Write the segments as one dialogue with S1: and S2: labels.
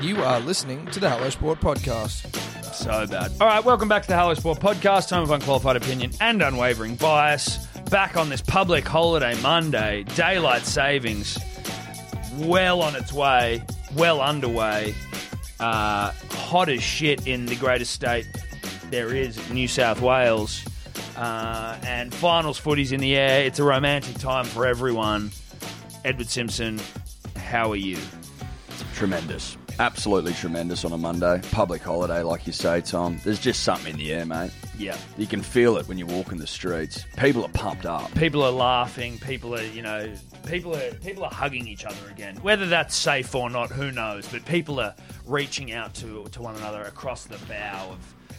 S1: You are listening to the Hello Sport Podcast.
S2: So bad. All right, welcome back to the Hello Sport podcast, home of unqualified opinion and unwavering bias. Back on this public holiday Monday, daylight savings, well on its way, well underway. Uh, hot as shit in the greatest state there is, New South Wales. Uh, and finals footies in the air. It's a romantic time for everyone. Edward Simpson, how are you?
S3: Tremendous. Absolutely tremendous on a Monday. Public holiday, like you say, Tom. There's just something in the air, mate.
S2: Yeah.
S3: You can feel it when you walk in the streets. People are pumped up.
S2: people are laughing people are you know people are people are hugging each other again whether that's safe or not who knows but people are reaching out to to one another across the bow of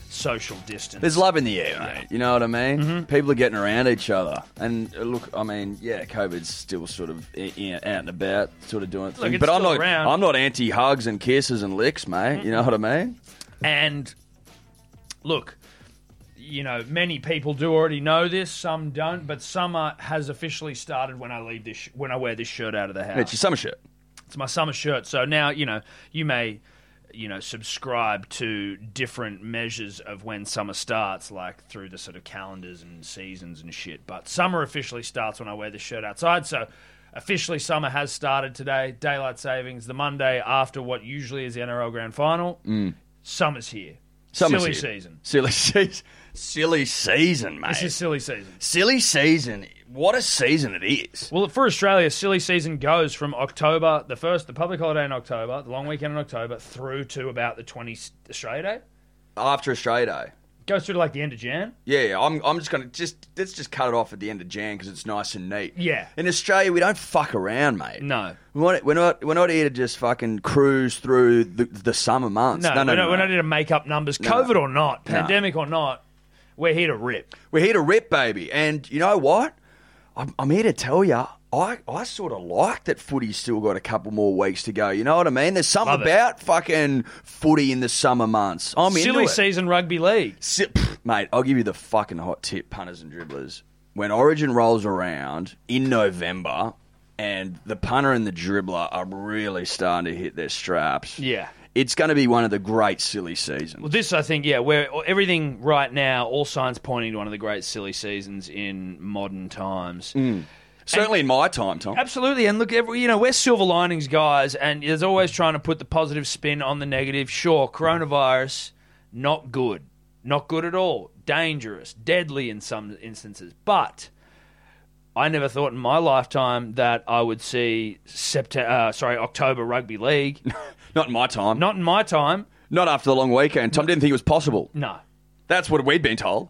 S2: social distance
S3: There's love in the air, mate. You know what I mean?
S2: Mm-hmm.
S3: People are getting around each other. And uh, look, I mean, yeah, COVID's still sort of i- i- out and about, sort of doing its
S2: Look,
S3: thing.
S2: it's
S3: But I'm
S2: still
S3: not,
S2: around.
S3: I'm not anti hugs and kisses and licks, mate. You know what I mean?
S2: and look you know many people do already know this some don't but summer has officially started when i leave this sh- when i wear this shirt out of the house
S3: It's your summer shirt.
S2: It's my summer shirt. So now, you know, you may, you know, subscribe to different measures of when summer starts, like through the sort of calendars and seasons and shit. But summer officially starts when I wear this shirt outside. So officially, summer has started today. Daylight savings, the Monday after what usually is the NRL Grand Final. Summer's here.
S3: Summer's
S2: silly
S3: here.
S2: season.
S3: Mm. Silly season. Silly season, mate.
S2: This is silly season.
S3: silly season. What a season it is.
S2: Well, for Australia, silly season goes from October, the first, the public holiday in October, the long weekend in October, through to about the 20th Australia Day.
S3: After Australia Day.
S2: goes through to like the end of Jan.
S3: Yeah, yeah, I'm, I'm just gonna just let's just cut it off at the end of Jan because it's nice and neat.
S2: Yeah.
S3: In Australia, we don't fuck around, mate.
S2: No.
S3: we want, we're not we're not here to just fucking cruise through the, the summer months.
S2: No,
S3: No, no,
S2: we're,
S3: no,
S2: not, we're not here to make up numbers, COVID or not, pandemic or not. We're here to rip.
S3: We're here to rip, baby. And you know what? I'm, I'm here to tell you, I, I sort of like that footy's still got a couple more weeks to go. You know what I mean? There's something
S2: Love it.
S3: about fucking footy in the summer months. I'm into
S2: Silly
S3: it.
S2: season rugby league.
S3: Si- pff, mate, I'll give you the fucking hot tip, punters and dribblers. When Origin rolls around in November and the punter and the dribbler are really starting to hit their straps,
S2: Yeah.
S3: it's going to be one of the great silly seasons.
S2: Well, this I think, yeah, where everything right now, all signs pointing to one of the great silly seasons in modern times.
S3: Certainly in my time, Tom.
S2: Absolutely, and look, every, you know, we're silver linings guys, and there's always trying to put the positive spin on the negative. Sure, coronavirus, not good, not good at all, dangerous, deadly in some instances. But I never thought in my lifetime that I would see September, uh, sorry, October rugby league.
S3: Not in my time.
S2: not
S3: Not,
S2: in my time.
S3: after the long weekend. Tom didn't think it was possible.
S2: No,
S3: That's what we'd been told.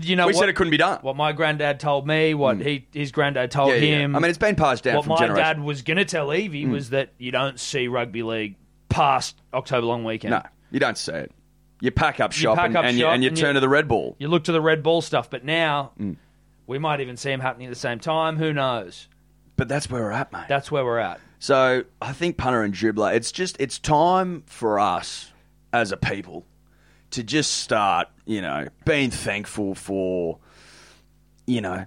S2: you know,
S3: we
S2: what,
S3: said it couldn't be done. Hmm.
S2: what my granddad told me, what he his granddad told
S3: yeah, yeah, yeah.
S2: him.
S3: I mean, it's been passed down
S2: what
S3: from
S2: my
S3: generation. Hmm.
S2: dad was going to tell Evie was that you don't see rugby league past October long weekend.
S3: no, you don't say it. You pack up shop,
S2: pack
S3: and,
S2: up
S3: and you,
S2: shop
S3: and you
S2: and you- Mm.
S3: turn to the Red Bull.
S2: You look to the Red Bull stuff, but now we might even see them happening at the same time. Who knows?
S3: But that's where we're at, mate.
S2: That's where we're at.
S3: So I think punter and dribbler, it's just it's time for us as a people to just start, you know, being thankful for, you know,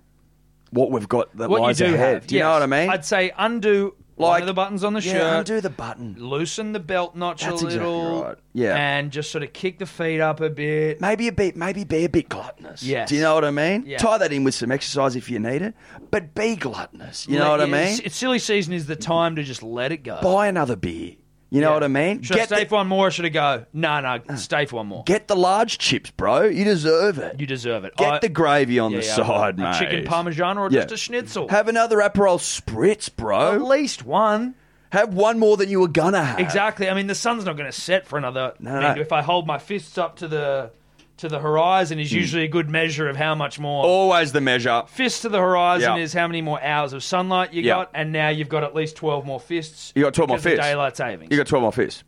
S3: what we've got that
S2: What
S3: lies
S2: you do
S3: ahead.
S2: have,
S3: Do you know
S2: yes.
S3: what I mean?
S2: I'd say undo one
S3: Like-
S2: of the buttons on the shirt,
S3: yeah, undo the button.
S2: loosen the belt notch
S3: That's
S2: a
S3: exactly
S2: little,
S3: right. Yeah.
S2: and just sort of kick the feet up a bit.
S3: Maybe a bit, maybe be a bit gluttonous.
S2: Yes.
S3: Do you know what I mean?
S2: Yeah.
S3: Tie that in with some exercise if you need it, but be gluttonous. You know what I mean? Mm.
S2: It's, it's silly season is the time to just let it go.
S3: Buy another beer. You know
S2: Yeah.
S3: what I mean?
S2: Should I
S3: Get
S2: stay
S3: the,
S2: for one more? or Should I go? No, no, stay for one more.
S3: get the large chips, bro. You deserve it.
S2: you deserve it.
S3: Get
S2: I-
S3: the gravy on
S2: Yeah,
S3: the
S2: yeah,
S3: side,
S2: a
S3: mate.
S2: Chicken parmesan or
S3: Yeah.
S2: just a schnitzel.
S3: Have another Aperol spritz,
S2: At
S3: bro.
S2: least one.
S3: Have one more than you were gonna have.
S2: Exactly. I mean, the sun's not going to set for another.
S3: No,
S2: I
S3: no.
S2: mean, If I hold my fists up to the to the horizon,
S3: Mm.
S2: is usually a good measure of how much more.
S3: Always the measure.
S2: Fists to the horizon
S3: Yeah.
S2: is how many more hours of sunlight you
S3: Yeah.
S2: got, and now you've got at least twelve more fists.
S3: You got 12 more
S2: because of
S3: fists.
S2: Daylight savings.
S3: You got twelve more fists.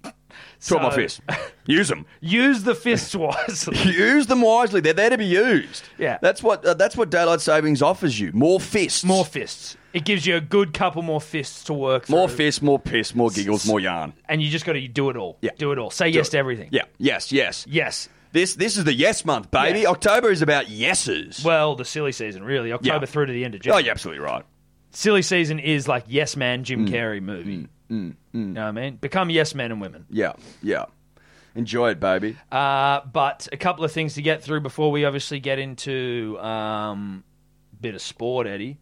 S3: Twelve more
S2: So-
S3: fists. Use them.
S2: Use the fists wisely.
S3: Use them wisely. They're there to be used.
S2: Yeah.
S3: That's what. Uh, that's what daylight savings offers you. More fists.
S2: more fists. It gives you a good couple more fists to work through.
S3: More fists. More piss. More giggles. More yarn.
S2: and you just got to do it all.
S3: Yeah.
S2: Do it all. Say yes to everything.
S3: Yeah. Yes. Yes.
S2: Yes.
S3: This. This is the yes month, baby.
S2: Yeah.
S3: October is about yeses.
S2: Well, the silly season, really. October
S3: Yeah.
S2: through to the end of June.
S3: oh, you're absolutely Mm. right.
S4: Silly season is like Yes Man Jim Carrey movie.
S3: Mm.
S4: You know what I mean? Become Yes Men and Women.
S3: Yeah, yeah. Enjoy it, baby.
S4: Uh, but a couple of things to get through before we obviously get into um, a bit of sport, Eddie.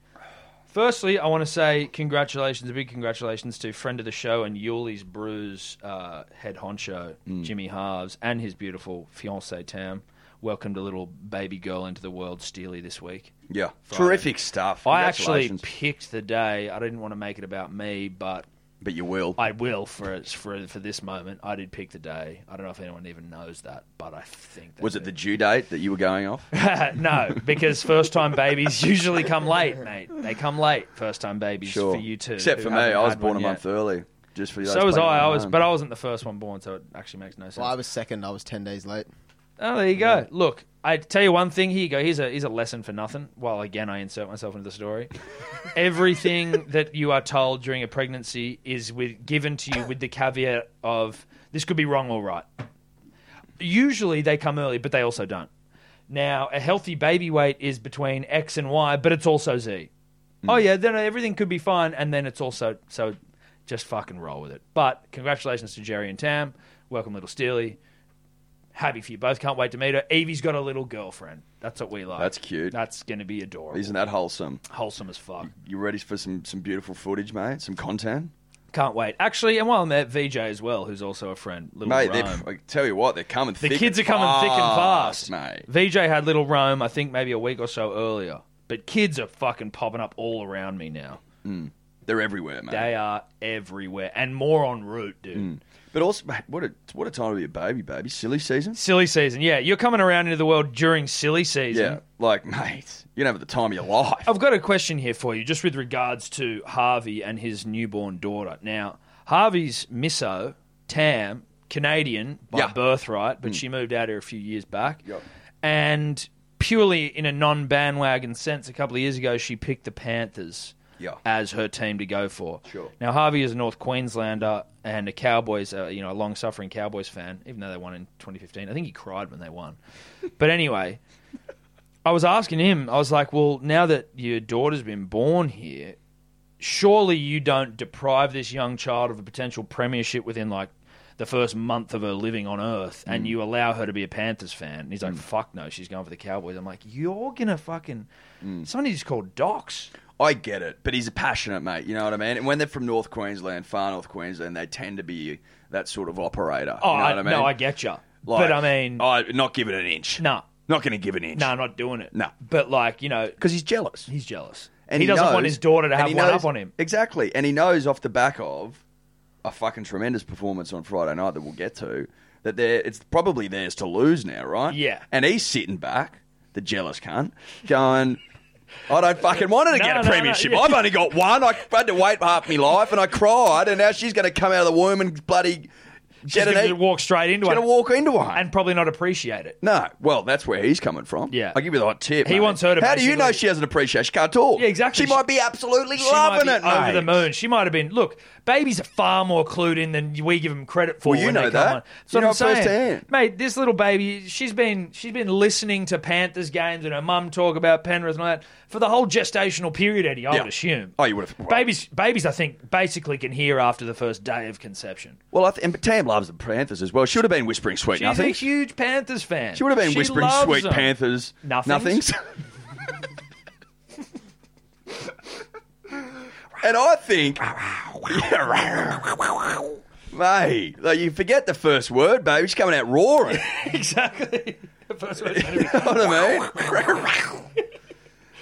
S4: Firstly, I want to say congratulations, a big congratulations to friend of the show and Yuli's Brews uh, head honcho,
S3: Mm.
S4: Jimmy Harves, and his beautiful fiancee, Tam. Welcomed a little baby girl into the world, Steely, this week.
S3: Yeah,
S4: Friday.
S3: terrific stuff.
S4: I actually
S3: Congratulations.
S4: picked the day. I didn't want to make it about me, but
S3: but you will.
S4: I will for for for this moment. I did pick the day. I don't know if anyone even knows that, but I think that's
S3: Was it the due date that you were going off?
S4: no, because first time babies usually come late, mate. They come late, first time babies for you too.
S3: Except
S4: who
S3: for me,
S4: haven't
S3: I was
S4: had
S3: born a
S4: one
S3: month
S4: yet.
S3: early. Just for you.
S4: So was I. I was, but I wasn't the first one born, so it actually makes no sense.
S5: Well, I was second. I was ten days late.
S4: Oh, there you go. Look, I tell you one thing. Here you go. Here's a here's a lesson for nothing. Well, again, I insert myself into the story. Everything that you are told during a pregnancy is with, given to you with the caveat of this could be wrong or right. Usually they come early, but they also don't. Now, a healthy baby weight is between X and Y, but it's also Z.
S3: Mm.
S4: Oh yeah, then everything could be fine, and then it's also so. Just fucking roll with it. But congratulations to Jerry and Tam. Welcome, little Steely happy for you both. Can't wait to meet her. Evie's got a little girlfriend. That's what we like.
S3: That's cute.
S4: That's going to be adorable.
S3: Isn't that wholesome?
S4: Wholesome as fuck.
S3: You ready for some some beautiful footage, mate? Some content,
S4: Can't wait. Actually, and while I'm there, VJ as well, who's also a friend. Little
S3: mate.
S4: Rome.
S3: They're, I tell you what, they're coming.
S4: the
S3: thick
S4: kids are
S3: and
S4: coming thick and fast.
S3: mate.
S4: VJ had little Rome, I think maybe a week or so earlier. But kids are fucking popping up all around me now.
S3: Mm. They're everywhere, mate.
S4: They are everywhere and more en route, dude.
S3: Mm. But also, mate, what a what a time to be a baby, baby. Silly season.
S4: Silly season. Yeah, you're coming around into the world during silly season.
S3: Yeah, like mate, you don't have the time of your life.
S4: I've got a question here for you, just with regards to Harvey and his newborn daughter. Now, Harvey's misso, Tam, Canadian by
S3: Yeah. Hmm.
S4: birthright, but she moved out here a few years back.
S3: Yep.
S4: And purely in a non bandwagon sense, a couple of years ago, she picked the Panthers
S3: Yeah.
S4: as her team to go for.
S3: Sure.
S4: Now, Harvey is a North Queenslander and a Cowboys, uh, you know, a long suffering Cowboys fan, even though they won in 2015. I think he cried when they won. But anyway. I was asking him, I was like, well, now that your daughter's been born here, surely you don't deprive this young child of a potential premiership within like the first month of her living on earth and you allow her to be a Panthers fan. And he's like, fuck no, she's going for the Cowboys. I'm like, you're going to fucking. Somebody just called Docs.
S3: Mm. I get it, but he's a passionate mate. You know what I mean? And when they're from North Queensland, far North Queensland, they tend to be that sort of operator.
S4: Oh,
S3: you know
S4: I,
S3: what I mean?
S4: no, I get you.
S3: Like,
S4: but I mean, no,
S3: I not giving an inch.
S4: no,
S3: not going to give an inch.
S4: not doing it.
S3: No.
S4: But like, you know,
S3: because he's jealous.
S4: he's jealous.
S3: And
S4: he, doesn't want
S3: knows-
S4: his daughter to
S3: and
S4: have
S3: he
S4: one
S3: knows-
S4: up on him.
S3: Exactly. And he knows off the back of a fucking tremendous performance on Friday night that we'll get to that they're, it's probably theirs to lose now, right?
S4: Yeah.
S3: And he's sitting back, the jealous cunt, going, I don't fucking want her to
S4: No,
S3: get a
S4: no, no.
S3: premiership. I've only got one. I had to wait half my life and I cried, and now she's going to come out of the womb and bloody
S4: She's
S3: get
S4: going to
S3: an e-"
S4: walk straight into
S3: Going
S4: it
S3: to walk into one.
S4: and probably not appreciate it.
S3: no, well, that's where he's coming from.
S4: Yeah.
S3: I'll give you the hot tip.
S4: He
S3: mate.
S4: wants her to
S3: How do you know
S4: basically-
S3: she doesn't appreciate? She can't talk.
S4: Yeah, exactly.
S3: She, might be absolutely
S4: She
S3: loving
S4: might
S3: it,
S4: be over
S3: mate.
S4: the moon. She might have been. Look, babies are far more clued in than we give them credit for.
S3: Well, you
S4: when
S3: know
S4: they come
S3: that.
S4: on. That's
S3: You
S4: what
S3: know
S4: I'm
S3: it
S4: saying,
S3: firsthand.
S4: mate. This little baby, she's been she's been listening to Panthers games and her mum talk about Penrith and all that for the whole gestational period. Eddie, I
S3: Yeah.
S4: would assume.
S3: Oh, you would have.
S4: Babies, babies, I think basically can hear after the first day of conception.
S3: Well, I th- and Tam loves the Panthers as well. She would have been whispering sweet
S4: She's a
S3: nothings.
S4: huge Panthers fan.
S3: She would have been whispering
S4: loves
S3: sweet
S4: them.
S3: Panthers
S4: Nothings.
S3: nothings. and I think, mate, like you forget the first word, baby. She's coming out roaring.
S4: exactly. First word's meant to be-
S3: You know what I mean?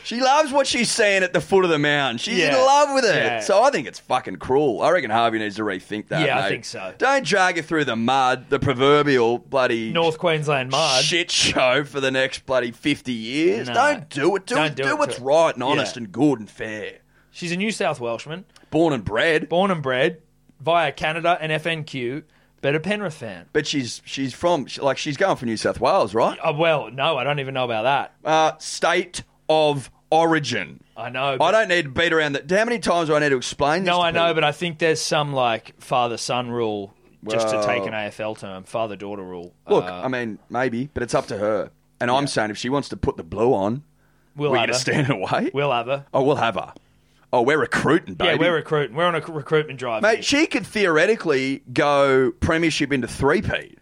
S3: she loves what she's seeing at the foot of the mountain. She's in
S4: Yeah.
S3: love with it.
S4: Yeah.
S3: So I think it's fucking cruel. I reckon Harvey needs to rethink that.
S4: Yeah, I
S3: mate.
S4: think so.
S3: Don't drag her through the mud, the proverbial bloody
S4: North Queensland mud.
S3: shit show for the next bloody fifty years.
S4: No.
S3: Don't do it. Do,
S4: Don't do
S3: do
S4: it
S3: what's
S4: to-
S3: right and honest
S4: Yeah.
S3: and good and fair.
S4: She's a New South Welshman.
S3: Born and bred.
S4: born and bred via Canada and FNQ, but a Penrith fan.
S3: But she's she's from she- like she's going for New South Wales, right?
S4: Oh, well, no, I don't even know about that.
S3: Uh, state of origin.
S4: I know.
S3: I
S4: but-
S3: don't need to beat around that. How many times do I need to explain? this
S4: no,
S3: to
S4: I know,
S3: people?
S4: but I think there's some like father son rule, just to
S3: Well-
S4: take an AFL term, father daughter rule.
S3: Look,
S4: Uh,
S3: I mean, maybe, but it's up to her. And I'm saying if she wants to put the blue on,
S4: we'll
S3: we're
S4: have
S3: going to
S4: her.
S3: stand in the way.
S4: We'll have her.
S3: oh, we'll have her. oh, we're recruiting, baby.
S4: Yeah, we're recruiting. We're on a c- recruitment drive.
S3: Mate, she could theoretically go premiership into three-peat.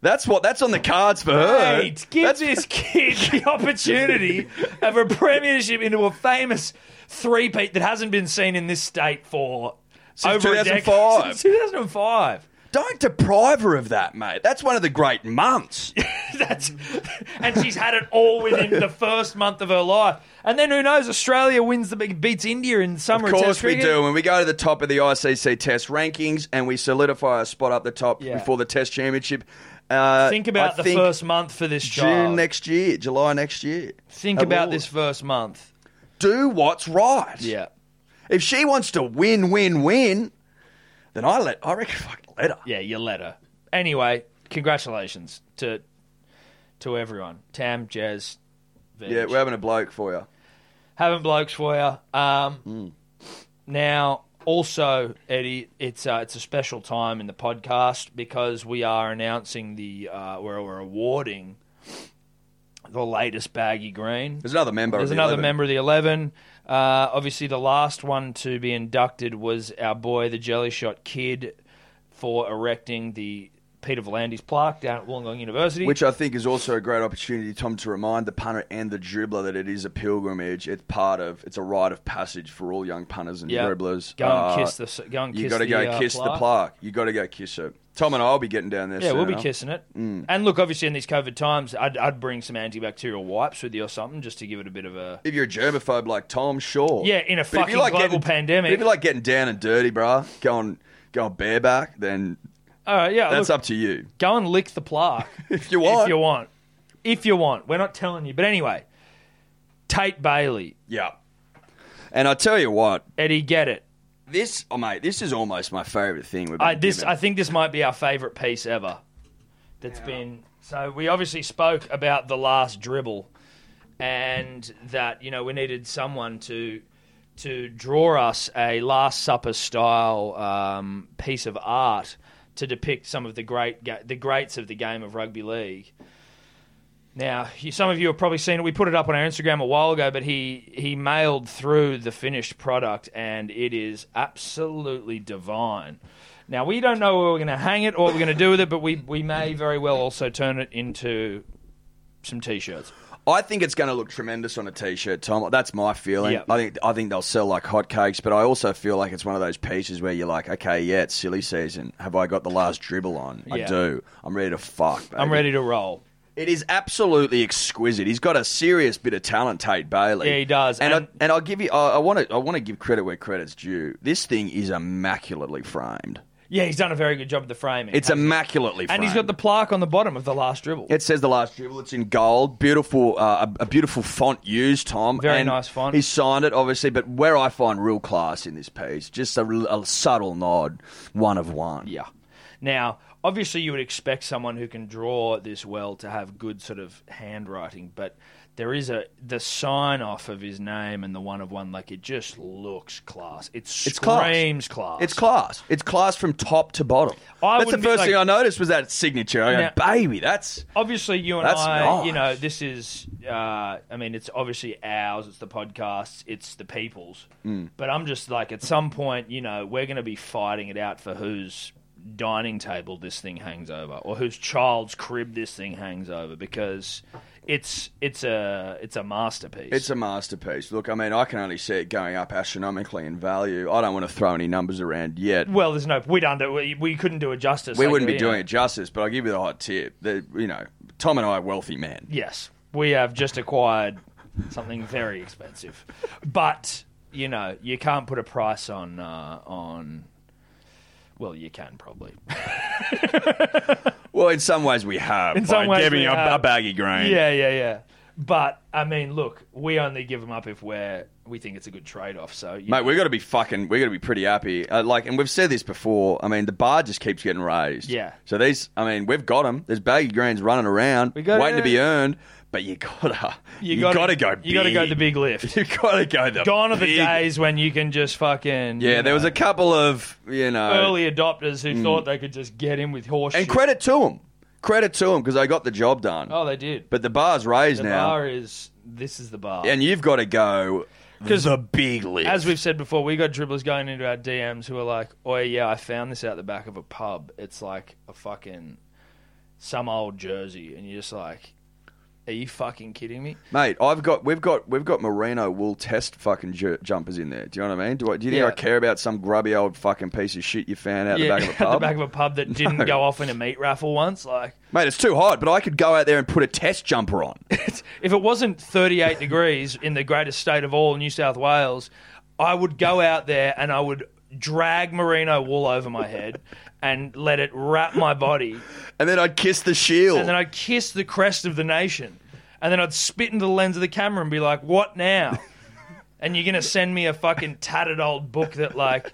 S3: That's what. That's on the cards for her.
S4: Mate, give this kid the opportunity of a premiership into a famous three-peat that hasn't been seen in this state for
S3: Since
S4: over a decade-
S3: 2005.
S4: Since 2005.
S3: Don't deprive her of that, mate. That's one of the great months.
S4: That's, and she's had it all within the first month of her life. And then who knows? Australia wins the big beats India in summer. in
S3: Of
S4: Test
S3: course we
S4: cricket.
S3: do. When we go to the top of the ICC Test rankings and we solidify our spot up the top
S4: Yeah.
S3: before the Test Championship. Uh,
S4: Think about
S3: I
S4: the
S3: think
S4: first month for this
S3: June
S4: child.
S3: next year, July next year.
S4: Think
S3: At
S4: about
S3: all.
S4: this first month.
S3: Do what's right.
S4: Yeah.
S3: If she wants to win, win, win, then I let. I reckon fucking let her.
S4: Yeah, your letter. Anyway, congratulations to to everyone. Tam, Jazz, Veg.
S3: Yeah, we're having a bloke for you.
S4: having blokes for you. Um,
S3: Hmm.
S4: Now, also, Eddie, it's uh, it's a special time in the podcast because we are announcing the uh, where we're awarding the latest baggy green.
S3: There's another member.
S4: There's
S3: of the
S4: another
S3: 11.
S4: member of the eleven. Uh, obviously, the last one to be inducted was our boy, the Jelly Shot Kid, for erecting the Peter Volandes plaque down at Wollongong University.
S3: Which I think is also a great opportunity, Tom, to remind the punter and the dribbler that it is a pilgrimage. It's part of, it's a rite of passage for all young punters and
S4: Yeah.
S3: dribblers. Uh,
S4: Go and kiss the- go and
S3: You
S4: kiss
S3: gotta
S4: the,
S3: go
S4: uh,
S3: kiss the
S4: plaque.
S3: plaque. You got to go kiss it. Tom and I'll be getting down there.
S4: Yeah,
S3: soon Mm.
S4: we'll be
S3: enough.
S4: kissing it. And look, obviously, in these COVID times, I'd, I'd bring some antibacterial wipes with you or something just to give it a bit of a.
S3: If you're a germaphobe like Tom, sure.
S4: Yeah, in a
S3: But if you
S4: fucking global
S3: getting,
S4: pandemic.
S3: If you like getting down and dirty, bruh, going going bareback, then
S4: All right, yeah.
S3: that's
S4: look,
S3: up to you.
S4: Go and lick the plaque
S3: If you want.
S4: if you want. If you want. We're not telling you. But anyway, Tate Bailey,
S3: yeah. And I tell you what,
S4: Eddie, get it.
S3: this, oh, mate, this is almost my favourite thing. We've been
S4: I this
S3: given.
S4: I think this might be our favourite piece ever. That's been so. We obviously spoke about the last dribble, and that you know we needed someone to to draw us a Last Supper style um, piece of art to depict some of the great ga- the greats of the game of rugby league. Now, you, some of you have probably seen it. We put it up on our Instagram a while ago, but he he mailed through the finished product, and it is absolutely divine. Now we don't know where we're going to hang it or what we're going to do with it, but we we may very well also turn it into some t-shirts.
S3: I think it's going to look tremendous on a t-shirt, Tom. That's my feeling.
S4: Yeah.
S3: I think I think they'll sell like hotcakes, but I also feel like it's one of those pieces where you're like, okay, yeah, it's silly season. Have I got the last dribble on? I
S4: Yeah.
S3: do. I'm ready to fuck.
S4: I'm ready to roll.
S3: It is absolutely exquisite. He's got a serious bit of talent, Tate Bailey.
S4: Yeah, he does.
S3: And
S4: And-
S3: I, and I'll give you. I want to. I want to give credit where credit's due. This thing is immaculately framed.
S4: Yeah, he's done a very good job of the framing.
S3: It's immaculately framed.
S4: and he's got the plaque on the bottom of the last dribble.
S3: It says the last dribble. It's in gold, beautiful, uh, a, a beautiful font used, Tom.
S4: Very
S3: And
S4: nice font.
S3: He signed it, obviously, but where I find real class in this piece, just a, real- a subtle nod, one of one.
S4: Yeah. Now, obviously, you would expect someone who can draw this well to have good sort of handwriting, but there is a the sign off of his name and the one of one, like it just looks class. It
S3: It's class.
S4: screams class.
S3: It's class. It's class from top to bottom.
S4: I
S3: that's the
S4: wouldn't be
S3: first
S4: like-
S3: thing I noticed was that signature. I go,
S4: Now-
S3: baby, that's
S4: Obviously, you and
S3: That's
S4: I,
S3: nice.
S4: you know, this is. Uh, I mean, it's obviously ours. It's the podcasts. It's the people's.
S3: Hmm.
S4: But I'm just like, at some point, you know, we're going to be fighting it out for whose dining table this thing hangs over, or whose child's crib this thing hangs over, because it's it's a it's a masterpiece.
S3: It's a masterpiece. Look, I mean, I can only see it going up astronomically in value. I don't want to throw any numbers around yet.
S4: well, there's no we'd under we, we couldn't do it justice.
S3: We
S4: Like, eh?
S3: wouldn't be
S4: you know.
S3: doing it justice, but I'll give you the hot tip. The, you know, Tom and I are wealthy men.
S4: Yes, we have just acquired something very expensive, but you know you can't put a price on uh, on. Well, you can probably.
S3: Well, in some ways we have.
S4: In some
S3: by
S4: ways
S3: giving
S4: we
S3: a,
S4: have.
S3: a baggy grain.
S4: yeah, yeah, yeah. But I mean, look, we only give them up if we're we think it's a good trade off. So you
S3: Mate, we're going to be fucking, we're going to be pretty happy. Uh, like, and we've said this before. I mean, the bar just keeps getting raised.
S4: Yeah.
S3: So these, I mean, we've got them. There's baggy grains running around,
S4: We gotta-
S3: waiting to be earned. But you gotta, you, gotta, go.
S4: You gotta go
S3: big.
S4: the big lift.
S3: You gotta go the.
S4: Gone are the
S3: big-
S4: days when you can just fucking
S3: Yeah,
S4: you
S3: there
S4: know,
S3: was a couple of you know
S4: early adopters who thought they could just get in with horse
S3: and
S4: shit.
S3: credit to them. Credit to them because they got the job done.
S4: oh, they did.
S3: But the bar's raised
S4: the
S3: now,
S4: bar is this is the bar.
S3: and you've got to go
S4: 'Cause
S3: the big lift.
S4: As we've said before, we got dribblers going into our DMs who are like, "Oh yeah, I found this out the back of a pub. It's like a fucking some old jersey," and you're just like, "Are you fucking kidding me?"
S3: Mate, I've got we've got we've got merino wool test fucking ju- jumpers in there. Do you know what I mean? Do I, do you think
S4: Yeah.
S3: I care about some grubby old fucking piece of shit you found out
S4: Yeah,
S3: the back of a
S4: at
S3: pub?
S4: the back of a pub that didn't
S3: No.
S4: go off in a meat raffle once. Like,
S3: Mate, it's too hot, but I could go out there and put a test jumper on.
S4: if it wasn't 38 degrees in the greatest state of all, New South Wales, I would go out there and I would drag merino wool over my head and let it wrap my body
S3: and then I'd kiss the shield.
S4: and then I'd kiss the crest of the nation, and then I'd spit into the lens of the camera and be like, "What now?" and you're gonna send me a fucking tattered old book that like.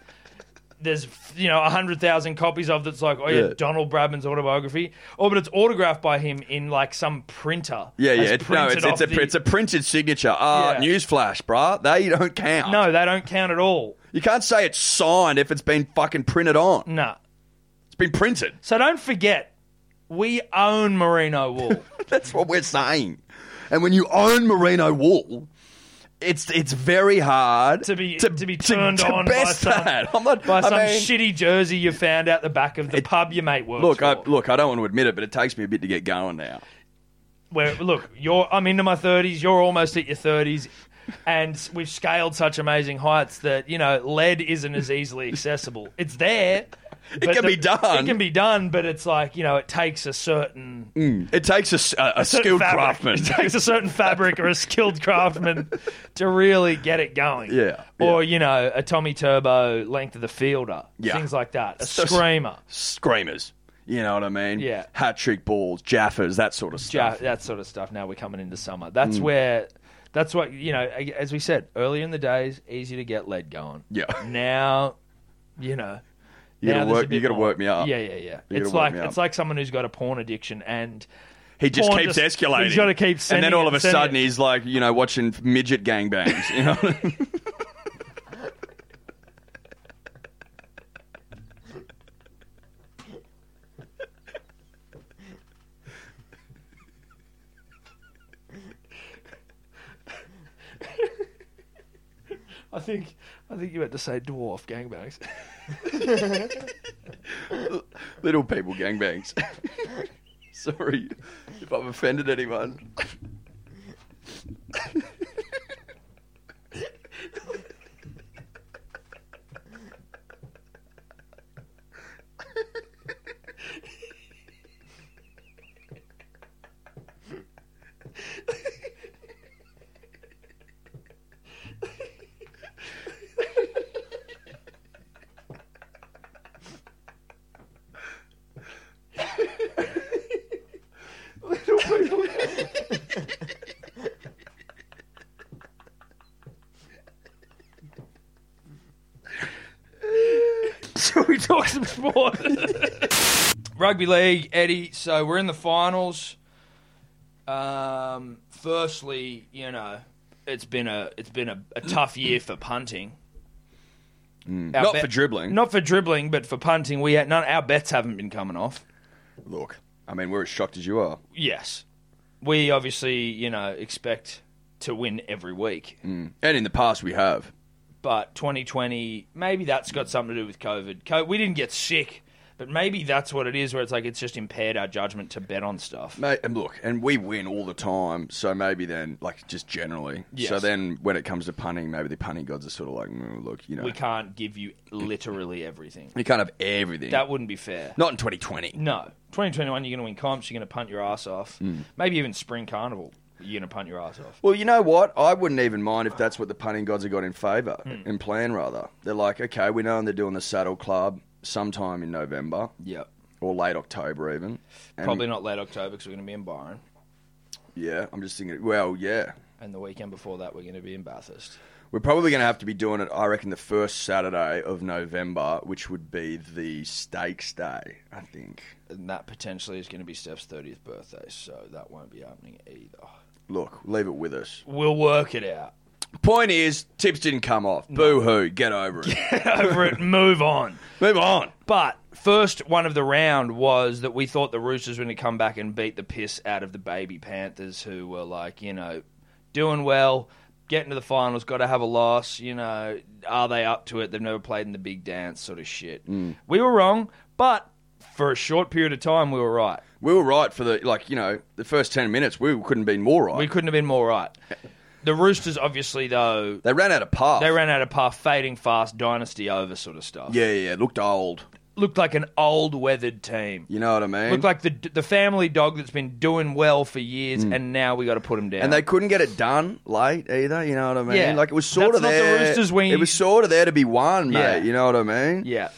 S4: There's you know hundred thousand copies of that's like oh yeah,
S3: Yeah.
S4: Donald Bradman's autobiography oh but it's autographed by him in like some printer
S3: yeah, yeah.
S4: Has
S3: It's, no, it's,
S4: printed
S3: it's, a,
S4: off the-
S3: it's a printed signature. Ah,
S4: Yeah.
S3: newsflash, bruh. They don't count.
S4: no they don't count at all
S3: You can't say it's signed if it's been fucking printed on.
S4: nah
S3: It's been printed.
S4: so don't forget we own merino wool
S3: That's what we're saying. And when you own merino wool, it's it's very hard
S4: to be to, be turned
S3: to
S4: on by
S3: best
S4: some,
S3: that. I'm not,
S4: by
S3: I
S4: some
S3: mean,
S4: shitty jersey you found out the back of the pub your mate works
S3: Look,
S4: for.
S3: I, look, I don't want to admit it, but it takes me a bit to get going now.
S4: where look, you're I'm into my thirties, you're almost at your thirties, and we've scaled such amazing heights that you know lead isn't as easily accessible. It's there. It
S3: can be done.
S4: It can be done, but it's like you know, it takes a certain,
S3: Mm. It takes a s- a, a
S4: certain
S3: skilled
S4: Mm. fabric.
S3: craftsman.
S4: It takes a certain fabric or a skilled craftsman to really get it going.
S3: Yeah,
S4: Or you know, a Tommy Turbo length of the fielder,
S3: Yeah.
S4: things like that. A
S3: So-
S4: screamer,
S3: Screamers, you know what I mean?
S4: Yeah.
S3: hat trick balls, jaffers, that sort of
S4: Ja-
S3: stuff. Mm.
S4: that sort of stuff. Now we're coming into summer. That's where, that's what you know. a- As we said earlier in the days, easy to get lead going.
S3: Yeah.
S4: Now, you know,
S3: You gotta
S4: now there's a
S3: work- you
S4: bit
S3: gotta
S4: more.
S3: work me up.
S4: Yeah, yeah, yeah.
S3: You gotta
S4: it's
S3: work
S4: like
S3: me up.
S4: it's like someone who's got a porn addiction and
S3: He just
S4: Porn
S3: keeps
S4: just-
S3: escalating.
S4: he's gotta keep
S3: and
S4: sending
S3: then all
S4: it-
S3: of a
S4: sending
S3: sudden
S4: it.
S3: he's like, you know, watching midget gangbangs. You know, what I mean?
S4: I think I think you had to say dwarf gangbangs.
S3: little people gangbangs. Sorry if I've offended anyone.
S4: Shall we talk some sport? Rugby league, Eddie. So we're in the finals. Um, firstly, you know, it's been a it's been a, a tough year for punting. Our
S3: Mm. Not
S4: bet-
S3: for dribbling.
S4: Not for dribbling, but for punting, we had none. Our bets haven't been coming off.
S3: Look, I mean, we're as shocked as you are.
S4: Yes, we obviously you know expect to win every week,
S3: And in the past, we have.
S4: but 2020 maybe that's got something to do with COVID. Co- We didn't get sick, but maybe that's what it is. Where it's like it's just impaired our judgment to bet on stuff.
S3: Mate, and look, and we win all the time, so maybe then, like, just generally.
S4: Yes.
S3: So then, when it comes to punting, maybe the punting gods are sort of like, "Mm, look, you know,
S4: We can't give you literally everything.
S3: you can't have everything.
S4: That wouldn't be fair.
S3: Not in 2020.
S4: No. 2021, you're going to win comps. You're going to punt your ass off.
S3: Mm.
S4: Maybe even spring carnival, you're going to punt your ass off.
S3: Well, you know what? I wouldn't even mind if that's what the punting gods have got in favour,
S4: Hmm.
S3: in plan rather. They're like, okay, we know they're doing the saddle club sometime in November
S4: Yep.
S3: or late October even. And-
S4: Probably not late October because we're going to be in Byron.
S3: Yeah, I'm just thinking, well, yeah.
S4: And the weekend before that, we're going to be in Bathurst.
S3: We're probably going to have to be doing it, I reckon, the first Saturday of November, which would be the Stakes Day, I think.
S4: And that potentially is going to be Steph's 30th birthday. So that won't be happening either.
S3: Look, leave it with us.
S4: We'll work it out.
S3: Point is, tips didn't come off. Boo hoo, get over it.
S4: Over it, move on.
S3: Move on.
S4: But first one of the round was that we thought the Roosters were going to come back and beat the piss out of the baby Panthers, who were like, you know, doing well, get into the finals, got to have a loss. You know, are they up to it? They've never played in the big dance, sort of shit.
S3: Mm.
S4: We were wrong, but for a short period of time, we were right.
S3: We were right for the like you know the first ten minutes. We couldn't have been more right.
S4: We couldn't have been more right. The Roosters, obviously, though,
S3: they ran out of path.
S4: they ran out of path, fading fast, dynasty over sort of stuff.
S3: Yeah, yeah, yeah, looked old.
S4: Looked like an old weathered team.
S3: You know what I mean?
S4: Looked like the the family dog that's been doing well for years, and now we got to put him down.
S3: Mm. and they couldn't get it done late either. You know what I mean?
S4: Yeah.
S3: Like it was sort
S4: That's
S3: of
S4: not the
S3: there.
S4: Roosters when you-
S3: It was sort of there to be won, mate.
S4: Yeah.
S3: You know what I mean?
S4: yeah,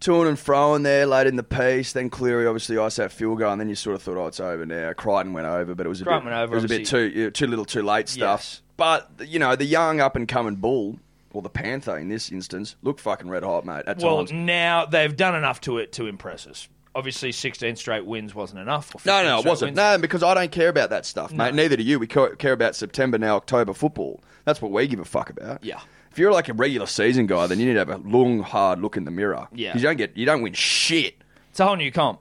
S3: To and fro in there late in the piece. Then Cleary obviously iced that field goal, and then you sort of thought, oh, it's over now. Crichton went over, but it was a
S4: Crichton
S3: bit,
S4: went over,
S3: It was a bit too
S4: obviously.
S3: yeah, too little, too late stuff.
S4: Yes.
S3: But you know, the young up and coming bull or the panther in this instance looked fucking red hot, mate. At
S4: Well,
S3: times.
S4: now they've done enough to it to impress us. Obviously, 16 straight wins wasn't enough. or 15
S3: No, no, it
S4: straight
S3: wasn't.
S4: wins.
S3: No, because I don't care about that stuff, mate. Neither do you. We ca- care about September now, October football. That's what we give a fuck about.
S4: Yeah.
S3: If you're like a regular season guy, then you need to have a long, hard look in the mirror.
S4: Yeah.
S3: 'Cause You don't get, you don't win shit
S4: It's a whole new comp.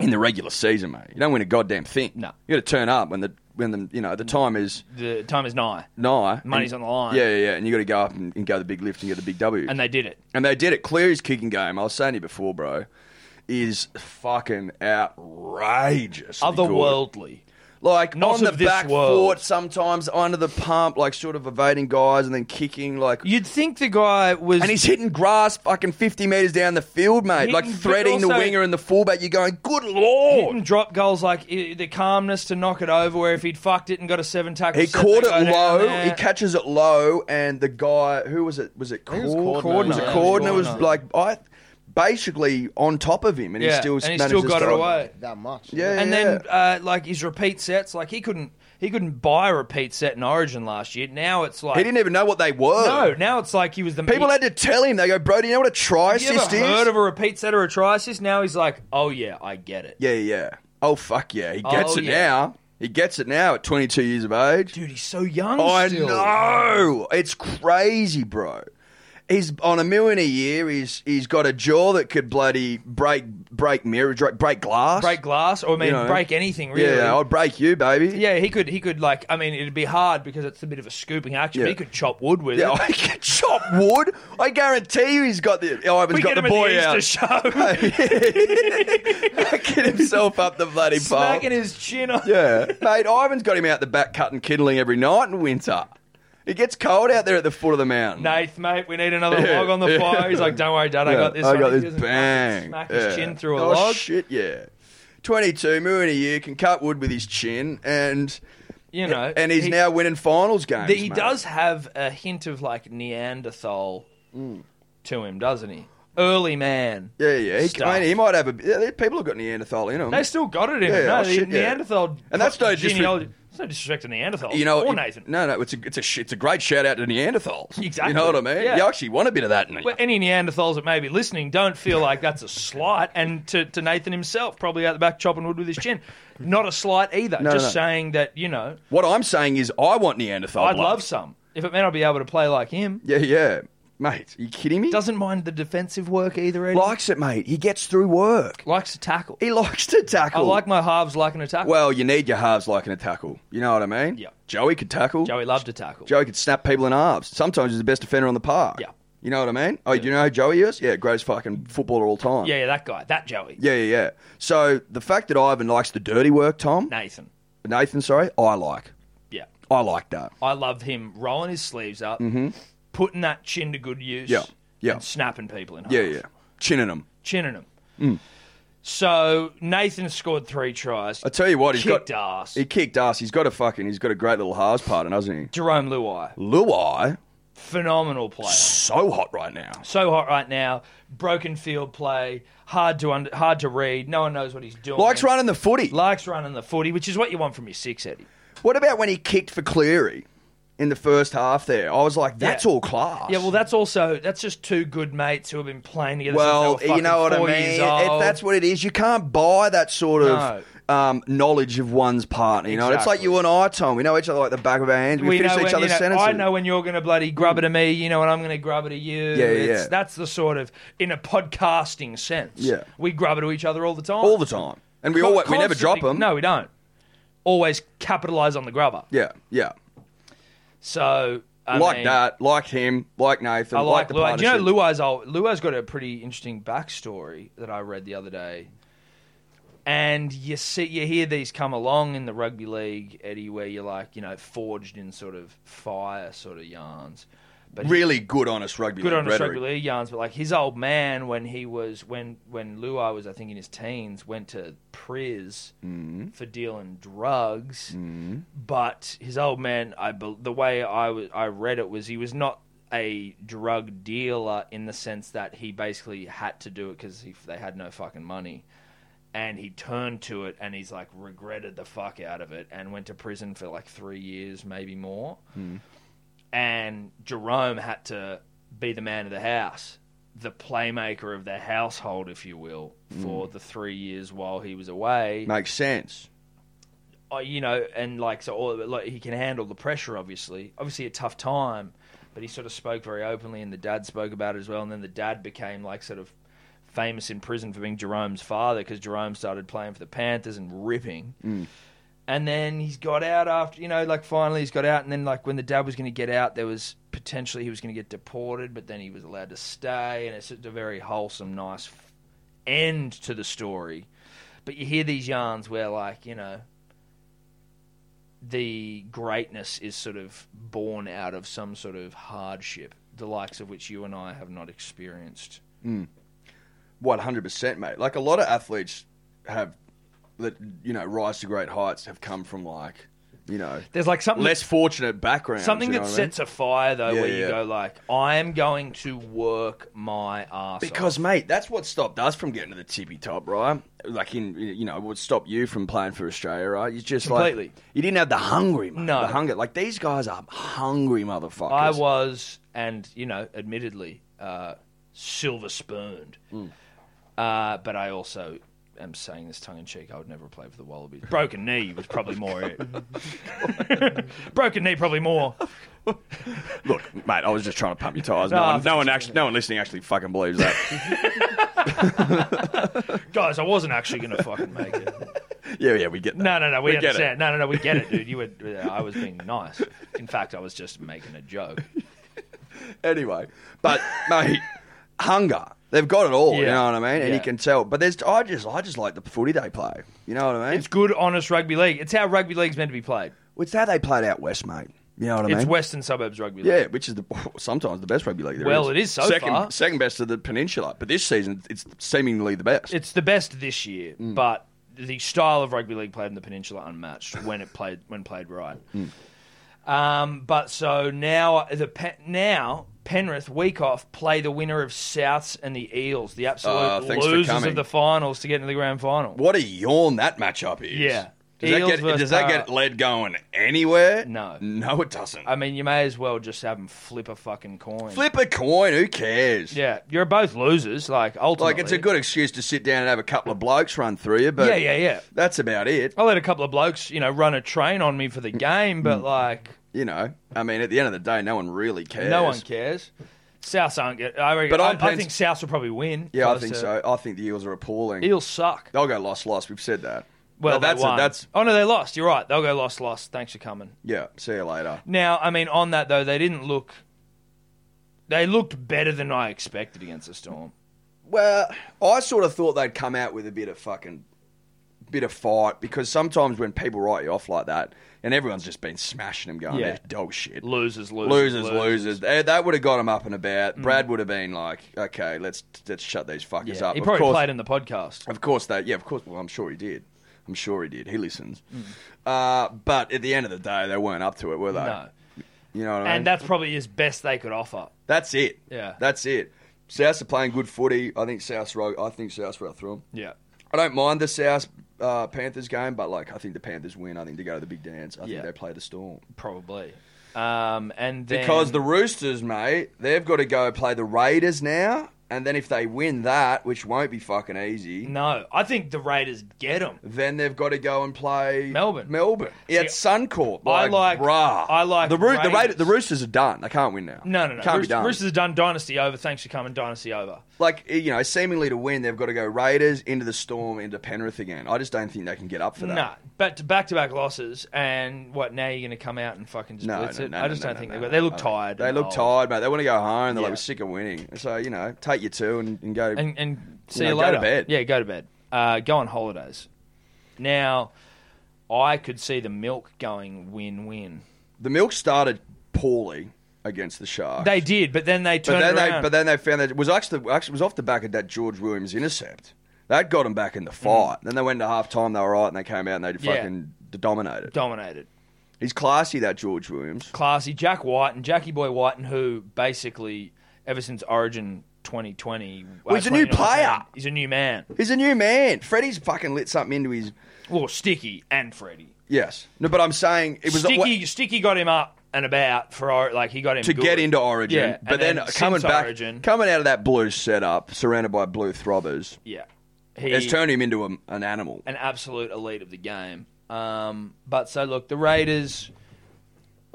S3: in the regular season, mate. You don't win a goddamn thing.
S4: No.
S3: You got to turn up when the when the you know the time is
S4: The time is nigh.
S3: nigh.
S4: Money's
S3: And-
S4: on the line.
S3: Yeah, yeah, yeah. And you got to go up and, and go the big lift and get the big W.
S4: And they did it.
S3: And they did it. Cleary's kicking game, I was saying to you before, bro, is fucking outrageous.
S4: Otherworldly.
S3: Like
S4: Not
S3: on the
S4: of this
S3: back
S4: world.
S3: foot, sometimes under the pump, like sort of evading guys and then kicking, like.
S4: You'd think the guy was.
S3: And he's hitting grass fucking 50 metres down the field, mate.
S4: Hitting,
S3: like
S4: but
S3: threading the
S4: also-
S3: winger and the fullback. You're going, good lord.
S4: hitting drop goals like i- the calmness to knock it over. Where if he'd fucked it and got a seven tackle,
S3: He
S4: set,
S3: caught
S4: they go
S3: it
S4: down
S3: low.
S4: there.
S3: He catches it low, and the guy who was it? Was it
S6: think it was
S3: Cordner?
S6: Cordner.
S3: Was it
S6: Yeah,
S3: Cordner? Was
S4: Cordner.
S3: like I, basically on top of him, and
S4: Yeah,
S3: he still
S4: and he
S3: manages
S4: still got
S3: to
S4: it
S3: throw
S4: away.
S6: that much.
S3: Yeah,
S4: and then uh, like his repeat sets, like he couldn't he couldn't buy a repeat set in Origin last year. Now it's like
S3: He didn't even know what they were.
S4: no. Now it's like he was the
S3: People
S4: he,
S3: had to tell him. They go, bro, do you know what a try
S4: Have you
S3: assist
S4: ever
S3: is?
S4: heard of a repeat set or a try assist? Now he's like, oh yeah, I get it.
S3: Yeah, yeah. Oh fuck yeah, he gets
S4: Oh,
S3: it
S4: yeah.
S3: now. He gets it now at 22 years of age.
S4: Dude, he's so young.
S3: I
S4: still.
S3: know it's crazy, bro. He's on a million a year. He's he's got a jaw that could bloody break break mirror break, break glass.
S4: Break glass, or I mean,
S3: You know.
S4: break anything really.
S3: Yeah, I'd break you, baby.
S4: Yeah, he could. He could like. I mean, it'd be hard because it's a bit of a scooping action.
S3: Yeah.
S4: But he could chop wood with
S3: Yeah,
S4: it.
S3: I can chop wood. I guarantee you, he's got the. Ivan's
S4: we
S3: got
S4: get
S3: the
S4: him
S3: boy
S4: at the
S3: out.
S4: Easter show,
S3: Get himself up the bloody pole.
S4: smacking his chin on.
S3: Yeah, mate. Ivan's got him out the back cutting kindling every night in winter. It gets cold out there at the foot of the mountain.
S4: Nath, mate, we need another
S3: Yeah,
S4: log on the
S3: yeah.
S4: fire. He's like, don't worry, Dad, I
S3: Yeah,
S4: got this.
S3: I
S4: one."
S3: got
S4: He
S3: this.
S4: doesn't
S3: Bang.
S4: Smack his
S3: Yeah.
S4: chin through a
S3: oh,
S4: log.
S3: shit, yeah. 22, million a year, can cut wood with his chin, and
S4: You know,
S3: and he's
S4: he-
S3: now winning finals games.
S4: that he
S3: mate.
S4: does have a hint of like Neanderthal
S3: Mm.
S4: to him, doesn't he? Early man.
S3: Yeah, yeah. He,
S4: stuff.
S3: I mean, he might have a. yeah, People have got Neanderthal in them.
S4: They still got it in
S3: Um, Yeah,
S4: him. No,
S3: oh,
S4: the-
S3: shit, yeah.
S4: Neanderthal.
S3: And that's no disres-
S4: genealogy. It's no disrespect to Neanderthal.
S3: you know,
S4: or
S3: it-
S4: Nathan.
S3: No, no, it's a it's a sh- it's a great shout out to Neanderthals.
S4: Exactly.
S3: You know what I mean?
S4: Yeah.
S3: You actually want a bit of that in it.
S4: Well, any Neanderthals that may be listening, don't feel like that's a slight. And to, to Nathan himself, probably out the back chopping wood with his chin, not a slight either.
S3: No,
S4: Just
S3: no.
S4: saying that you know,
S3: what I'm saying is, I want Neanderthal.
S4: I'd
S3: blood.
S4: love some if it meant I'd be able to play like him.
S3: Yeah, yeah, mate. Are you kidding me?
S4: Doesn't mind the defensive work either. Eddie.
S3: likes it, mate. He gets through work.
S4: likes to tackle.
S3: He likes to
S4: I
S3: tackle.
S4: like my halves liking to tackle.
S3: Well, you need your halves liking to tackle. You know what I mean?
S4: Yeah.
S3: Joey could tackle.
S4: Joey loved to tackle.
S3: Joey could snap people in halves. Sometimes he's the best defender on the park.
S4: Yeah.
S3: You know what I mean? Oh, do you know who Joey is? Yeah, greatest fucking footballer of all time.
S4: Yeah, yeah, that guy, that Joey,
S3: Yeah, yeah, yeah. So the fact that Ivan likes the dirty work, Tom,
S4: Nathan.
S3: Nathan, sorry, I like.
S4: Yeah,
S3: I like that.
S4: I love him rolling his sleeves up, putting that chin to good use.
S3: Mm-hmm. Yeah, yeah.
S4: and snapping people in half.
S3: Yeah, yeah. Chinning him.
S4: chinning them. So Nathan scored three tries.
S3: I tell you what, he's
S4: kicked
S3: got.
S4: ass.
S3: He kicked ass. He's got a fucking. He's got a great little halves partner, doesn't he?
S4: Jerome Luai,
S3: Luai,
S4: phenomenal player.
S3: so hot right now.
S4: So hot right now. Broken field play, hard to under, hard to read. No one knows what he's doing.
S3: Likes running the footy.
S4: likes running the footy, which is what you want from your six, Eddie.
S3: What about when he kicked for Cleary in the first half there? I was like, that's
S4: Yeah.
S3: all class.
S4: Yeah, well, that's also that's just two good mates who have been playing together.
S3: Well,
S4: since they were
S3: you know what I
S4: fucking
S3: mean?
S4: four years
S3: It-
S4: old.
S3: that's what it is. You can't buy that sort of um, knowledge of one's partner. You know, it's like
S4: Exactly.
S3: you and I, Tom. We know each other like the back of our hands. We, finish each
S4: when,
S3: other's
S4: you know,
S3: sentences. Mm.
S4: I know when you're going to bloody grubber to me, you know, and I'm going to grubber to you.
S3: Yeah, yeah,
S4: It's-
S3: yeah.
S4: That's the sort of in a podcasting sense.
S3: Yeah.
S4: we grubber to each other all the time.
S3: all the time, and we
S4: Con-
S3: always we never
S4: constantly-
S3: drop them.
S4: No, we don't. Always capitalize on the grubber.
S3: Yeah, yeah.
S4: So I
S3: like
S4: mean-
S3: that, like him, like Nathan,
S4: I like,
S3: the
S4: Luai. Do you know
S3: partnership.
S4: Luai's old, Luai's got a pretty interesting backstory that I read the other day. And you see, you hear these come along in the rugby league, Eddie, where you're like, you know, forged in sort of fire sort of yarns. But he-
S3: really good, honest rugby.
S4: good
S3: league
S4: on the
S3: rhetoric.
S4: rugby league yarns, but like his old man when he was when when Luai was I think in his teens went to priz
S7: Mm-hmm.
S4: for dealing drugs, but his old man I bel- the way I wa- I read it was he was not a drug dealer in the sense that he basically had to do it because they had no fucking money. And he turned to it and he's like regretted the fuck out of it and went to prison for like three years, maybe more and Jerome had to be the man of the house, the playmaker of the household, if you will, for the three years while he was away.
S3: Makes sense.
S4: Uh, you know, and like so, all, like he can handle the pressure. Obviously, obviously a tough time, but he sort of spoke very openly, and the dad spoke about it as well. And then the dad became like sort of famous in prison for being Jerome's father because Jerome started playing for the Panthers and ripping.
S7: Mm-hmm.
S4: And then he's got out after, you know, like finally he's got out. And then, like, when the dad was going to get out, there was potentially he was going to get deported, but then he was allowed to stay. And it's just a very wholesome, nice f- end to the story. But you hear these yarns where, like, you know, the greatness is sort of born out of some sort of hardship, the likes of which you and I have not experienced.
S3: Mm. One hundred percent, mate. Like a lot of athletes have that you know rise to great heights have come from like you know
S4: There's like something
S3: less fortunate backgrounds.
S4: Something
S3: you know
S4: that
S3: what I mean?
S4: sets a fire though,
S3: Yeah,
S4: where you
S3: yeah.
S4: go like, I am going to work my ass
S3: Because, mate, that's what stopped us from getting to the tippy top, right? Like, in you know, what stopped you from playing for Australia, right? You just
S4: Completely.
S3: like you didn't have the hungry, mate.
S4: No.
S3: the hunger. Like these guys are hungry, motherfuckers.
S4: I was, and you know, admittedly, uh, silver spooned.
S3: Mm.
S4: Uh, but I also am saying this tongue in cheek. I would never play for the Wallabies. Broken knee was probably more it. Broken knee probably more.
S3: Look, mate, I was just trying to pump your tires. No,
S4: No,
S3: one, no one actually, no one listening actually fucking believes that.
S4: Guys, I wasn't actually going to fucking make it.
S3: yeah, yeah, we get that.
S4: No, no, no. We,
S3: get it.
S4: understand. No, no, no. We get it, dude. You were. I was being nice. In fact, I was just making a joke.
S3: Anyway, but mate, hunger. They've got it all. You
S4: Yeah.
S3: know what I mean? And
S4: Yeah.
S3: you can tell. But there's, I just, I just like the footy they play. You know what I mean?
S4: It's
S3: It's,
S4: good, honest rugby league. It's how rugby league's meant to be played.
S3: how they played out west, mate. You know what I mean?
S4: It's Western Suburbs rugby league.
S3: Yeah, which is the, sometimes the best rugby league there is.
S4: Well, it is so
S3: second,
S4: far.
S3: Second best of the peninsula, but this season it's seemingly the best.
S4: It's the best this year,
S3: Mm.
S4: but the style of rugby league played in the peninsula unmatched when it played when played right. Um, but so now the Pe- now Penrith week off play the winner of Souths and the Eels, the absolute
S3: Ah, thanks for
S4: losers
S3: coming.
S4: of the finals to get into the grand final.
S3: what a yawn that matchup is.
S4: Yeah.
S3: Does,
S4: Eels
S3: that get,
S4: versus
S3: does that
S4: Para.
S3: get led going anywhere?
S4: No.
S3: No, it doesn't.
S4: I mean, you may as well just have them flip a fucking coin.
S3: Flip a coin, who cares?
S4: Yeah, you're both losers. Like ultimately,
S3: Like, it's a good excuse to sit down and have a couple of blokes run through you, but
S4: Yeah, yeah, yeah.
S3: that's about it. Mm.
S4: I let a couple of blokes, you know, run a train on me for the game, but like
S3: You know, I mean, at the end of the day, no one really cares.
S4: no one cares. Souths aren't get. I, reckon,
S3: But
S4: I,
S3: I'm
S4: I
S3: pens-
S4: think Souths will probably win.
S3: Yeah, I
S4: Close
S3: think
S4: to-
S3: so. I think the Eels are appalling.
S4: Eels suck.
S3: They'll go lost, lost. We've said that.
S4: Well,
S3: No, that's
S4: they won.
S3: it. That's
S4: oh no, they lost. You're right. They'll go lost, lost. Thanks for coming.
S3: yeah. See you later.
S4: Now, I mean, on that though, they didn't look. They looked better than I expected against the Storm.
S3: Well, I sort of thought they'd come out with a bit of fucking bit of fight because sometimes when people write you off like that, and everyone's just been smashing them, going,
S4: Yeah.
S3: "They're dog shit,
S4: Losers, losers,
S3: losers, losers." They- that would have got him up and about.
S4: Mm.
S3: Brad would have been like, "Okay, let's let's shut these fuckers
S4: Yeah,
S3: up."
S4: he
S3: Of
S4: probably
S3: course-
S4: played in the podcast.
S3: Of course they, yeah, of course. Well, I'm sure he did. I'm sure he did. He listens.
S4: Mm.
S3: Uh, but at the end of the day, they weren't up to it, were they?
S4: No,
S3: You know what I mean?
S4: and that's probably as best they could offer.
S3: That's it.
S4: Yeah.
S3: that's it. Souths are playing good footy. I think South. ro- I think South rode through them.
S4: Yeah,
S3: I don't mind the South uh, Panthers game, but like I think the Panthers win. I think they go to the big dance. I
S4: Yeah.
S3: think they play the Storm
S4: probably. Um, and then
S3: because the Roosters, mate, they've got to go play the Raiders now, and then if they win that, which won't be fucking easy,
S4: No, I think the Raiders get them.
S3: then they've got to go and play
S4: Melbourne.
S3: Melbourne. Yeah, it's Suncorp.
S4: I
S3: Like,
S4: like-
S3: bruh.
S4: I like
S3: the Roo- the,
S4: Raiders.
S3: Raiders- the Roosters are done. They can't win now.
S4: No, no, no.
S3: Can't
S4: Roosters,
S3: be done.
S4: Roosters are done. Dynasty over. Thanks for coming. Dynasty over.
S3: like you know, seemingly to win, they've got to go Raiders into the Storm into Penrith again. I just don't think they can get up for that.
S4: No, but to back-to-back losses, and what now? You're going to come out and fucking just
S3: No,
S4: blitz
S3: no,
S4: it?
S3: no,
S4: I
S3: no,
S4: just
S3: no,
S4: don't
S3: no,
S4: think
S3: no,
S4: they've got.
S3: no,
S4: They look
S3: no.
S4: tired.
S3: They
S4: and
S3: look
S4: old.
S3: tired, mate. They want to go home. They're
S4: Yeah.
S3: like, we're sick of winning. So you know, take your two and, and go.
S4: And and see
S3: know,
S4: you,
S3: go
S4: later.
S3: to bed.
S4: Yeah, go to bed. Uh, go on holidays. Now, I could see the milk going win-win.
S3: the Milk started poorly against the Sharks.
S4: They did, but then they
S3: but
S4: turned
S3: then
S4: around.
S3: they but then they found that it was actually actually it was off the back of that George Williams intercept. That got them back in the fight. Then they went to half time. They were right, and they came out and they
S4: Mm. Yeah.
S3: fucking dominated.
S4: dominated.
S3: He's classy, that George Williams.
S4: classy Jack White and Jackie Boy Whiten, who basically ever since Origin 2020,
S3: Well, he's a new
S4: 2019,
S3: player.
S4: He's a new man.
S3: He's a new man. Freddie's fucking lit something into his.
S4: Well, Sticky and Freddie.
S3: Yes, no, but I'm saying it was
S4: Sticky. Sticky got him up and about for Or- like he got him
S3: to
S4: good.
S3: get into Origin,
S4: Yeah,
S3: but
S4: and
S3: then,
S4: then
S3: coming
S4: since
S3: back,
S4: Origin-
S3: coming out of that blue setup, surrounded by blue throbbers,
S4: Yeah, he,
S3: has turned him into a, an animal.
S4: an absolute elite of the game. Um, but so look, the Raiders.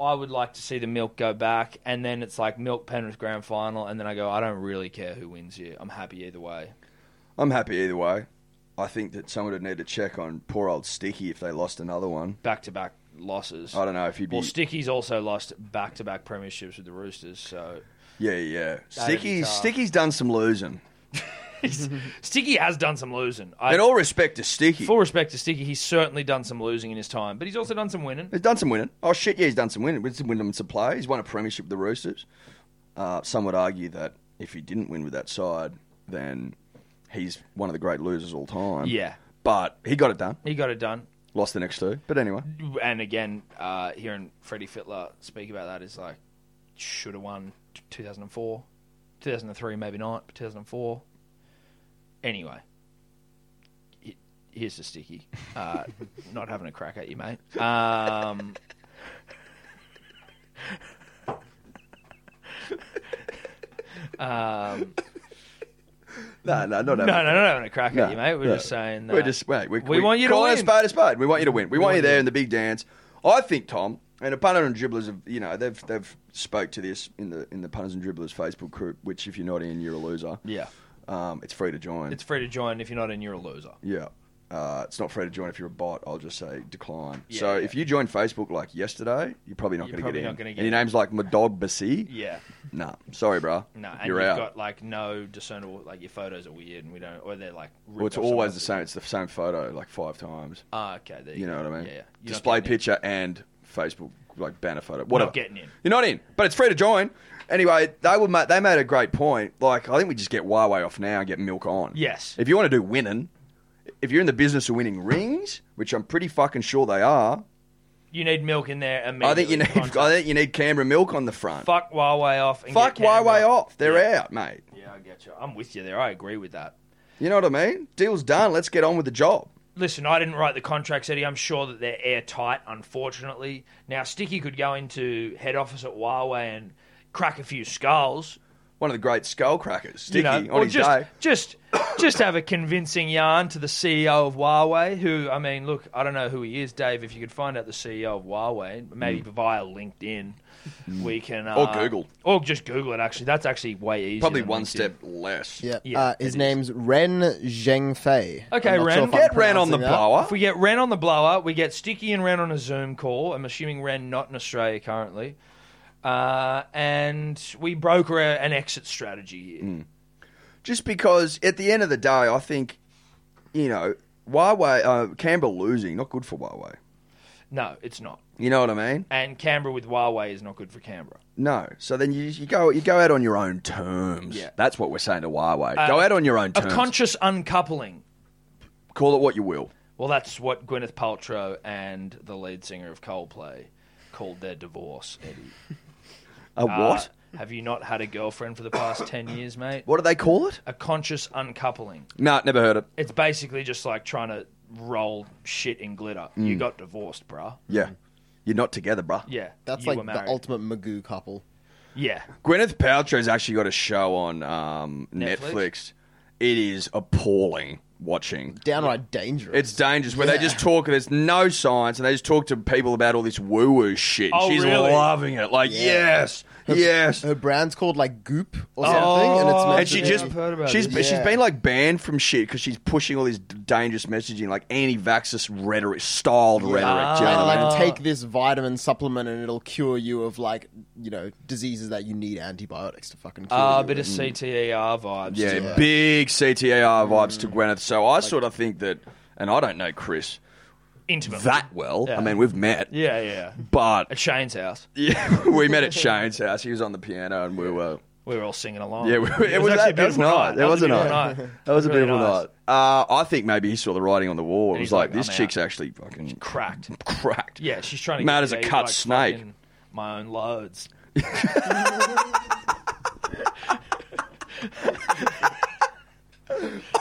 S4: I would like to see the milk go back, and then it's like milk Penrith grand final, and then I go, I don't really care who wins here. I'm happy either way.
S3: I'm happy either way. I think that someone would need to check on poor old Sticky if they lost another one.
S4: Back to back losses.
S3: I don't know if he'd be.
S4: Well, Sticky's also lost back to back premierships with the Roosters, so
S3: yeah, yeah.
S4: That'd be
S3: Sticky's
S4: tough.
S3: Sticky's done some losing.
S4: Sticky has done some losing. I,
S3: In all respect to Sticky,
S4: full respect to Sticky, he's certainly done some losing in his time, but he's also done some winning.
S3: he's done some winning. Oh shit, yeah, he's done some winning. He's winning them some play. He's won a premiership with the Roosters. Uh, some would argue that if he didn't win with that side, then he's one of the great losers all time.
S4: Yeah.
S3: but he got it done.
S4: He got it done.
S3: Lost the next two, but anyway.
S4: And again, uh, hearing Freddie Fitler speak about that is like should have won t- 2004, 2003, maybe not, but 2004. Anyway, he- here's the Sticky. Uh, not having a crack at you, mate. Um, um,
S3: No, no, not
S4: no, no,
S3: having-
S4: not having a crack at
S3: No,
S4: you, mate. We're
S3: no.
S4: just saying that
S3: We're just wait. We,
S4: We want you to
S3: call it a
S4: win.
S3: spade a spade. We want you to win. We, want, you there in the big dance. I think Tom and the punter and dribblers have you know they've they've spoke to this in the in the punters and dribblers Facebook group. Which if you're not in, you're a loser.
S4: Yeah.
S3: um, it's free to join.
S4: it's free to join. If you're not in, you're a loser.
S3: yeah. Uh, it's not free to join if you're a bot. I'll just say decline.
S4: Yeah,
S3: so
S4: yeah.
S3: if you joined Facebook like yesterday, you're probably not
S4: You're
S3: going to
S4: probably
S3: get in.
S4: not gonna get
S3: and your
S4: in.
S3: name's like Madog Bassi.
S4: Yeah.
S3: Nah, sorry, bro.
S4: No, and
S3: you're
S4: you've
S3: out.
S4: got like no discernible, like your photos are weird, and we don't, or they're like.
S3: well, it's always the same. It's the same photo like five times.
S4: Ah, okay, there you,
S3: You know
S4: go.
S3: what I mean?
S4: Yeah, yeah. You're not
S3: Display
S4: getting
S3: picture and Facebook like banner photo. Whatever.
S4: getting in.
S3: You're not in, but it's free to join. Anyway, they would ma- they made a great point. Like I think we just get Huawei off now and get milk on.
S4: Yes.
S3: If you want to do winning, if you're in the business of winning rings, which I'm pretty fucking sure they are,
S4: it. You need milk in there immediately.
S3: I think you need
S4: Contact.
S3: I think you need Canberra milk on the front.
S4: Fuck Huawei off. And
S3: Fuck
S4: get Canberra.
S3: Huawei off. They're
S4: yeah.
S3: out, mate.
S4: Yeah, I get you. I'm with you there. I agree with that.
S3: You know what I mean? Deal's done. Let's get on with the job.
S4: Listen, I didn't write the contracts, Eddie. I'm sure that they're airtight, unfortunately. Now, Sticky could go into head office at Huawei and crack a few skulls.
S3: One of the great skull crackers, Sticky
S4: you know,
S3: on
S4: or
S3: his
S4: just,
S3: day.
S4: just, just have a convincing yarn to the CEO of Huawei. Who, I mean, look, I don't know who he is, Dave. If you could find out the CEO of Huawei, maybe via LinkedIn, we can uh,
S3: Mm. Or Google.
S4: or just Google it. Actually, that's actually way easier.
S3: Probably
S4: than
S3: one
S4: LinkedIn.
S3: step less.
S8: Yeah.
S4: Yeah,
S8: uh,
S4: it
S8: his
S4: is.
S8: name's Ren Zhengfei.
S4: Okay,
S8: I'm not
S4: Ren.
S8: sure if I'm
S3: Get Ran on the
S8: pronouncing that.
S3: blower.
S4: If we get Ren on the blower, we get Sticky and Ren on a Zoom call. I'm assuming Ren not in Australia currently, uh, and we broker a, an exit strategy here.
S3: Mm. just because at the end of the day, I think, you know, Huawei, uh, Canberra losing, not good for Huawei.
S4: No, it's not.
S3: You know what I mean?
S4: And Canberra with Huawei is not good for Canberra.
S3: No. So then you, you go you go out on your own terms.
S4: Yeah.
S3: That's what we're saying to Huawei.
S4: Uh,
S3: go out on your own
S4: A
S3: terms.
S4: conscious uncoupling.
S3: Call it what you will.
S4: Well, that's what Gwyneth Paltrow and the lead singer of Coldplay called their divorce, Eddie.
S3: A what?
S4: Uh, have you not had a girlfriend for the past 10 years, mate?
S3: What do they call it?
S4: A conscious uncoupling.
S3: No, never heard it.
S4: It's basically just like trying to roll shit in glitter.
S3: Mm.
S4: You got divorced, bruh.
S3: Yeah. You're not together, bruh.
S4: Yeah.
S8: That's
S4: you were
S8: like the
S4: married.
S8: ultimate Magoo couple.
S4: Yeah.
S3: Gwyneth Paltrow's actually got a show on um,
S4: Netflix?
S3: Netflix. It is appalling watching.
S8: Downright dangerous.
S3: It's dangerous where
S8: Yeah.
S3: they just talk. There's no science, and they just talk to people about all this woo woo shit.
S4: Oh,
S3: She's
S4: really?
S3: loving it. Like Uh, yes, yes. Oh.
S8: her brand's called like Goop or something, and it's meant
S3: and
S8: to
S3: she
S8: be-
S3: just
S4: I've heard about
S3: she's
S8: this.
S3: she's
S8: Yeah.
S3: been like banned from shit because she's pushing all this dangerous messaging, like anti-vaxxis rhetoric, styled rhetoric. do you know
S8: Trying to
S3: what I
S4: Ah.
S3: mean?
S8: like take this vitamin supplement and it'll cure you of like you know diseases that you need antibiotics to fucking cure.
S4: Ah,
S8: you
S4: bit of
S8: with. Mm.
S4: CTER vibes.
S3: Yeah,
S8: Yeah. Mm.
S3: big CTAR vibes to Gwyneth. So I sort of think that, and I don't know Chris
S4: Intimate.
S3: that well.
S4: Yeah.
S3: I mean, we've met,
S4: yeah, yeah.
S3: but
S4: At Shane's house.
S3: yeah, we met at Shane's house. He was on the piano, and we were.
S4: We were all singing along.
S3: Yeah, we,
S4: Oh.
S3: it, was,
S4: actually
S3: actually that,
S4: beautiful night.
S3: That was a
S4: beautiful
S3: night. That was a
S4: Really
S3: beautiful
S4: nice.
S3: night. Uh, I think maybe he saw the writing on the wall. It
S4: he's
S3: was like,
S4: like,
S3: this
S4: "I'm
S3: chick's
S4: out."
S3: actually fucking
S4: Cracked.
S3: cracked.
S4: Yeah, she's trying to
S3: Mad
S4: get
S3: as a
S4: me to,
S3: cut
S4: like,
S3: snake.
S4: fucking My own loads.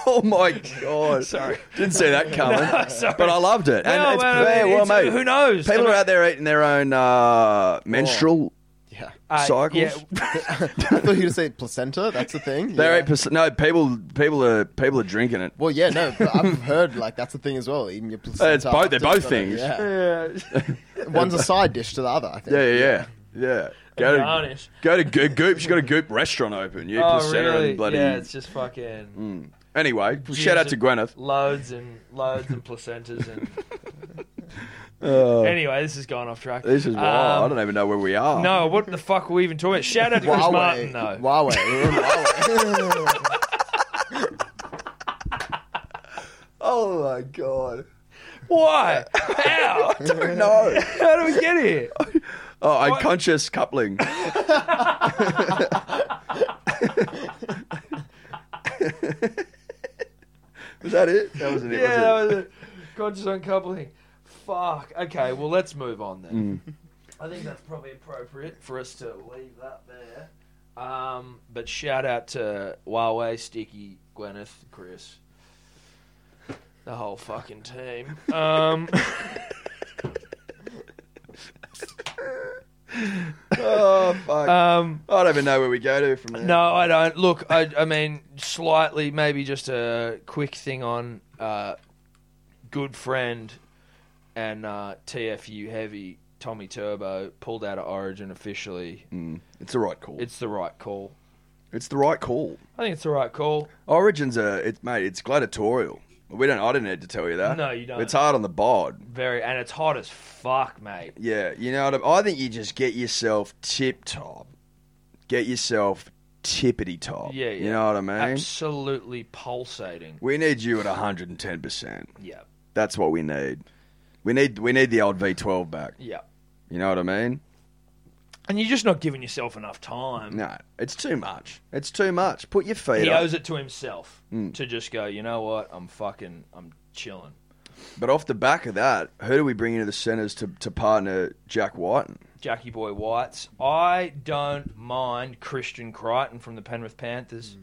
S3: Oh my god!
S4: Sorry.
S3: didn't see that coming.
S4: sorry.
S3: But I loved it. And
S4: No,
S3: it's,
S4: man, I
S3: yeah,
S4: mean,
S3: well,
S4: it's- uh,
S3: mate,
S4: who knows? I
S3: People
S4: mean-
S3: are out there eating their own uh, menstrual
S8: Yeah,
S4: Uh,
S3: cycles.
S4: yeah.
S8: I thought you were say placenta. That's the thing.
S3: They're
S8: Yeah.
S3: eight percent. No, people, people are people are drinking it.
S8: Well, yeah, no, but I've heard like that's a thing as well. Eating your placenta.
S3: Uh, It's both- they're
S8: after,
S3: both
S8: but,
S3: things.
S8: Yeah.
S4: Yeah.
S8: One's a side dish to the other. I think.
S3: Yeah, yeah, yeah. yeah. Go to
S4: Garnish.
S3: go to Goop. Goop. She's got a Goop restaurant open. Yeah,
S4: Oh,
S3: placenta
S4: really?
S3: and bloody. Hmm.
S4: Yeah, it's just fucking
S3: Anyway, shout out to Gwyneth.
S4: loads and loads and placentas and. anyway, this has gone off track.
S3: Oh. This is wild. I
S4: Um,
S3: don't even know where we are.
S4: No, what the fuck were we even talking about? Shout out to Chris Martin,
S8: Huawei.
S4: though.
S8: Huawei. We're on Huawei.
S3: Oh my god.
S4: Why? How?
S3: No.
S4: How did we get here?
S3: Oh, unconscious coupling. was that it? That wasn't it.
S4: yeah,
S3: was it?
S4: that was it. Conscious uncoupling. Fuck. Okay, well, let's move on then. I think that's probably appropriate for us to leave that there.
S3: Mm.
S4: Um, but shout out to Huawei, Sticky, Gwyneth, Chris, the whole fucking team. Um,
S3: Oh fuck.
S4: um,
S3: I don't even know where we go to from there.
S4: No, I don't. Look, I, I mean, slightly, maybe just a quick thing on uh, good friend and uh, TFU heavy Tommy Turbo pulled out of Origin officially.
S3: Mm, Hmm, It's the right call. It's,
S4: It's the right call.
S3: the right call.
S4: I think it's the right call.
S3: Origins are it's mate, it's gladiatorial. We don't I didn't need to tell you that.
S4: No, you don't.
S3: It's hard on the bod.
S4: Very, and it's hot as fuck, mate.
S3: Yeah, you know what I, I think you just get yourself tip top. Get yourself tippity top.
S4: Yeah, yeah.
S3: Oh, You know what I mean?
S4: Absolutely pulsating.
S3: We need you at 110%.
S4: Yeah,
S3: That's what we need. We need we need the old V12 back.
S4: yeah.
S3: You know what I mean?
S4: And you're just not giving yourself enough time.
S3: No, it's too much. It's too much. Put your feet
S4: Um, He
S3: up. Mm.
S4: owes it to himself to just go. You know what? I'm fucking. I'm chilling.
S3: But off the back of that, who do we bring into the centres to, to partner Jack Whiten?
S4: Jackie Boy Whites. I don't mind Christian Crichton from the Penrith Panthers.
S3: Mm.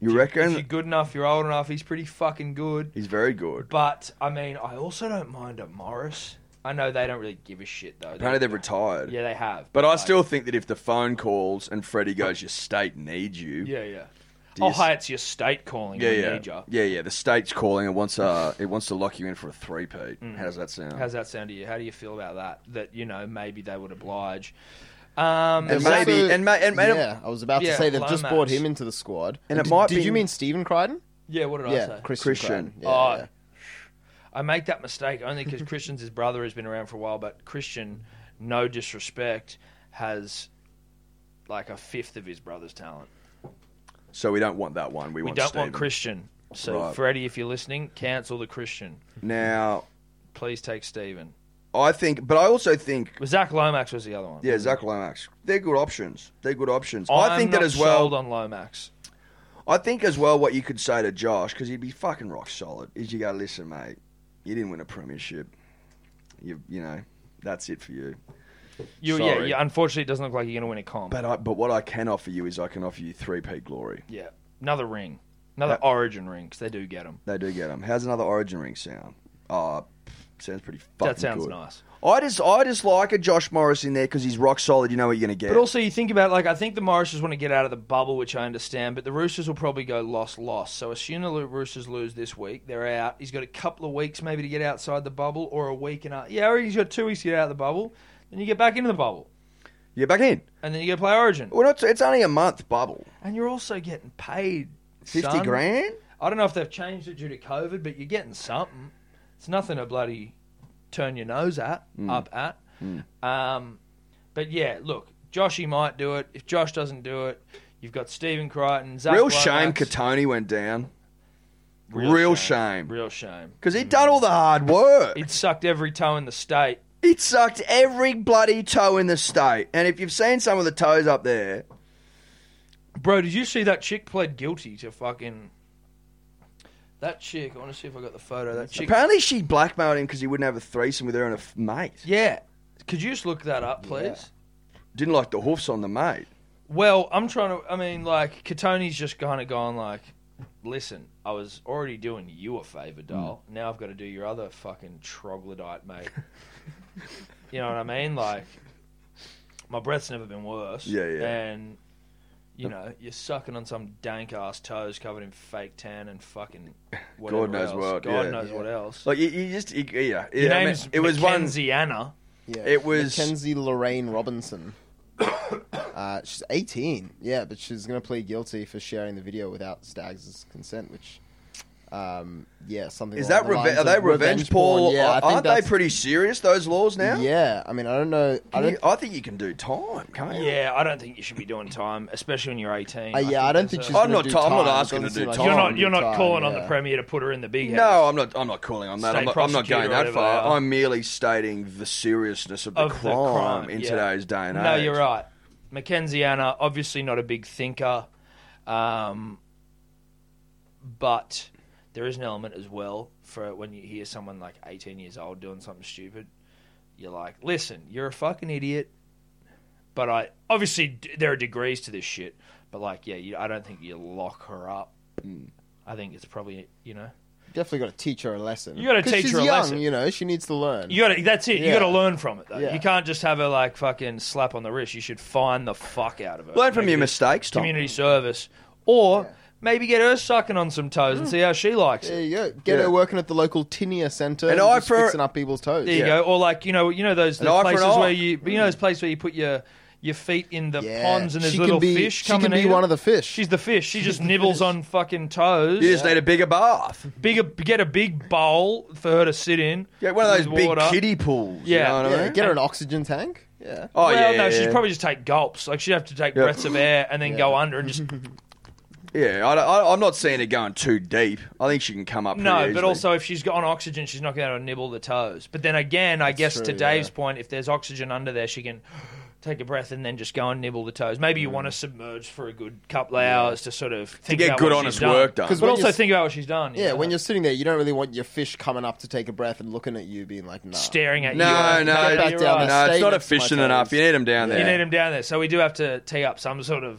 S3: You
S4: If you're
S3: reckon?
S4: good enough, you're old enough. He's pretty fucking good.
S3: He's very good.
S4: But I mean, I also don't mind a Morris. I know they don't really give a shit though.
S3: Apparently they've retired.
S4: yeah, they have.
S3: But I
S4: Like,
S3: still think that if the phone calls and Freddie goes, your state needs you.
S4: yeah, yeah.
S3: Do
S4: Oh,
S3: you s-
S4: hey, it's your state calling.
S3: Yeah,
S4: we
S3: yeah,
S4: need ya.
S3: yeah, yeah. The state's calling. It wants uh, it wants to lock you in for a three-peat.
S4: Mm.
S3: How does that sound?
S4: How's that sound to you? How do you feel about that? That you know maybe they would oblige. Um,
S3: And
S8: It's
S3: maybe-
S8: also-
S3: and ma- and- and-
S8: yeah, I was about
S4: Yeah,
S8: to say they've just
S4: Lomax.
S8: bought him into the squad.
S3: And it
S8: did,
S3: might
S8: Did
S3: be-
S8: you mean Stephen Crichton?
S4: yeah, what did I
S8: Yeah,
S4: say?
S8: Christian.
S3: Christian.
S8: Crichton. Yeah,
S4: Oh,
S8: yeah.
S4: I make that mistake only because Christian's his brother has been around for a while, but Christian, no disrespect, has like a fifth of his brother's talent.
S3: So we don't want that one. We,
S4: We
S3: want
S4: don't
S3: Stephen.
S4: want Christian. So,
S3: Right.
S4: Freddie, if you're listening, cancel the Christian.
S3: Now,
S4: Please take Stephen.
S3: I think, but I also think,
S4: Well, Zach Lomax was the other one.
S3: yeah, Zach Lomax, they're good options. They're good options.
S4: I'm
S3: i think that
S4: not
S3: as well.
S4: sold on Lomax.
S3: I think as well what you could say to Josh because he'd be fucking rock solid is you go, listen, mate, you didn't win a premiership. You, you know, that's it for you.
S4: You, yeah,
S3: Sorry.
S4: yeah, unfortunately, it doesn't look like you're going to win a comp.
S3: But I, but what I can offer you is I can offer you three peat glory.
S4: yeah, another ring, another Origin ring because they do get them.
S3: They do get them. How's another Origin ring sound? Uh, Sounds pretty fucking
S4: That sounds
S3: good.
S4: nice.
S3: I just, I just like a Josh Morris in there because he's rock solid. You know what you're going to get.
S4: But also, you think about like I think the Morrises want to get out of the bubble, which I understand. But the Roosters will probably go loss loss. So assume the Lo- Roosters lose this week, they're out. He's got a couple of weeks maybe to get outside the bubble, or a week and a yeah, or he's got two weeks to get out of the bubble. Then you get back into the bubble,
S3: you're back in.
S4: and then you go play Origin,
S3: Well, it's, it's only a month bubble.
S4: and you're also getting paid
S3: Fifty
S4: son.
S3: grand.
S4: I don't know if they've changed it due to COVID, but you're getting something. It's nothing to bloody turn your nose at,
S3: Hmm.
S4: up at.
S3: Mm.
S4: Um, but yeah, look, Joshy might do it. If Josh doesn't do it, you've got Stephen Crichton. Zach
S3: Real
S4: Lomax.
S3: shame Katoni went down. Real, shame.
S4: Real shame.
S3: Because he'd done all the hard work.
S4: It sucked every toe in the state.
S3: It sucked every bloody toe in the state. And if you've seen some of the toes up there,
S4: Bro, did you see that chick pled guilty to fucking. That chick, I want to see if I got the photo. That chick.
S3: apparently she blackmailed him because he wouldn't have a threesome with her and a f- mate.
S4: Yeah. Could you just look that up, please?
S3: Didn't like the hoofs on the mate.
S4: Well, I'm trying to. I mean, like Katoni's just kind of gone like, listen, I was already doing you a favor,
S3: Mm.
S4: doll. Now I've got to do your other fucking troglodyte, mate. you know what I mean? Like, my breath's never been worse.
S3: Yeah, yeah.
S4: And you know, you're sucking on some dank ass toes covered in fake tan and fucking whatever
S3: God knows
S4: else.
S3: what,
S4: God
S3: yeah.
S4: knows what else.
S3: Like you, you just you, yeah.
S4: Your
S3: yeah, I mean,
S4: name's
S3: it was one.
S4: Mackenzie Anna.
S8: Yeah.
S3: It was-
S8: Mackenzie Lorraine Robinson. uh, she's 18. Yeah, but she's going to plead guilty for sharing the video without Staggs' consent, which. Um, yeah, something
S3: Is
S8: along
S3: that
S8: the
S3: reve-
S8: lines
S3: are they
S8: of
S3: revenge porn?
S8: Yeah, I think
S3: Aren't they
S8: that's-
S3: pretty serious those laws now?
S8: Yeah, I mean, I don't know. I
S3: Can
S8: don't
S3: you- I think you can do time, can't you?
S4: Yeah, I don't think you should be doing time, especially when you're 18.
S8: Uh, yeah, I don't think
S4: there's
S8: she's.
S4: a-
S3: I'm
S8: gonna
S3: not
S8: do
S3: ta- I'm not
S8: time. It
S3: asking
S8: doesn't
S3: to do time.
S8: seem like she's
S4: You're
S8: gonna
S4: not.
S8: do
S4: You're not
S8: time,
S4: calling on
S8: yeah.
S4: the premier to put her in the big house.
S3: No, I'm not. I'm not calling on
S4: State
S3: that. I'm not, I'm not
S4: prosecutor
S3: going
S4: or
S3: that
S4: whatever they
S3: far.
S4: are.
S3: I'm merely stating the seriousness of the,
S4: Of the
S3: crime,
S4: crime,
S3: in
S4: yeah.
S3: today's day and age.
S4: No, you're right. Mackenzie Anna, obviously not a big thinker, um, but there is an element as well for when you hear someone like 18 years old doing something stupid. You're like, listen, you're a fucking idiot. But I obviously d- there are degrees to this shit. But like, yeah, you, I don't think you lock her up.
S3: Mm.
S4: I think it's probably you know
S8: Definitely got to teach her a lesson.
S4: You gotta
S8: 'Cause
S4: teach
S8: she's
S4: her a
S8: young,
S4: lesson.
S8: You know, she needs to learn.
S4: You got to. That's it. You
S8: Yeah.
S4: got to learn from it. though.
S8: Yeah.
S4: You can't just have her like fucking slap on the wrist. You should find the fuck out of her.
S3: Learn from
S4: Maybe
S3: your
S4: do
S3: mistakes, Tom.
S4: Community service, or maybe get her sucking on some toes and see how she likes
S8: There
S4: it.
S8: you go. Get
S3: Yeah.
S8: her working at the local tinea centre
S3: And
S8: and,
S3: eye
S8: just
S3: for-
S8: fixing up people's toes.
S4: There you go. Or like you know, you know those,
S3: An
S4: those
S3: eye for an
S4: places where
S3: eye.
S4: you, you know, those places where you put your your feet in the
S8: Yeah.
S4: ponds and there's
S8: She can
S4: little
S8: be-
S4: fish
S8: she
S4: coming.
S8: can be
S4: in.
S8: one of the fish.
S4: She's the fish. She just nibbles on fucking toes.
S3: You just need a bigger bath.
S4: Bigger, get a big bowl for her to sit in.
S3: Get one of those
S4: with
S3: big
S4: water.
S3: kiddie pools.
S4: Yeah.
S3: You know what I
S8: Yeah,
S3: mean?
S8: get her an oxygen tank. Yeah.
S3: oh
S4: well,
S3: yeah.
S4: no,
S3: yeah.
S4: she'd probably just take gulps. Like she'd have to take
S3: Yeah.
S4: breaths of air and then
S8: Yeah.
S4: go under and just
S3: Yeah, I, I, I'm not seeing it going too deep. I think she can come up.
S4: no.
S3: pretty
S4: But
S3: easily.
S4: also, if she's got on oxygen, she's not going to nibble the toes. But then again, I guess
S8: true,
S4: to Dave's
S8: yeah.
S4: point, if there's oxygen under there, she can take a breath and then just go and nibble the toes. Maybe you want to submerge for a good couple of hours to sort of
S3: to
S4: think
S3: Mm. get
S4: about
S3: good
S4: what
S3: honest
S4: she's done.
S3: work done.
S8: 'Cause
S4: But
S8: when
S4: also
S8: you're-
S4: think about what she's done.
S8: Yeah, when
S4: you're
S8: you're sitting there, you don't really want your fish coming up to take a breath and looking at you, being like, "Nah."
S4: staring at you,
S3: No,
S4: Yeah,
S3: no,
S4: you're right.
S8: back down there.
S3: no. It's
S8: Stay
S3: not
S8: next to my
S3: efficient enough. You
S8: toes.
S3: need them down
S4: You
S3: there.
S4: need them down there, so we do have to tee up some sort of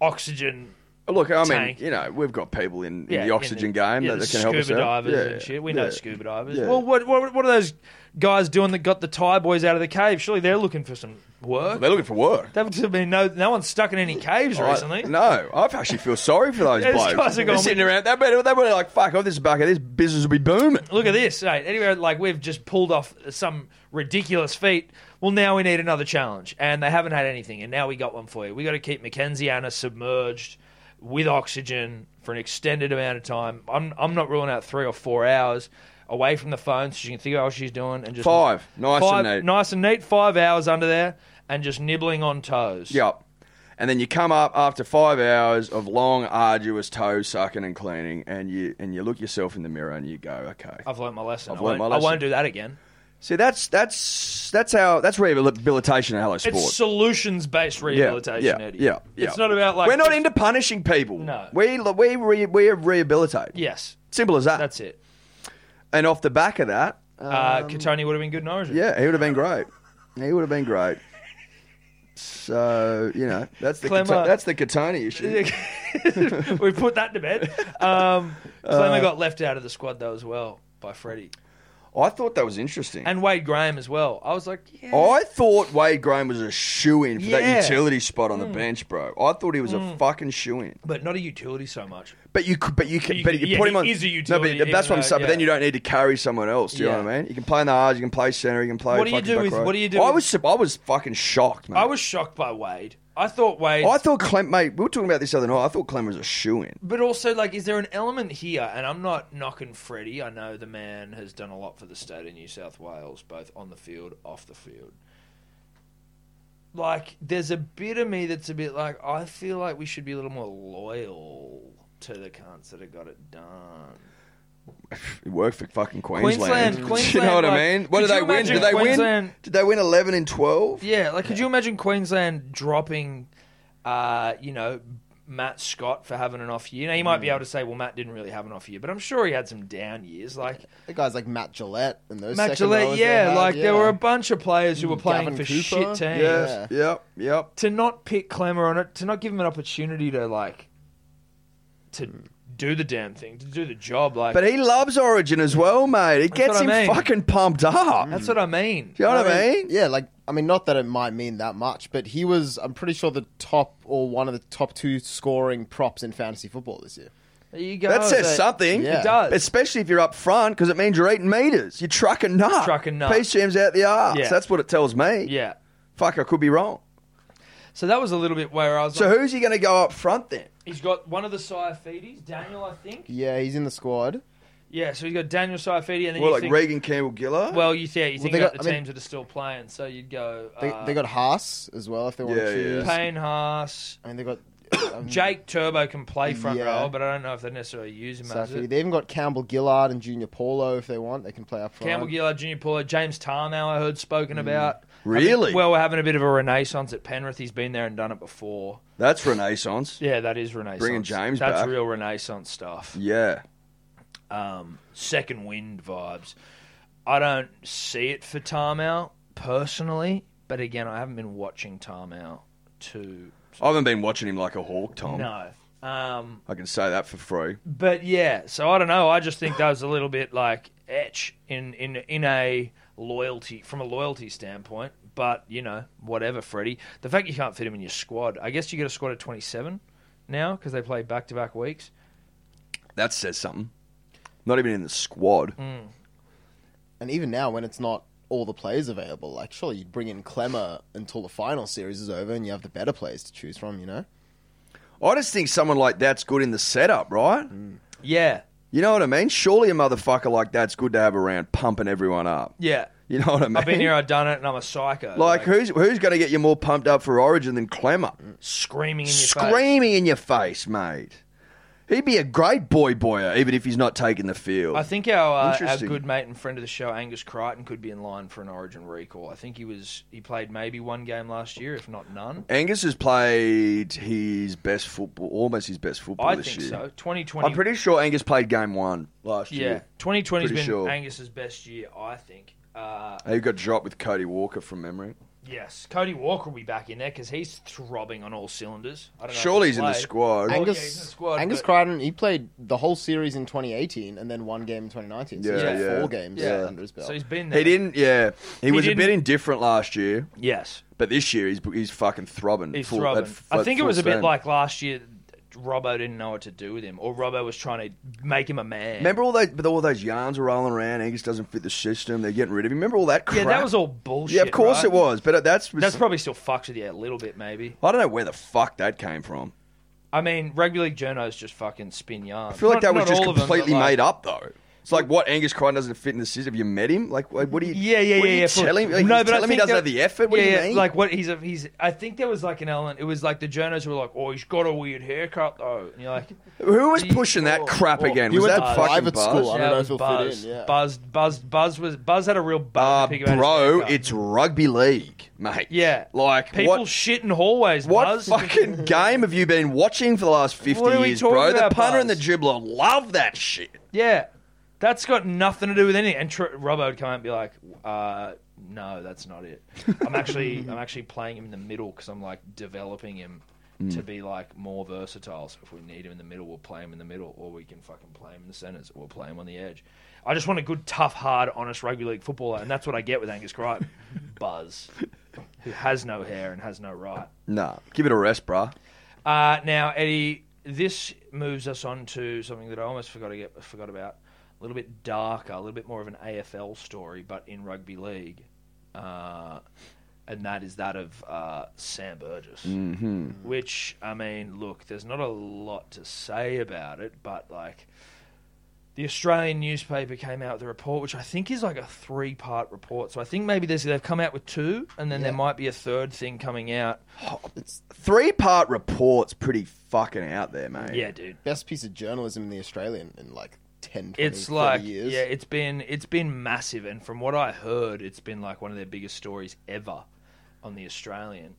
S4: oxygen.
S3: Look, I mean,
S4: tank.
S3: you know, we've got people in, in
S4: Yeah,
S3: the oxygen game
S4: yeah,
S3: that,
S4: the
S3: that can help us
S4: scuba
S3: out.
S4: divers
S3: Yeah,
S4: and shit. We know
S3: yeah.
S4: scuba divers.
S3: Yeah.
S4: Well, what, what what are those guys doing that got the Thai boys out of the cave? Surely they're looking for some work.
S3: They're looking for work.
S4: They've been no no one's stuck in any caves
S3: I-
S4: recently.
S3: no, I actually feel sorry for those
S4: Yeah, these
S3: blokes.
S4: guys are
S3: They're
S4: going-
S3: sitting around. They better, they better like fuck off this bucket. This business will be booming.
S4: Look at this, right? Anyway, like we've just pulled off some ridiculous feat. Well, now we need another challenge, and they haven't had anything, and now we got one for you. We got to keep Mackenzie Anna submerged with oxygen for an extended amount of time. I'm I'm not ruling out three or four hours away from the phone, so she can think about what she's doing and just
S3: Five. Nice and
S4: Five-
S3: neat.
S4: nice and neat. Five hours under there, and just nibbling on toes.
S3: Yep. And then you come up after five hours of long, arduous toe sucking and cleaning, and you and you look yourself in the mirror and you go, okay.
S4: I've learnt my lesson.
S3: I've
S4: I
S3: learnt
S4: won't-
S3: my
S4: I
S3: lesson.
S4: won't do that again.
S3: See, that's that's that's how that's rehabilitation at Hello Sport.
S4: It's solutions based rehabilitation,
S3: yeah,
S4: Eddie.
S3: Yeah, yeah.
S4: It's not about like
S3: we're not into punishing people.
S4: No.
S3: we we re, we rehabilitate.
S4: yes.
S3: Simple as that.
S4: That's it.
S3: and off the back of that,
S4: Uh,
S3: Um,
S4: Katoni would have been good in Origin.
S3: yeah, he would have been great. He would have been great. So you know that's the
S4: Clemmer-
S3: Kato- that's the Katoni issue.
S4: we
S3: Uh,
S4: put that to bed. Um, Clemmer got left out of the squad though as well by Freddie.
S3: I thought that was interesting.
S4: and Wade Graham as well. I was like, yeah,
S3: I thought Wade Graham was a shoe in for
S4: Yeah. Hmm.
S3: that utility spot on the bench, bro. I thought he was a fucking shoe in.
S4: but not a utility so much.
S3: But you could, but you can,
S4: You
S3: but
S4: could-
S3: you
S4: yeah,
S3: put
S4: he
S3: him on.
S4: is a utility,
S3: no, but that's
S4: even
S3: what I'm
S4: though-
S3: saying. But then
S4: yeah.
S3: you don't need to carry someone else. Do you know what I
S4: Yeah.
S3: mean? You can play in the halves, you can play center, you can play.
S4: What do you
S3: fucking
S4: do
S3: back
S4: with-
S3: row.
S4: what do you do
S3: I
S4: with-
S3: was, su- I was fucking shocked, man.
S4: I was shocked by Wade. I thought Wade.
S3: I thought Clem, mate. We were talking about this the other night. I thought Clem was a shoe in.
S4: But also, like, is there an element here? And I'm not knocking Freddie. I know the man has done a lot for the state of New South Wales, both on the field, off the field. Like, there's a bit of me that's a bit like, I feel like we should be a little more loyal to the cunts that have got it done.
S3: He worked for fucking
S4: Queensland,
S3: Queensland. Do you
S4: Queensland,
S3: know what I
S4: like,
S3: mean? What
S4: could
S3: did they
S4: you
S3: win?
S4: imagine
S3: Did they
S4: Queensland-
S3: win? Did they win eleven and twelve?
S4: Yeah, like, could you imagine Queensland dropping, uh, you know, Matt Scott for having an off year? Now, you might
S3: Mm.
S4: be able to say, well, Matt didn't really have an off year, but I'm sure he had some down years. Like,
S8: The guys like Matt Gillette and those.
S4: Matt
S8: second
S4: Gillette,
S8: rowers
S4: yeah,
S8: they had,
S4: like
S8: yeah.
S4: there were a bunch of players who were
S8: Mm,
S4: playing
S8: Gavin
S4: for
S8: Cooper.
S4: shit teams.
S3: Yes. Yep. Yep.
S4: To not pick Clemmer on it, to not give him an opportunity to like to do the damn thing, to do the job, like
S3: Mm. But he loves Origin as well, mate. It gets
S4: what I
S3: him
S4: mean.
S3: fucking pumped up.
S4: that's what I mean.
S3: Do you know what I mean?
S8: Yeah, like Mm. I mean, not that it might mean that much, but he was. I'm pretty sure the top or one of the top two scoring props in fantasy football this year.
S4: There you go.
S3: That says
S4: but-
S3: something.
S8: Yeah.
S4: It uh, does.
S3: Especially if you're up front, because it means you're eating meters. You're trucking nuts.
S4: Trucking nut.
S3: Peace jams out the arse.
S4: Yeah.
S3: That's what it tells me.
S4: yeah.
S3: Fuck, I could be wrong.
S4: So that was a little bit where I was
S3: So
S4: like,
S3: who's he going to go up front then?
S4: he's got one of the Saifides, Daniel, I think.
S8: Yeah, he's in the squad.
S4: Yeah, so he's got Daniel Saifidi and then
S3: Well,
S4: you
S3: like
S4: think,
S3: Regan Campbell Giller.
S4: well, you, yeah, you
S8: Well,
S4: think
S8: they
S4: about
S8: got-
S4: the
S8: I mean-
S4: teams that are still playing, so you'd go
S8: They,
S4: uh,
S8: they got Haas as well if they want
S3: Yeah,
S8: to choose.
S3: yeah.
S4: Payne Haas,
S8: I mean, they got um,
S4: Jake Turbo can play front
S8: Yeah.
S4: row, but I don't know if they necessarily use him as
S8: Safety.
S4: it.
S8: They even got Campbell Gillard and Junior Paulo if they want. They can play up front. Mm.
S4: Campbell Gillard, Junior Paulo, James Tarnow, I heard spoken about. I
S3: Really?
S4: think- well, we're having a bit of a renaissance at Penrith. He's been there and done it before.
S3: That's renaissance.
S4: Yeah, that is renaissance.
S3: Bringing James
S4: That's
S3: back.
S4: real renaissance stuff.
S3: Yeah.
S4: Um, second wind vibes. I don't see it for Tarnow personally, but again, I haven't been watching Tarnow too.
S3: I haven't been watching him like a hawk, Tom.
S4: No. Um,
S3: I can say that for free.
S4: But yeah, so I don't know. I just think that was a little bit like etch in in in a loyalty from a loyalty standpoint. But you know, whatever, Freddie. The fact you can't fit him in your squad, I guess you get a squad of twenty seven now because they play back to back weeks.
S3: That says something. Not even in the squad.
S4: Mm.
S8: And even now, when it's not all the players available, like surely you'd bring in Clemmer until the final series is over and you have the better players to choose from. You know,
S3: I just think someone like that's good in the setup, right?
S4: Yeah,
S3: You know what I mean? Surely a motherfucker like that's good to have around pumping everyone up.
S4: yeah.
S3: You know what I mean?
S4: I've been here, I've done it, and I'm a psycho.
S3: Like, who's who's going to get you more pumped up for Origin than Clemmer?
S4: screaming in your face?
S3: Screaming in your face, mate. He'd be a great boy boyer, even if he's not taking the field.
S4: I think our uh, our
S3: Interesting.
S4: good mate and friend of the show, Angus Crichton, could be in line for an Origin recall. I think he was he played maybe one game last year, if not none.
S3: Angus has played his best football, almost his best football
S4: I
S3: this
S4: think
S3: year.
S4: so. Twenty
S3: I'm
S4: twenty
S3: pretty sure Angus played game one last
S4: Yeah,
S3: year.
S4: 2020 has
S3: Pretty
S4: been
S3: sure.
S4: Angus's best year, I think. Uh,
S3: He got dropped with Cody Walker from memory.
S4: yes, Cody Walker will be back in there because he's throbbing on all cylinders. I don't know
S3: Surely
S4: if
S3: he's in the
S4: played.
S3: squad.
S4: Ang-
S8: Angus
S4: yeah, he's in the squad,
S8: Angus
S4: but-
S8: Crichton, he played the whole series in 2018 and then one game in 2019. So he's
S3: Yeah,
S8: got
S3: yeah.
S8: four games
S4: Yeah.
S8: under his belt.
S4: So he's been there.
S3: He didn't. Yeah, he, was a bit
S4: didn't-
S3: indifferent last year,
S4: Yes,
S3: but this year he's he's fucking throbbing.
S4: he's
S3: full-
S4: throbbing.
S3: at f-
S4: I
S3: at
S4: think it
S3: full
S4: was a bit
S3: send.
S4: like last year. Robbo didn't know what to do with him, or Robbo was trying to make him a man.
S3: Remember all those, but all those yarns were rolling around. Angus doesn't fit the system. They're getting rid of him. Remember all that
S4: yeah,
S3: crap?
S4: that was all bullshit.
S3: Yeah, of course
S4: right?
S3: it was. But that's
S4: That's probably still fucks with you a little bit, maybe.
S3: I don't know where the fuck that came from.
S4: I mean, rugby league journos just fucking spin yarn.
S3: I feel like that was just completely made up, though. It's like what Angus Crichton doesn't fit in the system. Have you met him? Like, like, what do you?
S4: Yeah, yeah,
S3: what
S4: yeah.
S3: Are you
S4: yeah, full-
S3: telling me? Like, no, but
S4: I
S3: telling me he
S4: think
S3: doesn't
S4: that-
S3: have the effort. What
S4: yeah,
S3: do you
S4: yeah,
S3: mean?
S4: Like what he's a, he's. I think there was like an element. It was like the journos were like, "Oh, he's got a weird haircut though," and you're like,
S3: who was
S4: he-
S3: pushing that
S4: oh,
S3: crap
S4: oh.
S3: again?
S8: He
S3: Was
S8: went
S3: that
S8: to
S3: fucking
S8: private school.
S3: buzz?
S8: I don't
S4: "Yeah,
S8: know
S4: it was
S8: if he'll fit
S4: Buzz,
S8: in, yeah.
S4: Buzz, Buzz, Buzz was Buzz had a real
S3: Uh,
S4: buzz.
S3: bro, it's rugby league, mate.
S4: yeah,
S3: like
S4: people
S3: what?
S4: shit in hallways.
S3: What
S4: Buzz.
S3: fucking game have you been watching for the last 50
S4: What are we
S3: years,
S4: talking
S3: bro? The
S4: about,
S3: punter and the
S4: Buzz?
S3: dribbler love that shit.
S4: Yeah, that's got nothing to do with anything. And tr- Robbo would come out and be like, uh, "No, that's not it. I'm actually, I'm actually playing him in the middle because I'm like developing him to be like more versatile. So if we need him in the middle, we'll play him in the middle, or we can fucking play him in the centres, or we'll play him on the edge. I just want a good, tough, hard, honest rugby league footballer, and that's what I get with Angus Crichton. Buzz, who has no hair and has no right.
S3: Nah, give it a rest, bruh.
S4: Uh, now, Eddie, this moves us on to something that I almost forgot to get forgot about. A little bit darker, a little bit more of an AFL story, but in rugby league, uh, and that is that of uh, Sam Burgess. Mm-hmm.
S7: Mm.
S4: Which I mean, look, there's not a lot to say about it, but like. The Australian newspaper came out with a report, which I think is like a three-part report. So I think maybe there's, they've come out with two, and then there might be a third thing coming out.
S3: Three part report's pretty fucking out there, mate.
S4: Yeah, dude.
S8: Best piece of journalism in the Australian in like 10, 20,
S4: it's
S8: 30
S4: like
S8: years.
S4: yeah it's been it's been massive and from what i heard it's been like one of their biggest stories ever on the australian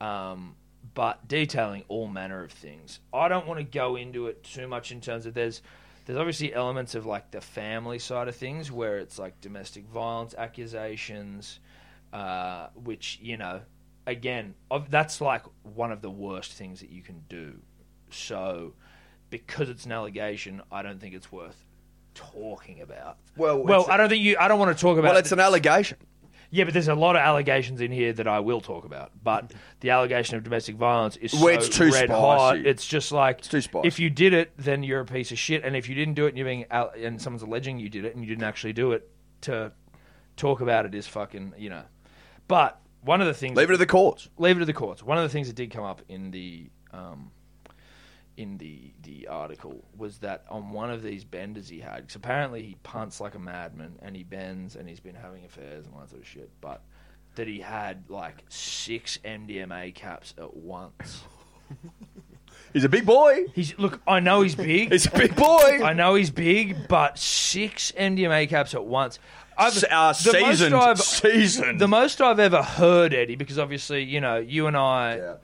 S4: um, but detailing all manner of things i don't want to go into it too much in terms of there's there's obviously elements of like the family side of things where it's like domestic violence accusations uh, which you know again of, that's like one of the worst things that you can do so because it's an allegation i don't think it's worth talking about
S3: Well,
S4: well
S3: it's-
S4: i don't think you i don't want to talk about
S3: Well, it's an allegation.
S4: yeah but there's a lot of allegations in here that i will talk about but the allegation of domestic violence is so
S3: Well, it's too
S4: red hot
S3: spicy.
S4: it's just like
S3: too spicy.
S4: if you did it then you're a piece of shit and if you didn't do it and you're being al- and someone's alleging you did it and you didn't actually do it to talk about it is fucking you know but one of the things
S3: Leave it to the courts.
S4: leave it to the courts. One of the things that did come up in the um, in the the article was that on one of these benders he had, because apparently he punts like a madman and he bends and he's been having affairs and all that sort of shit, but that he had like six MDMA caps at once.
S3: He's a big boy.
S4: He's look, I know he's big.
S3: He's a big boy.
S4: I know he's big, but six MDMA caps at once. I've,
S3: S- uh,
S4: the most
S3: seasoned.
S4: I've-
S3: seasoned.
S4: the most I've ever heard, Eddie, because obviously you know you and I,
S3: Yeah.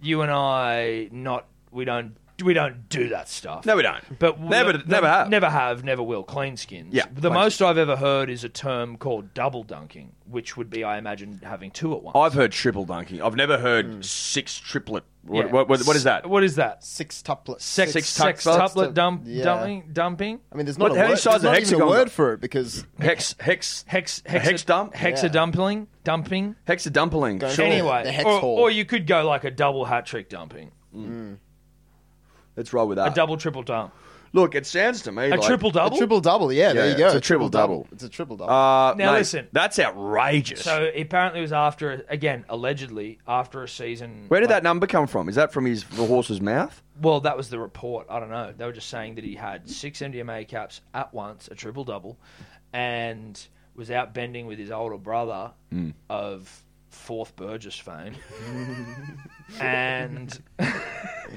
S4: you and I, not we don't we don't do that stuff.
S3: No, we don't.
S4: But
S3: Never-
S4: we-
S3: never have.
S4: never have, never will. Clean skins.
S3: Yeah,
S4: The
S3: clean
S4: most I've ever heard is a term called double dunking, which would be, I imagine, having two at once.
S3: I've heard triple dunking. I've never heard six triplet. What,
S4: Yeah.
S3: what, what, what is that?
S4: What is that?
S8: Six tuplet.
S4: Sex,
S3: Six
S4: sex
S3: tuplets?
S4: tuplet dump,
S8: Yeah.
S4: dumping, dumping.
S8: I mean, there's not
S3: What-
S8: a
S3: how
S8: word.
S3: many sides
S8: There's not
S3: of
S8: even a
S3: hexagon
S8: word
S3: got?
S8: for it because
S3: Hex, hex,
S4: Hex,
S3: a
S4: hex,
S3: hex dump,
S4: hexa
S8: Yeah.
S4: dumpling, dumping.
S3: hexa dumpling.
S8: Go-
S3: Sure,
S8: Anyway.
S4: Anyway,
S8: the hex
S4: or,
S8: hall.
S4: or you could go like a double hat trick dumping,
S3: Hmm. let's roll with
S4: a
S3: that.
S4: double triple dump,
S3: Look, it sounds to me
S4: a
S3: like
S4: triple double.
S8: a triple double. Yeah, there
S3: Yeah,
S8: you go.
S3: it's a triple-double.
S8: It's a triple double.
S3: Uh,
S4: Now
S3: mate,
S4: listen.
S3: that's outrageous.
S4: So apparently, it was after again, allegedly after a season.
S3: Where did
S4: like-
S3: that number come from? Is that from his the horse's mouth?
S4: Well, that was the report. I don't know. They were just saying that he had six MDMA caps at once, a triple double, and was out bending with his older brother
S3: Hmm.
S4: of fourth Burgess fame, and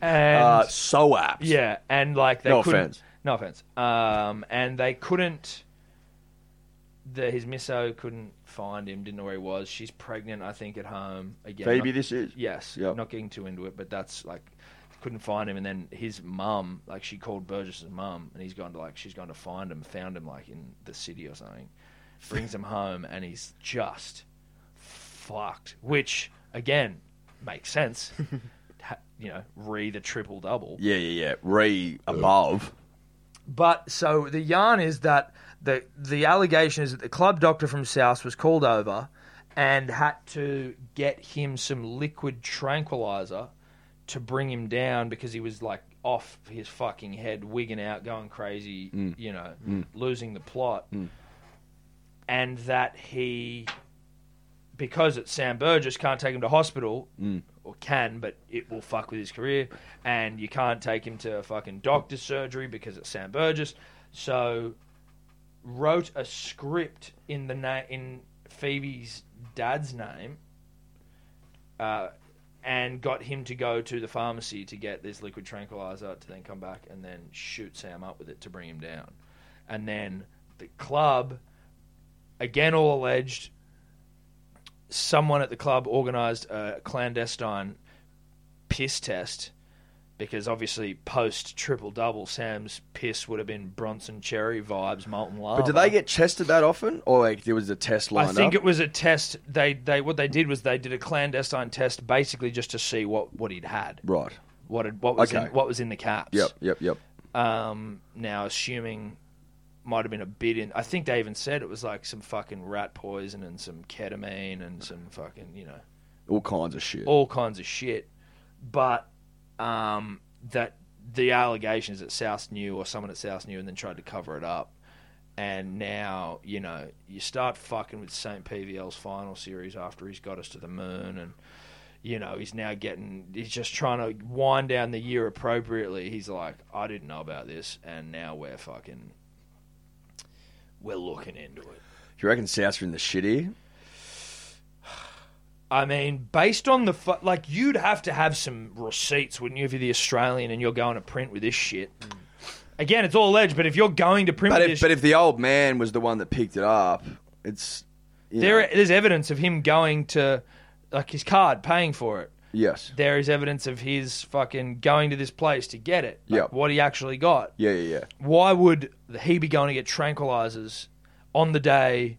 S4: and
S3: Uh, so apt.
S4: yeah, and like they
S3: No
S4: couldn't.
S3: offense.
S4: No offense. Um, and they couldn't. The, his misso couldn't find him. Didn't know where he was. She's pregnant, I think, at home again.
S3: Baby,
S4: not-
S3: this is.
S4: Yes.
S3: Yep.
S4: Not getting too into it, but that's like couldn't find him and then his mum like she called Burgess's mum and he's gone to like she's gone to find him found him like in the city or something brings him home and he's just fucked which again makes sense Ha- you know re the triple double
S3: Yeah, yeah, yeah. Re above.
S4: but so the yarn is that the the allegation is that the club doctor from South was called over and had to get him some liquid tranquilizer to bring him down because he was like off his fucking head, wigging out, going crazy, you know, losing the plot.
S3: Mm.
S4: And that he because it's Sam Burgess, can't take him to hospital,
S3: Mm.
S4: or can, but it will fuck with his career. And you can't take him to fucking doctor's surgery because it's Sam Burgess. So, wrote a script in the na- in Phoebe's dad's name, uh, and got him to go to the pharmacy to get this liquid tranquilizer to then come back and then shoot Sam up with it to bring him down. And then the club, again, all alleged, someone at the club organised a clandestine piss test because obviously post triple double Sam's piss would have been Bronson Cherry vibes, molten lava.
S3: But do they get tested that often, or like there was a test
S4: Ah, I
S3: lined
S4: think
S3: up?
S4: it was a test. They they what they did was they did a clandestine test, basically just to see what, what he'd had,
S3: right.
S4: what had, what was
S3: Okay.
S4: in, what was in the caps.
S3: Yep. Yep. Yep.
S4: Um, now, assuming might have been a bit in. I think they even said it was like some fucking rat poison and some ketamine and some fucking you know
S3: all kinds of shit.
S4: all kinds of shit. But um, that the allegations that South knew or someone at South knew and then tried to cover it up. And now, you know, you start fucking with St. PVL's final series after he's got us to the moon and, you know, he's now getting, he's just trying to wind down the year appropriately. He's like, I didn't know about this. And now we're fucking, we're looking into it.
S3: Do you reckon Souths are in the shit here?
S4: I mean, based on the fu- like, you'd have to have some receipts, wouldn't you, if you're the Australian and you're going to print with this shit?
S3: Mm.
S4: Again, it's all edge, but if you're going to print
S3: But
S4: with
S3: if,
S4: this,
S3: but if the old man was the one that picked it up, it's you
S4: there,
S3: know,
S4: there's evidence of him going to like his card, paying for it.
S3: yes,
S4: There is evidence of his fucking going to this place to get it. like,
S3: Yep.
S4: what he actually got.
S3: yeah, yeah, yeah.
S4: Why would he be going to get tranquilizers on the day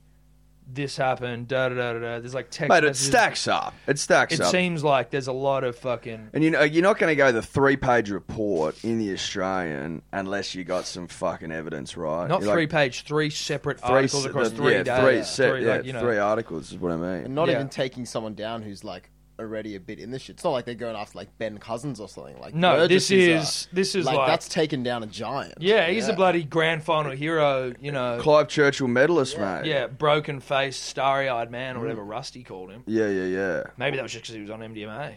S4: this happened? Da da da da. da. There's like text.
S3: Mate, it
S4: messages.
S3: stacks up. It stacks
S4: It
S3: up.
S4: seems like there's a lot of fucking.
S3: and you know you're not going to go the three page report in the Australian unless you got some fucking evidence, right?
S4: Not
S3: You're
S4: three
S3: like,
S4: page, three separate
S3: three
S4: articles
S3: se-
S4: across
S3: the-
S4: three
S3: yeah,
S4: days.
S3: three, set, yeah,
S4: like, you know,
S3: three articles is what I
S8: And
S3: mean.
S8: not
S4: Yeah.
S8: even taking someone down who's like already a bit in the shit. It's not like they're going after like Ben Cousins or something. Like
S4: No,
S8: Burgess
S4: this
S8: a-
S4: is- this is like-
S8: that's taken down a giant.
S4: yeah, he's a bloody grand final hero, you know.
S3: Clive Churchill medalist, mate.
S4: yeah, broken face, starry eyed man, or
S3: Mm.
S4: whatever Rusty called him.
S3: yeah, yeah, yeah.
S4: Maybe that was just because he was on MDMA.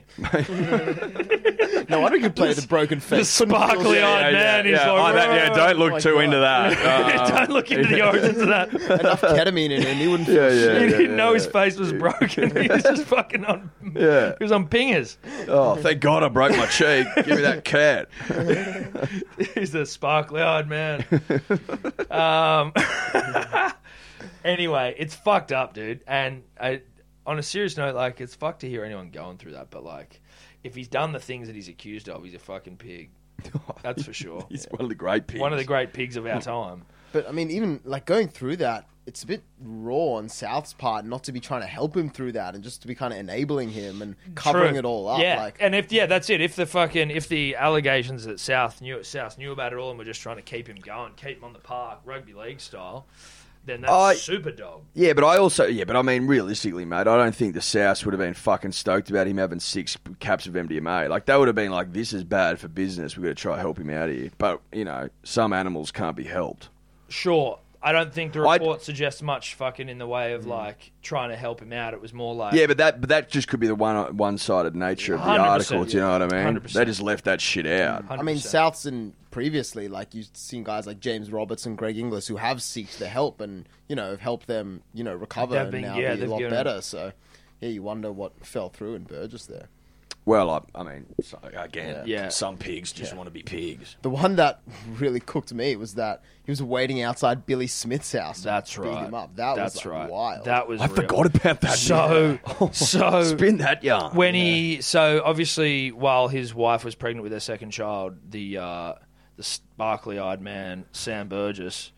S8: No wonder he could play the broken
S4: The
S8: face.
S4: sparkly eyed man. he's like,
S8: Oh, don't look too into Uh,
S3: that.
S4: don't look into the origins of that.
S8: Enough ketamine in him, he wouldn't.
S3: yeah, yeah.
S4: he
S3: yeah,
S4: didn't
S3: yeah,
S4: know his
S3: yeah.
S4: face was broken. He was just fucking on.
S3: Yeah.
S4: He was on pingers.
S3: Oh, thank God I broke my cheek. Give me that cat.
S4: He's a sparkly eyed man. um, anyway, it's fucked up, dude. And I, on a serious note, like it's fucked to hear anyone going through that. But like, if he's done the things that he's accused of, he's a fucking pig. That's for sure.
S3: He's one of the great people.
S4: One of the great pigs of our time.
S8: But I mean, even like going through that, it's a bit raw on South's part not to be trying to help him through that and just to be kind of enabling him and covering
S4: True.
S8: it all up.
S4: Yeah,
S8: Like,
S4: and if yeah, that's it. If the fucking if the allegations that South knew South knew about it all and were just trying to keep him going, keep him on the park, rugby league style, then that's
S3: I-
S4: super dog.
S3: Yeah, but I also yeah, but I mean realistically, mate, I don't think the Souths would have been fucking stoked about him having six caps of MDMA. Like they would have been like, "This is bad for business. We've got to try to help him out of here." But you know, some animals can't be helped.
S4: Sure. I don't think the
S3: I-
S4: report suggests much fucking in the way
S8: Hmm.
S4: of like trying to help him out. It was more like
S3: Yeah, but that but that just could be the one one sided nature of the
S4: 100%,
S3: article. Do you know what I mean?
S4: 100%.
S3: They just left that shit out.
S4: 100%.
S8: I mean, South's and previously, like you've seen guys like James Roberts and Greg Inglis who have seeked the help and you know have helped them, you know, recover
S4: They've
S8: and
S4: been-
S8: now
S4: yeah,
S8: be a
S4: they've
S8: lot
S4: given-
S8: better. So, yeah, you wonder what fell through in Burgess there.
S3: Well, I, I mean, so, again,
S4: Yeah.
S3: some pigs just want to be pigs.
S8: The one that really cooked me was that he was waiting outside Billy Smith's house. to
S4: that's
S8: beat
S4: right.
S8: Him up. That
S4: that's
S8: was like,
S4: right.
S8: wild.
S4: That was
S3: I
S4: real.
S3: forgot about that.
S4: So so
S3: spin that yarn.
S4: when he so obviously while his wife was pregnant with their second child, the uh, the sparkly eyed man Sam Burgess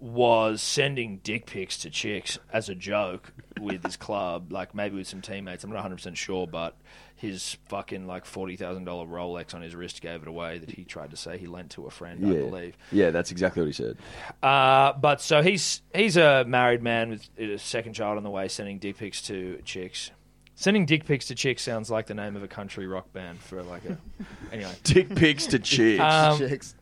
S4: was sending dick pics to chicks as a joke with his club, like maybe with some teammates. I'm not 100 percent sure, but his fucking like forty thousand dollar Rolex on his wrist gave it away that he tried to say he lent to a friend, I
S3: yeah,
S4: believe.
S3: yeah, that's exactly what he said.
S4: Uh, but so he's he's a married man with a second child on the way, sending dick pics to chicks. Sending dick pics to chicks sounds like the name of a country rock band for like a. anyway,
S3: Dick pigs to chicks.
S4: um,
S8: Chicks.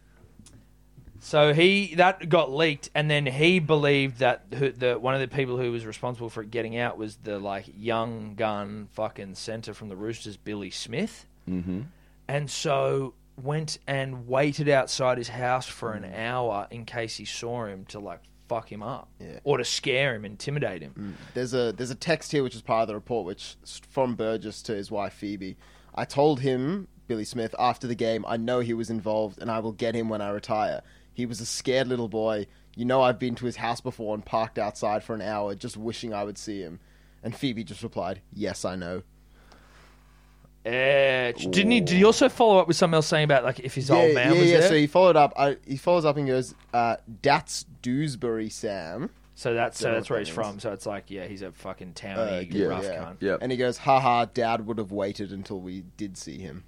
S4: so he that got leaked, and then he believed that who, the one of the people who was responsible for it getting out was the like young gun fucking center from the Roosters, Billy Smith, mm-hmm. and so went and waited outside his house for
S8: Mm.
S4: an hour in case he saw him to like fuck him up
S8: Yeah.
S4: or to scare him, intimidate him.
S8: Mm. There's a there's a text here which is part of the report, which s- from Burgess to his wife Phoebe. I told him Billy Smith after the game. I know he was involved, and I will get him when I retire. He was a scared little boy. You know, I've been to his house before and parked outside for an hour, just wishing I would see him. And Phoebe just replied, "Yes, I know."
S4: Eh, didn't he? Did he also follow up with something else saying about like if his old man
S8: yeah,
S4: was
S8: yeah.
S4: there?
S8: So he followed up. I, he follows up and goes, uh, "That's Dewsbury Sam."
S4: so that's so
S8: Don't know
S4: that's
S8: what
S4: where
S8: that
S4: he's
S8: means.
S4: from. So it's like yeah, he's a fucking
S8: Uh,
S4: townie
S8: yeah,
S4: rough
S8: yeah.
S4: cunt.
S3: Yep.
S8: And he goes, "Haha, Dad would have waited until we did see him."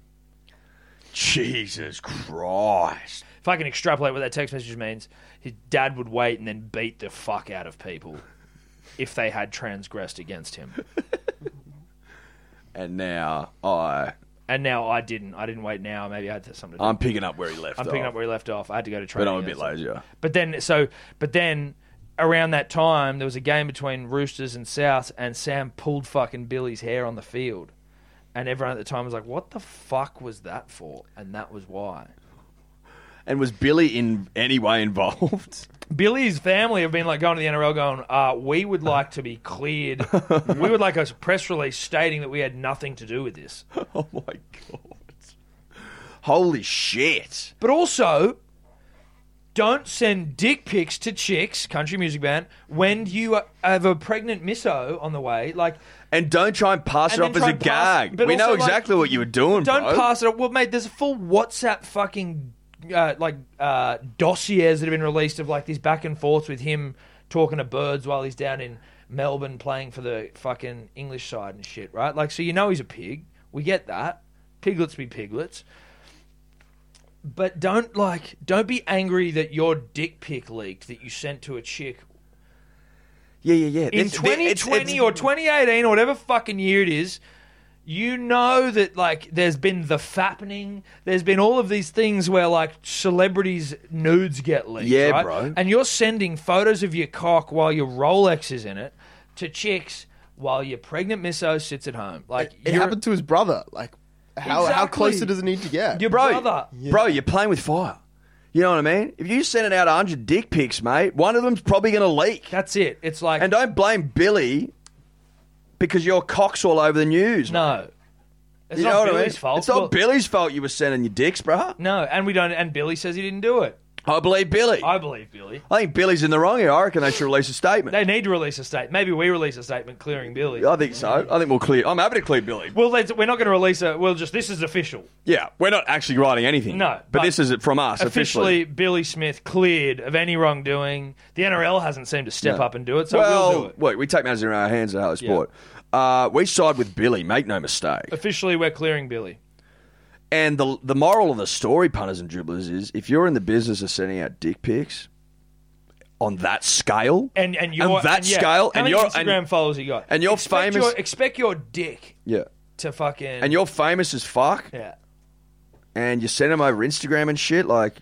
S3: Jesus Christ.
S4: if I can extrapolate what that text message means, his dad would wait and then beat the fuck out of people if they had transgressed against him.
S3: And now I
S4: And now I didn't. I didn't wait. Now maybe I had something. To do.
S3: I'm picking up where he left.
S4: I'm picking
S3: off,
S4: up where he left off. I had to go to training.
S3: but I'm a bit
S4: against him.
S3: lazier.
S4: But then, so, but then around that time, there was a game between Roosters and South, and Sam pulled fucking Billy's hair on the field. And everyone at the time was like, what the fuck was that for? And that was why.
S3: And was Billy in any way involved?
S4: Billy's family have been like going to the NRL going, uh, we would like to be cleared. we would like a press release stating that we had nothing to do with this.
S3: oh my god! Holy shit!
S4: But also, don't send dick pics to chicks, country music band, when you have a pregnant misso on the way. Like,
S3: And don't try and pass
S4: And then
S3: it off as
S4: try
S3: a
S4: and pass-
S3: gag.
S4: but
S3: We know
S4: also, like,
S3: exactly what you were doing,
S4: Don't
S3: bro.
S4: pass it. up. Well, mate, there's a full WhatsApp fucking uh, like uh, dossiers that have been released of like this back and forth with him talking to birds while he's down in Melbourne playing for the fucking English side and shit, right? Like, so you know he's a pig. We get that. Piglets be piglets. But don't like, don't be angry that your dick pic leaked that you sent to a chick
S3: Yeah, yeah, yeah.
S4: in
S3: This- thi-
S4: 2020
S3: it's- it's-
S4: or 2018 or whatever fucking year it is, you know that like there's been the fappening, there's been all of these things where like celebrities' nudes get leaked,
S3: Yeah,
S4: right?
S3: bro.
S4: And you're sending photos of your cock while your Rolex is in it to chicks while your pregnant misso sits at home. Like
S8: It
S4: you're-
S8: happened to his brother. Like, how how
S4: Exactly.
S8: closer does it need to get?
S4: your
S3: bro,
S4: brother.
S3: bro, you're playing with fire. You know what I mean? If you sending out 100 dick pics, mate, one of them's probably going to leak.
S4: That's it. It's like
S3: And don't blame Billy because your cock's all over the news. mate.
S4: no. It's
S3: you
S4: not
S3: know what
S4: Billy's
S3: I mean?
S4: fault.
S3: It's not
S4: Well,
S3: Billy's fault you were sending your dicks, bro.
S4: No, and we don't. And Billy says he didn't do it.
S3: I believe Billy. I,
S4: I believe Billy.
S3: think Billy's in the wrong here. I reckon they should release a statement.
S4: They need to release a statement. Maybe we release a statement clearing Billy.
S3: I think so. I think we'll clear. I'm happy to clear Billy.
S4: Well, let's, we're not going to release a. Well, just this is official.
S3: Yeah, we're not actually writing anything.
S4: No,
S3: but
S4: but
S3: this is it from us
S4: Officially,
S3: officially.
S4: Billy Smith cleared of any wrongdoing. The NRL hasn't seemed to step
S3: No.
S4: up and do it, so
S3: well,
S4: we'll do it.
S3: wait, we take matters in our hands at Hello Sport. Uh, we side with Billy. Make no mistake.
S4: Officially, we're clearing Billy.
S3: And the the moral of the story, punters and dribblers, is if you're in the business of sending out dick pics on that scale,
S4: And and
S3: On
S4: your
S3: that
S4: and yeah,
S3: scale,
S4: how
S3: and
S4: many
S3: your-
S4: Instagram
S3: and-
S4: followers you got,
S3: and your
S4: expect
S3: famous-
S4: your, expect your dick
S3: yeah,
S4: to fucking
S3: and you're famous as fuck,
S4: yeah
S3: and you send them over Instagram and shit, like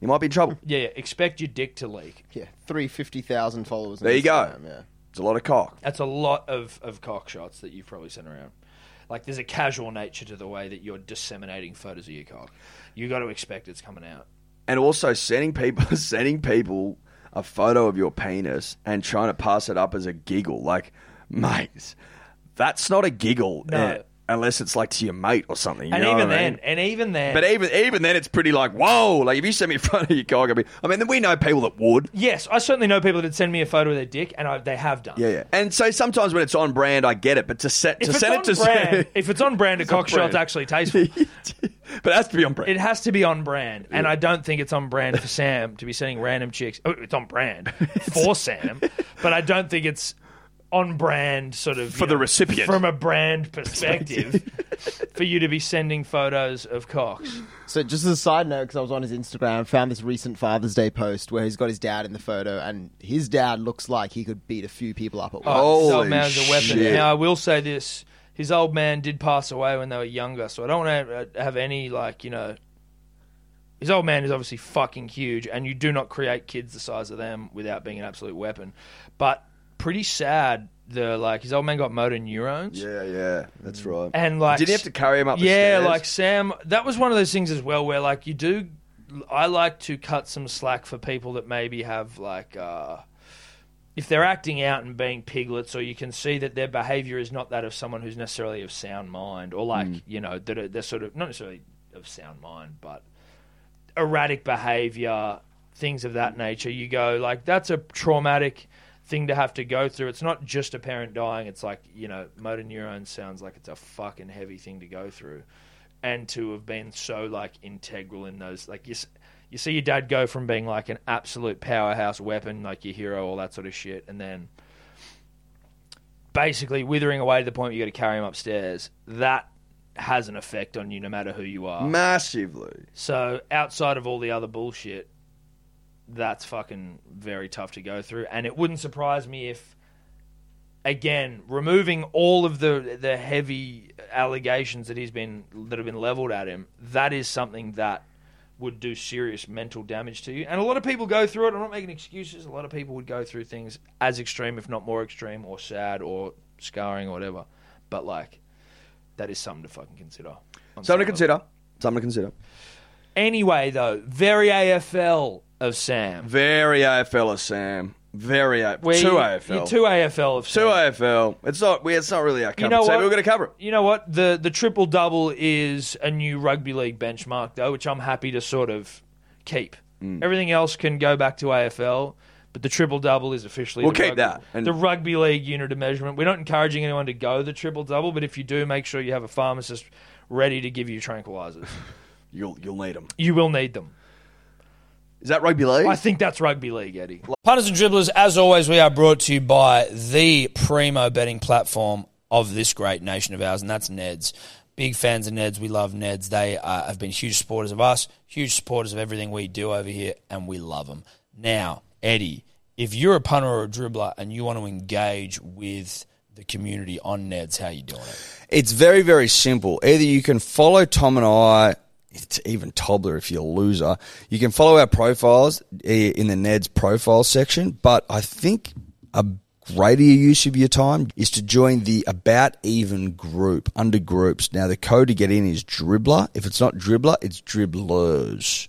S3: you might be in trouble.
S4: yeah yeah, expect your dick to leak.
S8: yeah, three fifty thousand followers. on
S3: There you go.
S8: Instagram, Yeah.
S3: It's a lot of cock.
S4: That's a lot of of cock shots that you've probably sent around. Like there's a casual nature to the way that you're disseminating photos of your cock. You got to expect it's coming out.
S3: And also sending people sending people a photo of your penis and trying to pass it up as a giggle, like mates, that's not a giggle,
S4: No.
S3: eh, unless it's like to your mate or something. you
S4: And
S3: know what
S4: even
S3: I mean?
S4: then, and even then,
S3: But e- even even then, it's pretty like whoa. Like if you send me in front of your cock, I mean, I mean, we know people that would.
S4: Yes, I certainly know people that send me a photo of their dick, and I, they have done.
S3: Yeah, yeah. And so sometimes when it's on brand, I get it. But to set
S4: If
S3: to
S4: it's
S3: send
S4: on
S3: it to
S4: brand, if it's on brand, a
S3: on
S4: cock shot's
S3: brand.
S4: actually tasteful.
S3: but it has to be on brand.
S4: It has to be on brand, and I don't think it's on brand for Sam to be sending random chicks. Oh, it's on brand for Sam, but I don't think it's on brand sort of
S3: For
S4: you
S3: the recipient.
S4: from a brand perspective for you to be sending photos of cocks.
S8: So just as a side note, because I was on his Instagram, found this recent Father's Day post where he's got his dad in the photo, and his dad looks like he could beat a few people up at once.
S4: His
S3: Holy
S4: old Oh, man's a weapon.
S3: shit.
S4: Now I will say this: his old man did pass away when they were younger, so I don't want to have any like you know. His old man is obviously fucking huge, and you do not create kids the size of them without being an absolute weapon. But pretty sad. The like his old man got motor neurons.
S3: yeah, yeah, that's right.
S4: Mm. And like,
S3: did he have to carry him up? The
S4: yeah,
S3: stairs?
S4: like Sam, that was one of those things as well where like you do. I like to cut some slack for people that maybe have like, uh, if they're acting out and being piglets, or you can see that their behaviour is not that of someone who's necessarily of sound mind, or like
S3: Mm.
S4: you know that are, they're sort of not necessarily of sound mind, but erratic behavior, things of that nature, you go like that's a traumatic thing to have to go through. It's not just a parent dying. It's like you know, motor neurons sounds like it's a fucking heavy thing to go through, and to have been so like integral in those like you. s- You see your dad go from being like an absolute powerhouse weapon, like your hero, all that sort of shit, and then basically withering away to the point where you got to carry him upstairs. That has an effect on you no matter who you are.
S9: Massively.
S4: So outside of all the other bullshit, that's fucking very tough to go through. And it wouldn't surprise me if, again, removing all of the the heavy allegations that he's been that have been leveled at him, that is something that would do serious mental damage to you. And a lot of people go through it. I'm not making excuses. A lot of people would go through things as extreme, if not more extreme, or sad, or scarring, or whatever. But like, that is something to fucking consider. on
S9: Something
S4: some
S9: to
S4: level.
S9: consider. Something to consider.
S4: Anyway, though, very AFL of Sam.
S9: Very AFL of Sam. Very A-
S4: Where
S9: two
S4: you-
S9: AFL.
S4: you're Two AFL of
S9: Two
S4: Sam.
S9: AFL. It's not. We. It's not really our cup.
S4: You know
S9: of tea,
S4: what?
S9: but We're going to cover it.
S4: You know what? The the triple double is a new rugby league benchmark though, which I'm happy to sort of keep.
S9: Mm.
S4: Everything else can go back to AFL, but the triple double is officially
S9: We'll
S4: the
S9: keep
S4: rugby,
S9: that, and-
S4: the rugby league unit of measurement. We're not encouraging anyone to go the triple double, but if you do, make sure you have a pharmacist ready to give you tranquilizers.
S9: You'll you'll need them.
S4: you will need them.
S9: Is that rugby league?
S4: I think that's rugby league, Eddie.
S2: Punters and dribblers, as always, we are brought to you by the primo betting platform of this great nation of ours, and that's Neds. Big fans of Neds. We love Neds. They uh, have been huge supporters of us, huge supporters of everything we do over here, and we love them. Now, Eddie, if you're a punter or a dribbler and you want to engage with the community on Neds, how you doing it?
S3: It's very, very simple. Either you can follow Tom and I, it's even Toddler if you're a loser. You can follow our profiles eh, in the Ned's profile section, but I think a greater use of your time is to join the About Even group under groups. Now, the code to get in is Dribbler. If it's not Dribbler, it's Dribblers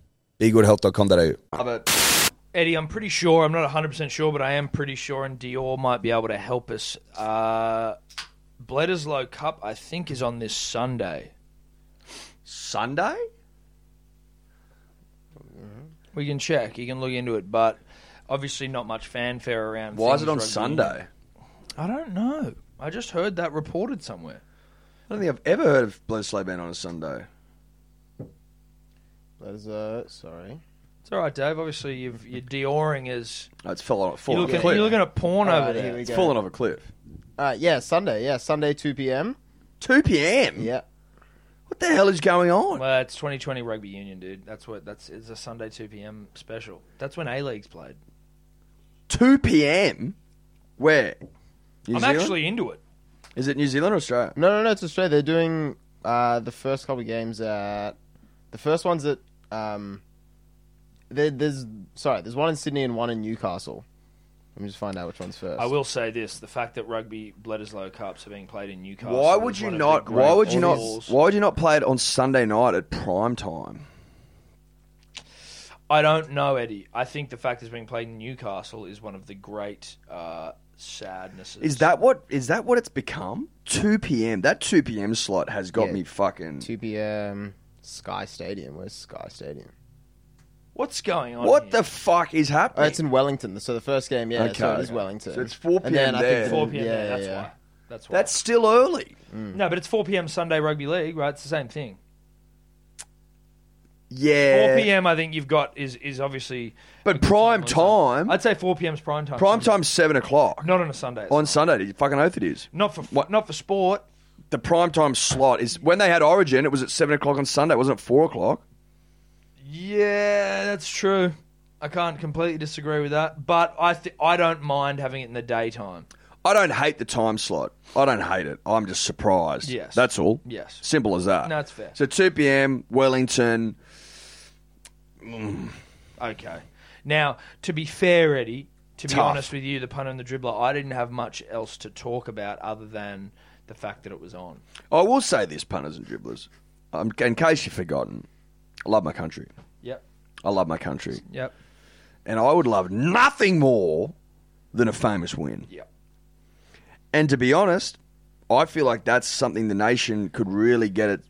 S3: BeGoodHealth.com.au.
S4: Eddie, I'm pretty sure, I'm not 100% sure, but I am pretty sure, and Dior might be able to help us. Uh, Bledisloe Cup, I think, is on this Sunday.
S9: Sunday.
S4: We can check, you can look into it, but obviously not much fanfare around.
S9: Why is
S4: things
S9: it on
S4: rugby.
S9: Sunday?
S4: I don't know. I just heard that reported somewhere.
S9: I don't think I've ever heard of Bledisloe being on a Sunday.
S8: That is uh, sorry.
S4: It's all right, Dave. Obviously, you've, you're Dioring is.
S9: No, it's fallen off.
S4: You're
S9: Fallen off
S4: looking,
S9: a cliff.
S4: you're looking at porn
S8: All
S4: over
S8: right,
S4: there.
S8: here we
S9: it's
S8: go.
S9: fallen off a cliff.
S8: Uh, yeah, Sunday. Yeah, Sunday, two p.m.
S9: Two p.m.
S8: Yeah,
S9: What the hell is going on?
S4: Well, it's 2020 Rugby Union, dude. That's what. That's it's a Sunday 2 p.m. special. That's when A League's played.
S9: Two p.m. Where? New
S4: I'm
S9: Zealand?
S4: actually into it.
S9: Is it New Zealand or Australia?
S8: no, no, no. It's Australia. They're doing uh, the first couple of games at the first ones at um. There, there's sorry. There's one in Sydney and one in Newcastle. Let me just find out which one's first.
S4: I will say this: the fact that rugby Bledisloe Cups are being played in Newcastle.
S9: Why
S4: is
S9: would you
S4: one of the
S9: not?
S4: great
S9: Why would you not?
S4: goals.
S9: Why would you not play it on Sunday night at prime time?
S4: I don't know, Eddie. I think the fact it's being played in Newcastle is one of the great uh, sadnesses.
S3: Is that what is that what it's become? Two p.m. That two p.m. slot has got
S8: Yeah.
S3: me fucking.
S8: Two p.m. Sky Stadium. Where's Sky Stadium?
S4: what's going on?
S3: What
S4: here?
S3: the fuck is
S8: Oh,
S3: happening?
S8: it's in Wellington. So the first game, yeah, so
S3: Okay.
S8: it is Wellington.
S3: So it's 4
S8: And then
S3: p.m.
S8: I think
S3: there.
S8: the-
S4: 4 p.m.
S8: Yeah,
S4: there, that's
S8: yeah.
S4: why. That's why. Mm.
S3: That's still early.
S4: no, but it's 4 p.m. Sunday rugby league, right? It's the same thing.
S3: Yeah.
S4: 4 p.m. I think you've got is is obviously.
S3: But prime time-
S4: I'd say 4 p.m. is prime time.
S3: Prime
S4: Sunday.
S3: time's seven o'clock
S4: Not on a Sunday. it's
S3: on Sunday. You fucking oath it is.
S4: Not for not for sport.
S3: The prime time slot is when they had Origin. It was at seven o'clock on Sunday. It wasn't at four o'clock.
S4: Yeah, that's true. I can't completely disagree with that, but I th- I don't mind having it in the daytime.
S3: I don't hate the time slot. I don't hate it. I'm just surprised.
S4: Yes.
S3: That's all.
S4: Yes.
S3: Simple as that.
S4: No, it's fair.
S3: So 2 p.m. Wellington. Mm.
S4: Okay. Now, to be fair, Eddie, to be
S3: Tough.
S4: honest with you, the punter and the dribbler, I didn't have much else to talk about other than the fact that it was on.
S3: I will say this, punters and dribblers, um, in case you've forgotten, I love my country.
S4: Yep.
S3: I love my country.
S4: Yep.
S3: And I would love nothing more than a famous win.
S4: Yep.
S3: And to be honest, I feel like that's something the nation could really get it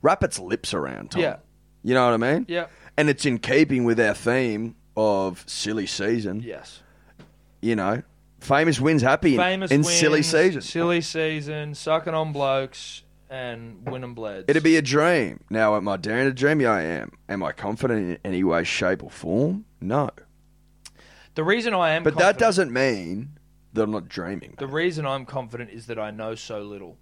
S3: wrap its lips around. Tom.
S4: Yeah.
S3: you know what I mean.
S4: Yeah.
S3: and it's in keeping with our theme of silly season.
S4: Yes.
S3: you know, famous wins happy in,
S4: Famous
S3: in
S4: wins,
S3: silly season.
S4: Silly season, sucking on blokes and winning bleds.
S3: It'd be a dream. Now, am I daring to dream? Yeah, I am. Am I confident in any way, shape, or form? No.
S4: the reason I am
S3: But that
S4: confident-
S3: doesn't mean that I'm not dreaming.
S4: the reason I'm confident is that I know so little.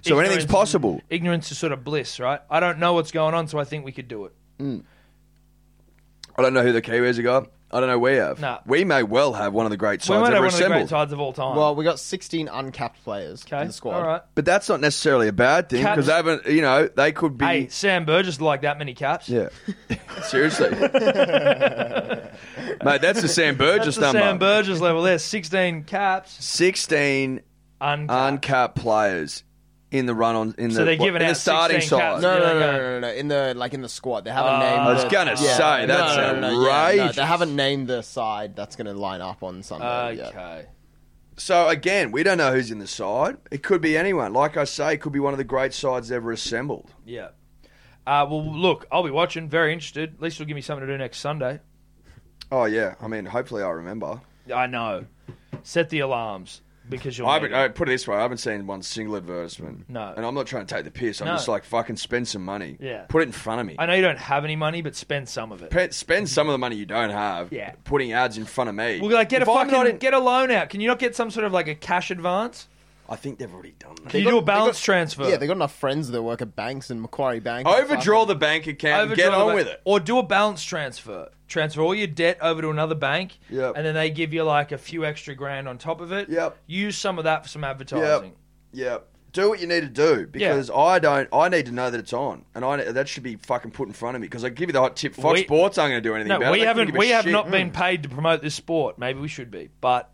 S3: So anything's
S4: Ignorance-
S3: possible.
S4: Ignorance is sort of bliss, right? I don't know what's going on, so I think we could do it.
S3: I don't know who the Kiwis have got. I don't know we have.
S4: Nah.
S3: We may well have one of the great
S4: we
S3: sides
S4: might have
S3: ever
S4: one of the
S3: assembled.
S4: great sides of all time.
S8: Well, we got 16 uncapped players
S4: okay,
S8: in the squad.
S4: all right.
S3: But that's not necessarily a bad thing
S4: Captain-
S3: because they haven't, you know, they could be.
S4: Hey, Sam Burgess like that many caps.
S3: Yeah. Seriously. Mate, that's the Sam Burgess
S4: That's the
S3: number.
S4: Sam Burgess level there. 16 caps,
S3: 16
S4: uncapped.
S3: uncapped players in the run on in
S4: So
S3: the,
S4: they're giving
S3: in the
S4: out
S3: starting
S4: 16
S3: side.
S4: caps.
S8: No,
S4: Yeah,
S8: no, no,
S4: they
S8: no,
S4: got-
S8: no, no, In the like in the squad, they haven't named.
S4: I
S3: was
S8: the-
S3: gonna
S8: yeah,
S3: say, that's
S8: yeah, no,
S3: outrageous.
S8: they haven't named the side that's going to line up on Sunday. yet.
S4: okay.
S3: So again, we don't know who's in the side. It could be anyone. Like I say, it could be one of the great sides ever assembled.
S4: Yeah. Uh, well, look, I'll be watching. Very interested. At least it'll give me something to do next Sunday.
S3: Oh yeah, I mean, hopefully I remember.
S4: I know. Set the alarms because you'll.
S3: I
S4: need
S3: haven't
S4: it.
S3: I put it this way: I haven't seen one single advertisement.
S4: No.
S3: and I'm not trying to take the piss. I'm
S4: No.
S3: just like fucking spend some money.
S4: Yeah.
S3: put it in front of me.
S4: I know you don't have any money, but spend some of it.
S3: Pe- spend some of the money you don't have.
S4: Yeah.
S3: putting ads in front of me.
S4: Well, like get
S3: If
S4: a
S3: I'm
S4: fucking
S3: not in-
S4: get a loan out. Can you not get some sort of like a cash advance?
S3: I think they've already done that.
S4: Can you
S8: got-
S4: do a
S8: they
S4: balance
S8: got-
S4: transfer?
S8: Yeah, they got enough friends that work at banks and Macquarie Bank.
S3: Overdraw the bank account. and
S4: Overdraw
S3: get
S4: the
S3: on
S4: ba-
S3: with it.
S4: Or do a balance transfer. Transfer all your debt over to another bank,
S3: Yep.
S4: and then they give you like a few extra grand on top of it.
S3: Yep.
S4: Use some of that for some advertising.
S3: Yeah. Do what you need to do because I don't. I need to know that it's on, and I that should be fucking put in front of me because I give you the hot tip. Fox
S4: We-
S3: Sports aren't going to do anything
S4: No,
S3: about
S4: we
S3: it. They couldn't
S4: haven't.
S3: give a
S4: We have
S3: shit. Hmm. Mm.
S4: not been paid to promote this sport. Maybe we should be, but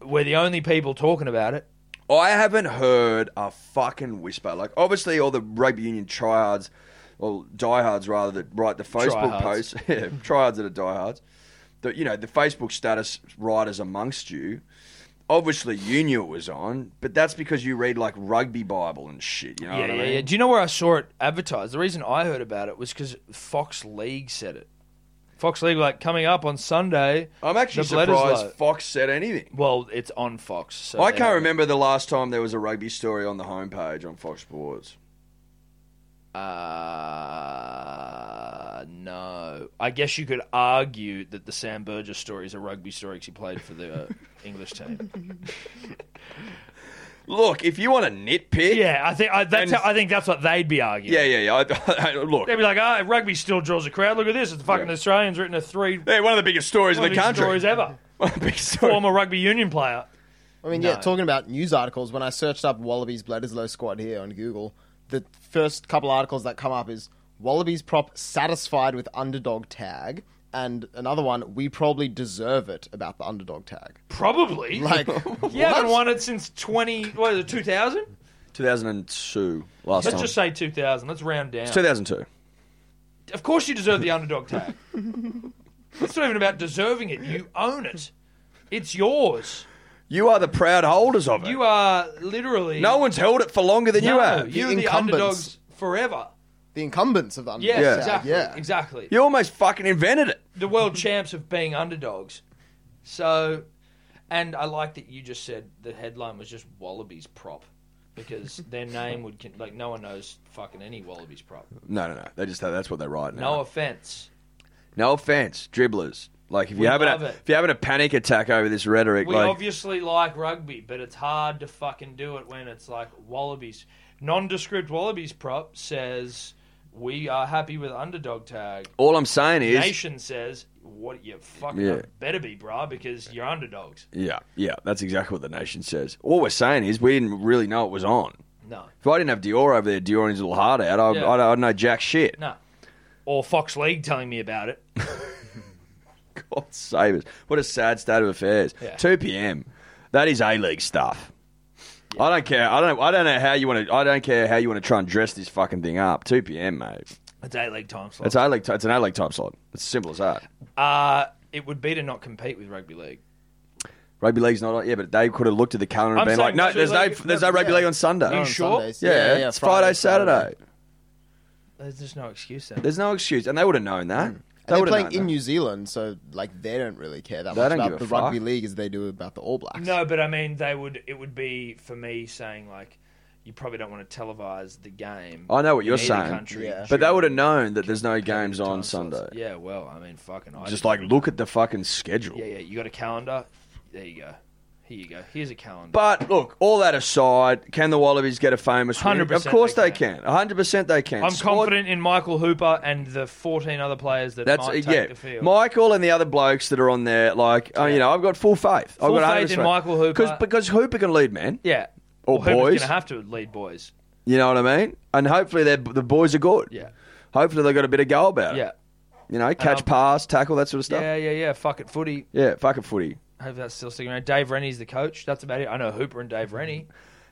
S4: we're the only people talking about it.
S3: I haven't heard a fucking whisper. Like obviously, all the rugby union triads, or diehards rather, that write the Facebook
S4: Tryhards.
S3: posts, yeah, triads that are diehards. The you know the Facebook status writers amongst you. Obviously, you knew it was on, but that's because you read like rugby Bible and shit. You know
S4: Yeah,
S3: what I
S4: yeah,
S3: mean?
S4: yeah. Do you know where I saw it advertised? The reason I heard about it was because Fox League said it. Fox League, like coming up on Sunday.
S3: I'm actually
S4: the Bledisloe-
S3: surprised Fox said anything.
S4: Well, it's on Fox. So
S3: I
S4: they
S3: can't
S4: have it.
S3: remember the last time there was a rugby story on the homepage on Fox Sports.
S4: Uh, no. I guess you could argue that the Sam Burgess story is a rugby story because he played for the uh, English team.
S3: Look, if you want to nitpick,
S4: Yeah, I think I, that's
S3: And-
S4: how, I think that's what they'd be arguing.
S3: yeah, yeah, yeah. I, I- look,
S4: They'd be like, "Ah, rugby still draws a crowd. Look at this. It's the fucking
S3: Yeah.
S4: Australians written a three one
S3: they're one of the biggest stories
S4: of
S3: in
S4: the
S3: the country.
S4: stories ever.
S3: One of the biggest stories.
S4: Former rugby union player.
S8: I mean, yeah, talking about news articles, when I searched up Wallabies Bledisloe squad here on Google, the first couple articles that come up is Wallabies prop satisfied with underdog tag, and another one, we probably deserve it about the underdog tag.
S4: Probably.
S8: Like,
S4: you haven't won it since twenty. What is it? Two thousand?
S3: 2002, last
S4: Let's
S3: time.
S4: just say two thousand. Let's round down.
S3: 2002.
S4: Of course you deserve the underdog tag. it's not even about deserving it. You own it. It's yours.
S3: You are the proud holders of it.
S4: You are literally
S3: no one's held it for longer than you
S4: No,
S3: have.
S4: You're the
S8: incumbents.
S4: underdogs forever.
S8: The incumbents of the underdog.
S4: Yes,
S8: tag,
S4: exactly.
S8: Yeah.
S4: Exactly.
S3: You almost fucking invented it.
S4: the world champs of being underdogs. So, and I like that you just said the headline was just Wallabies prop because their name would con- like no one knows fucking any Wallabies prop.
S3: No, no, no. They just that's what they write now.
S4: No offense.
S3: No offense, dribblers. Like if
S4: We
S3: you having
S4: love
S3: a,
S4: it.
S3: if you're having a panic attack over this rhetoric,
S4: We
S3: like
S4: obviously like rugby, but it's hard to fucking do it when it's like Wallabies. Nondescript Wallabies prop says we are happy with underdog tag.
S3: all I'm saying is,
S4: Nation says what you fucking
S3: Yeah.
S4: better be, bruh, because you're underdogs.
S3: yeah, yeah, that's exactly what the nation says. All we're saying is we didn't really know it was on.
S4: No,
S3: If I didn't have Dior over there, Dior and his little heart out, I,
S4: Yeah.
S3: I'd, I'd know jack shit.
S4: no. Or Fox League telling me about it.
S3: God save us. What a sad state of affairs.
S4: Yeah.
S3: 2 p.m. That is A League stuff. I don't care. I don't. I don't know how you want to. I don't care how you want to try and dress this fucking thing up. 2 p.m. mate.
S4: It's eight leg time slot.
S3: It's A League. It's an A League time slot. It's as simple as that.
S4: uh, it would be to not compete with rugby league.
S3: Rugby league's not on. Yeah, but they could have looked at the calendar
S4: I'm
S3: and been
S4: saying
S3: like, no,
S4: rugby
S3: there's no,
S4: league-
S3: there's no rugby
S8: yeah.
S3: league on Sunday.
S8: Not on
S4: sure?
S8: Sundays.
S3: Yeah, it's Friday, Saturday.
S4: There's just no excuse there.
S3: There's no excuse, and they would have known that. They
S8: Hmm. And they're
S3: would have
S8: playing
S3: known
S8: in
S3: that.
S8: New Zealand, so like they don't really care that
S3: They
S8: much
S3: don't
S8: about
S3: give
S8: the
S3: a
S8: rugby
S3: fuck.
S8: league as they do about the All Blacks.
S4: No, but I mean, they would. It would be for me saying like, you probably don't want to televise the game.
S3: I know what
S4: in
S3: you're
S4: either
S3: saying.
S4: country
S8: Yeah.
S3: But they
S4: during
S3: would have known that there's no
S4: competitive
S3: games
S4: time
S3: on
S4: slots.
S3: Sunday.
S4: Yeah, well, I mean, fucking. I
S3: Just like look at the fucking schedule.
S4: Yeah, yeah. You got a calendar. There you go. Here you go. Here's a calendar.
S3: But look, all that aside, can the Wallabies get a famous win?
S4: 100%
S3: Of course
S4: they
S3: they
S4: can.
S3: can. 100% they can.
S4: I'm
S3: Squad-
S4: confident in Michael Hooper and the 14 other players that
S3: That's uh,
S4: might take
S3: yeah.
S4: the field.
S3: Michael and the other blokes that are on there, like oh, you know, I've got full faith.
S4: Full
S3: I've got
S4: faith in Michael Hooper.
S3: because because Hooper can lead, man.
S4: yeah.
S3: Or
S4: well, Hooper's
S3: boys.
S4: gonna have to lead boys.
S3: You know what I mean? And hopefully they're- the boys are good.
S4: Yeah.
S3: Hopefully they've got a bit of go about it.
S4: Yeah.
S3: You know, catch,
S4: I'm-
S3: pass, tackle, that sort of Uh, stuff.
S4: Yeah, yeah, yeah. Fuck it, footy.
S3: Yeah, fucking footy.
S4: I hope that's still sticking around. Dave Rennie's the coach. That's about it. I know Hooper and Dave Rennie.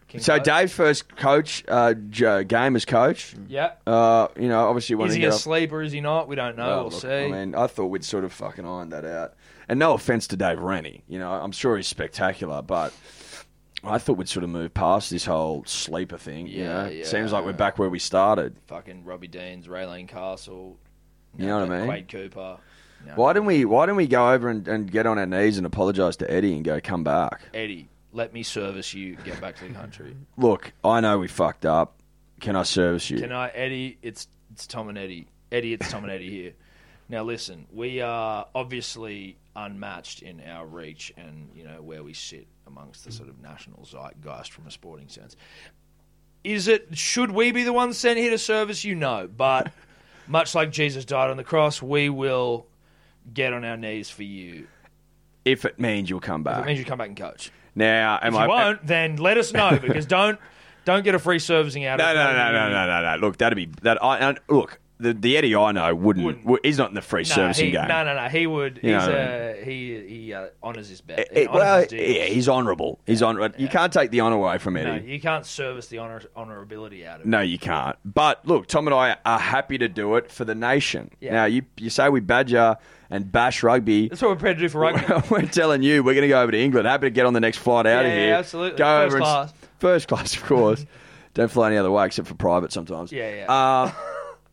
S4: Can
S3: So
S4: coach.
S3: Dave's first coach, uh, J- game as coach.
S4: yeah.
S3: Uh, you know, obviously want
S4: Is
S3: to
S4: he
S3: get off-
S4: asleep or is he not? We don't know.
S3: Well,
S4: we'll
S3: look,
S4: see.
S3: I mean, I thought we'd sort of fucking ironed that out. And no offense to Dave Rennie, you know, I'm sure he's spectacular, but I thought we'd sort of move past this whole sleeper thing. you
S4: Yeah,
S3: know?
S4: yeah.
S3: seems like we're back where we started.
S4: Fucking Robbie Deans, Raylene Castle. uh,
S3: You know what I mean?
S4: Quade Cooper. No.
S3: Why didn't we? Why didn't we go over and, and get on our knees and apologise to Eddie and go come back?
S4: Eddie, let me service you. Get back to the country.
S3: Look, I know we fucked up. Can I service you?
S4: Can I, Eddie? It's it's Tom and Eddie. Eddie, it's Tom and Eddie here. Now listen, we are obviously unmatched in our reach and you know where we sit amongst the sort of national zeitgeist from a sporting sense. Is it should we be the ones sent here to service you? No, but much like Jesus died on the cross, we will get on our knees for you.
S3: if it means you'll come
S4: If
S3: back.
S4: it means you come back and coach.
S3: now, Uh, am
S4: If
S3: I?
S4: you won't, then let us know because don't don't get a free servicing out
S3: No,
S4: of
S3: no, no, no, no, no, no. Look, that'd be that. I and look. The, the Eddie I know wouldn't.
S4: Wouldn't.
S3: would- He's not in the free
S4: No,
S3: servicing
S4: he,
S3: game.
S4: No, no, no. He would.
S3: You know
S4: he's,
S3: what
S4: uh, he he uh, honors his bet.
S3: Eh,
S4: He honors
S3: well,
S4: his deals.
S3: yeah, he's honourable. He's honourable. You can't take the honour away from
S4: no,
S3: Eddie.
S4: you can't service the honor honorability out of it.
S3: No, you can't. But look, Tom and I are happy to do it for the nation.
S4: Yeah.
S3: Now, you you say we badger and bash rugby.
S4: That's what we're prepared to do for rugby.
S3: we're telling you, we're going to go over to England. Happy to get on the next flight out of
S4: Yeah,
S3: here.
S4: yeah, absolutely.
S3: Go
S4: First
S3: over and s-
S4: class.
S3: first class, of course. Don't fly any other way except for private sometimes.
S4: Yeah, yeah.
S3: Uh,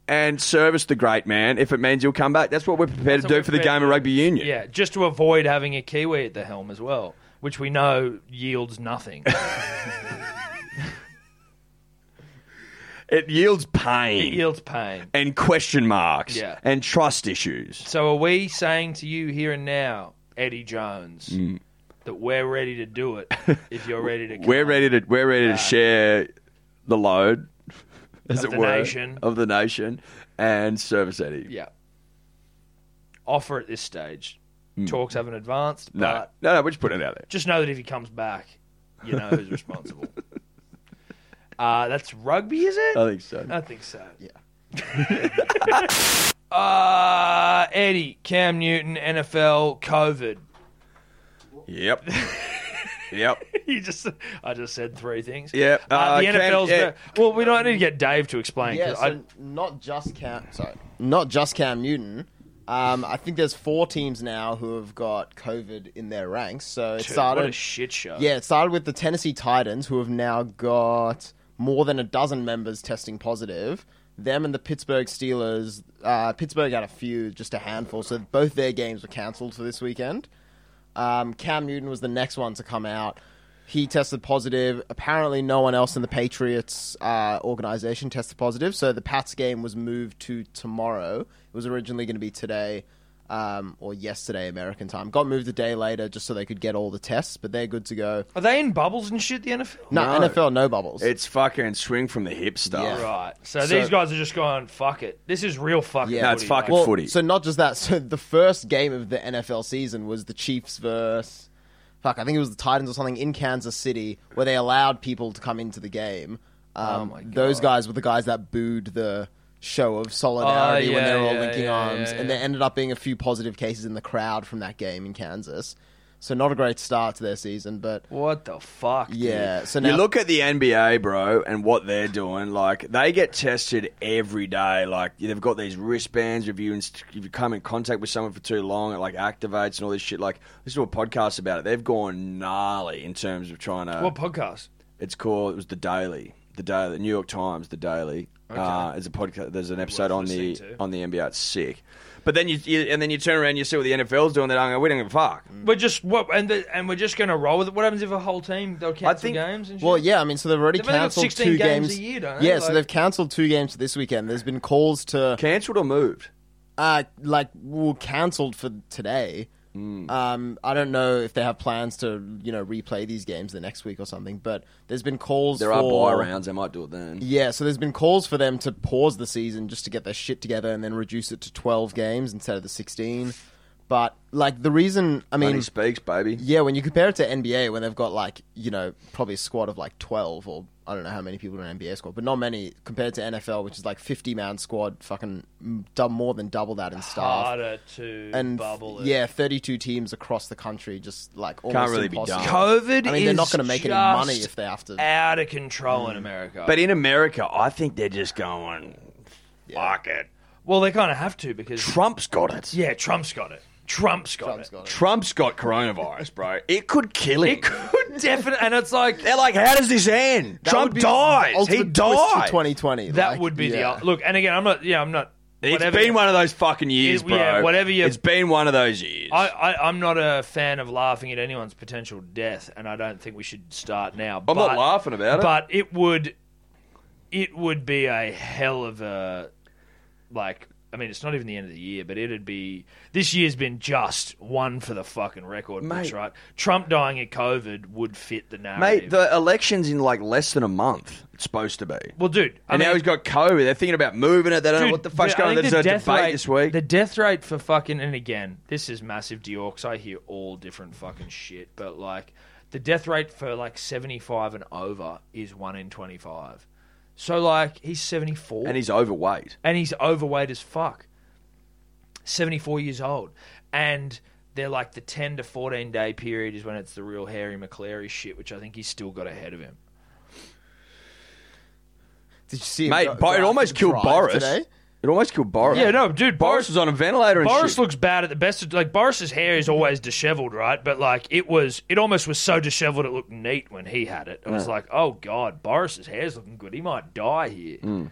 S3: and service the great man if it means you'll come back. That's what we're prepared
S4: That's
S3: to
S4: what
S3: do for the
S4: we're prepared
S3: game
S4: to
S3: of
S4: do.
S3: rugby union.
S4: yeah, just to avoid having a Kiwi at the helm as well, which we know yields nothing.
S3: It yields
S4: it
S3: pain
S4: yields pain.
S3: and question marks
S4: Yeah.
S3: and trust issues.
S4: So are we saying to you here and now, Eddie Jones,
S3: Mm.
S4: that we're ready to do it if you're ready to come?
S3: We're ready to we're ready to share the load, as
S4: Of
S3: it
S4: the
S3: were,
S4: nation.
S3: of the nation and service Eddie.
S4: Yeah. Offer at this stage. Talks haven't advanced,
S3: Hmm. No,
S4: but
S3: no, no. We just put it out there.
S4: just know that if he comes back, you know who's responsible. Uh, that's rugby, is it?
S3: I think so.
S4: I think so. Yeah. uh, Eddie, Cam Newton, NFL, COVID.
S3: Yep. Yep.
S4: you just, I just said three things.
S3: Yep.
S4: Uh,
S3: Uh,
S4: the
S3: Cam-
S4: NFL's.
S3: yeah.
S4: Well, we don't need to get Dave to explain.
S8: Yeah,
S4: 'cause
S8: so
S4: I-
S8: not just Cam. Sorry, not just Cam Newton. Um, I think there's four teams now who have got COVID in their ranks. So it
S4: dude,
S8: started.
S4: what a shit show.
S8: yeah, it started with the Tennessee Titans, who have now got more than a dozen members testing positive. Them and the Pittsburgh Steelers. Uh, Pittsburgh had a few, just a handful. So both their games were cancelled for this weekend. Um, Cam Newton was the next one to come out. He tested positive. Apparently, no one else in the Patriots uh, organization tested positive. So the Pats game was moved to tomorrow. It was originally going to be today um, or yesterday American time. Got moved a day later just so they could get all the tests, but they're good to go.
S4: Are they in bubbles and shit? The NFL.
S8: No,
S3: No.
S8: NFL, no bubbles.
S3: It's fucking swing from the hip stuff.
S8: Yeah.
S4: Right. So, these guys are just going, fuck it. This is real fucking.
S8: Yeah.
S3: No, it's
S4: footy,
S3: fucking
S4: mate.
S8: Well,
S3: footy.
S8: So not just that. So the first game of the NFL season was the Chiefs versus fuck, I think it was the Titans or something in Kansas City, where they allowed people to come into the game.
S4: Oh
S8: Um, those guys were the guys that booed the show of solidarity
S4: Oh,
S8: when they
S4: yeah,
S8: were all
S4: yeah,
S8: linking
S4: yeah,
S8: arms,
S4: yeah,
S8: and
S4: yeah.
S8: there ended up being a few positive cases in the crowd from that game in Kansas. So not a great start to their season, but
S4: What the fuck? dude?
S8: yeah. So now
S3: You look at the NBA, bro, and what they're doing. Like they get tested every day. Like they've got these wristbands. If you inst- if you come in contact with someone for too long, it like activates and all this shit. Like this is a podcast about it. They've gone gnarly in terms of trying to.
S4: What podcast?
S3: It's called. It was the Daily, the Daily, the New York Times, the Daily. Uh, it's a podcast. There's an episode on the
S4: listening to.
S3: on the NBA. It's sick. But then you, you and then you turn around, and you see what the NFL's doing. They're going, we don't give a fuck.
S4: We're just what and the, and we're just gonna roll with it. What happens if a whole team they'll cancel
S3: think-
S4: games and shit?
S8: Well, yeah, I mean, so they've already
S4: They've only got
S8: cancelled
S4: 16
S8: two
S4: games
S8: games.
S4: a year, don't they?
S8: yeah, so
S4: Like-
S8: they've cancelled two games for this weekend. There's been calls to
S3: Cancelled or moved?
S8: uh, like well cancelled for today.
S3: Hmm.
S8: Um, I don't know if they have plans to you know replay these games the next week or something, but there's been calls.
S3: There
S8: for,
S3: are buy rounds. They might do it then.
S8: Yeah, so there's been calls for them to pause the season just to get their shit together and then reduce it to 12 games instead of the 16. But like the reason, I mean,
S3: Money speaks, baby.
S8: yeah, when you compare it to NBA, when they've got like you know probably a squad of like twelve or I don't know how many people in an NBA squad, but not many compared to NFL, which is like fifty man squad, fucking m- dou- more than double that in staff.
S4: harder to
S8: And
S4: bubble. it.
S8: yeah, thirty-two teams across the country, just like almost
S3: really be
S8: impossible.
S3: done.
S4: COVID.
S8: I mean, they're
S4: is
S8: not going to make any money
S4: just
S8: if they have to.
S4: out of control in America.
S3: But in America, I think they're just going, fuck it.
S4: well, they kind of have to because
S3: Trump's got it.
S4: yeah, Trump's got it. Trump's got
S8: Trump's
S4: it.
S8: got it.
S3: Trump's got coronavirus, bro. It could kill him.
S4: It could definitely, and it's like
S3: They're like, how does this end? Trump dies. He died.
S8: Twenty twenty.
S4: that would be the look. And again, I'm not. Yeah, I'm not.
S3: It's
S4: whatever-
S3: been one of those fucking years,
S4: It-
S3: bro.
S4: yeah, whatever you-
S3: It's been one of those years.
S4: I, I, I'm not a fan of laughing at anyone's potential death, and I don't think we should start now.
S3: I'm not laughing about it.
S4: But it would, it would be a hell of a, like, I mean, it's not even the end of the year, but it'd be this year's been just one for the fucking record, books,
S3: Mate.
S4: right? Trump dying of COVID would fit the narrative,
S3: Mate, the election's in like less than a month. It's supposed to be.
S4: well, dude, I
S3: and
S4: mean,
S3: now he's got COVID. They're thinking about moving it. They don't know
S4: Dude,
S3: what the fuck's
S4: I
S3: going on.
S4: think
S3: There's
S4: the
S3: a
S4: death
S3: debate
S4: rate-
S3: this week.
S4: The death rate for fucking and again, this is massive Deorks. I hear all different fucking shit, but like the death rate for like seventy five and over is one in twenty five. So like he's seventy four
S3: and he's overweight.
S4: and he's overweight as fuck. 74 years old. And they're like the 10 to 14 day period is when it's the real Harry McCleary shit, which I think he's still got ahead of him.
S8: Did you see, him
S3: Mate,
S8: go- go
S3: Bo- it
S8: out
S3: almost
S8: to
S3: killed
S8: drive
S3: Boris.
S8: today?
S3: It almost killed Boris.
S4: Yeah, no, dude,
S3: Boris
S4: Boris-
S3: was on a ventilator and
S4: Boris
S3: shit.
S4: looks bad at the best. Of, like Boris's hair is always dishevelled, right? But like it was, it almost was so dishevelled it looked neat when he had it. It was like, oh god, Boris's hair's looking good. He might die here.
S3: Hmm.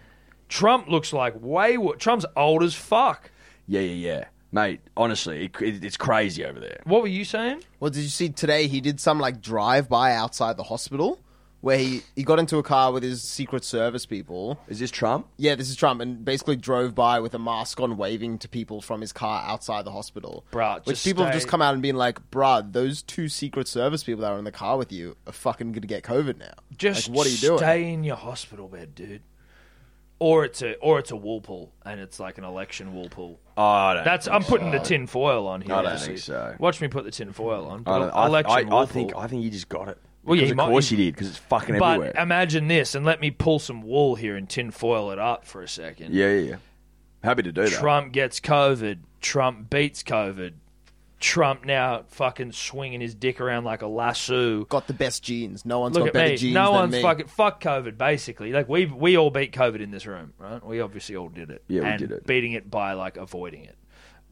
S4: Trump looks like way. wo- Trump's old as fuck.
S3: Yeah, yeah, yeah. Mate, honestly, it, it, it's crazy over there.
S4: What were you saying?
S8: Well, did you see today he did some like drive by outside the hospital where he, he got into a car with his Secret Service people.
S3: Is this Trump?
S8: Yeah, this is Trump, and basically drove by with a mask on, waving to people from his car outside the hospital.
S4: Bruh,
S8: which
S4: just
S8: people have just
S4: stay-
S8: come out and been like, "Bruh, those two Secret Service people that were in the car with you are fucking gonna get COVID now."
S4: Just
S8: like, what are you doing?
S4: Stay in your hospital bed, dude. Or it's a or it's a wool pull, and it's like an election wool pull.
S3: Oh, I don't.
S4: That's I'm putting the tin foil on here.
S3: I don't
S4: obviously.
S3: think so.
S4: Watch me put the tin foil on.
S3: I,
S4: But
S3: don't- I-
S4: election
S3: I-
S4: wool
S3: I think
S4: pull.
S3: I think he just got it.
S4: Well, yeah,
S3: Because
S4: he
S3: of
S4: might-
S3: course he did because it's fucking
S4: But
S3: everywhere.
S4: imagine this, and let me pull some wool here and tinfoil it up for a second.
S3: yeah, yeah, yeah. Happy to do that.
S4: Trump gets COVID. Trump beats COVID. Trump now fucking swinging his dick around like a lasso.
S8: Got the best genes. No one's
S4: Look
S8: got
S4: at
S8: better
S4: me.
S8: genes
S4: No
S8: than
S4: one's
S8: me.
S4: fucking fuck COVID. Basically, like we we all beat COVID in this room, right? We obviously all did it.
S3: Yeah, we
S4: and
S3: did it.
S4: Beating it by like avoiding it,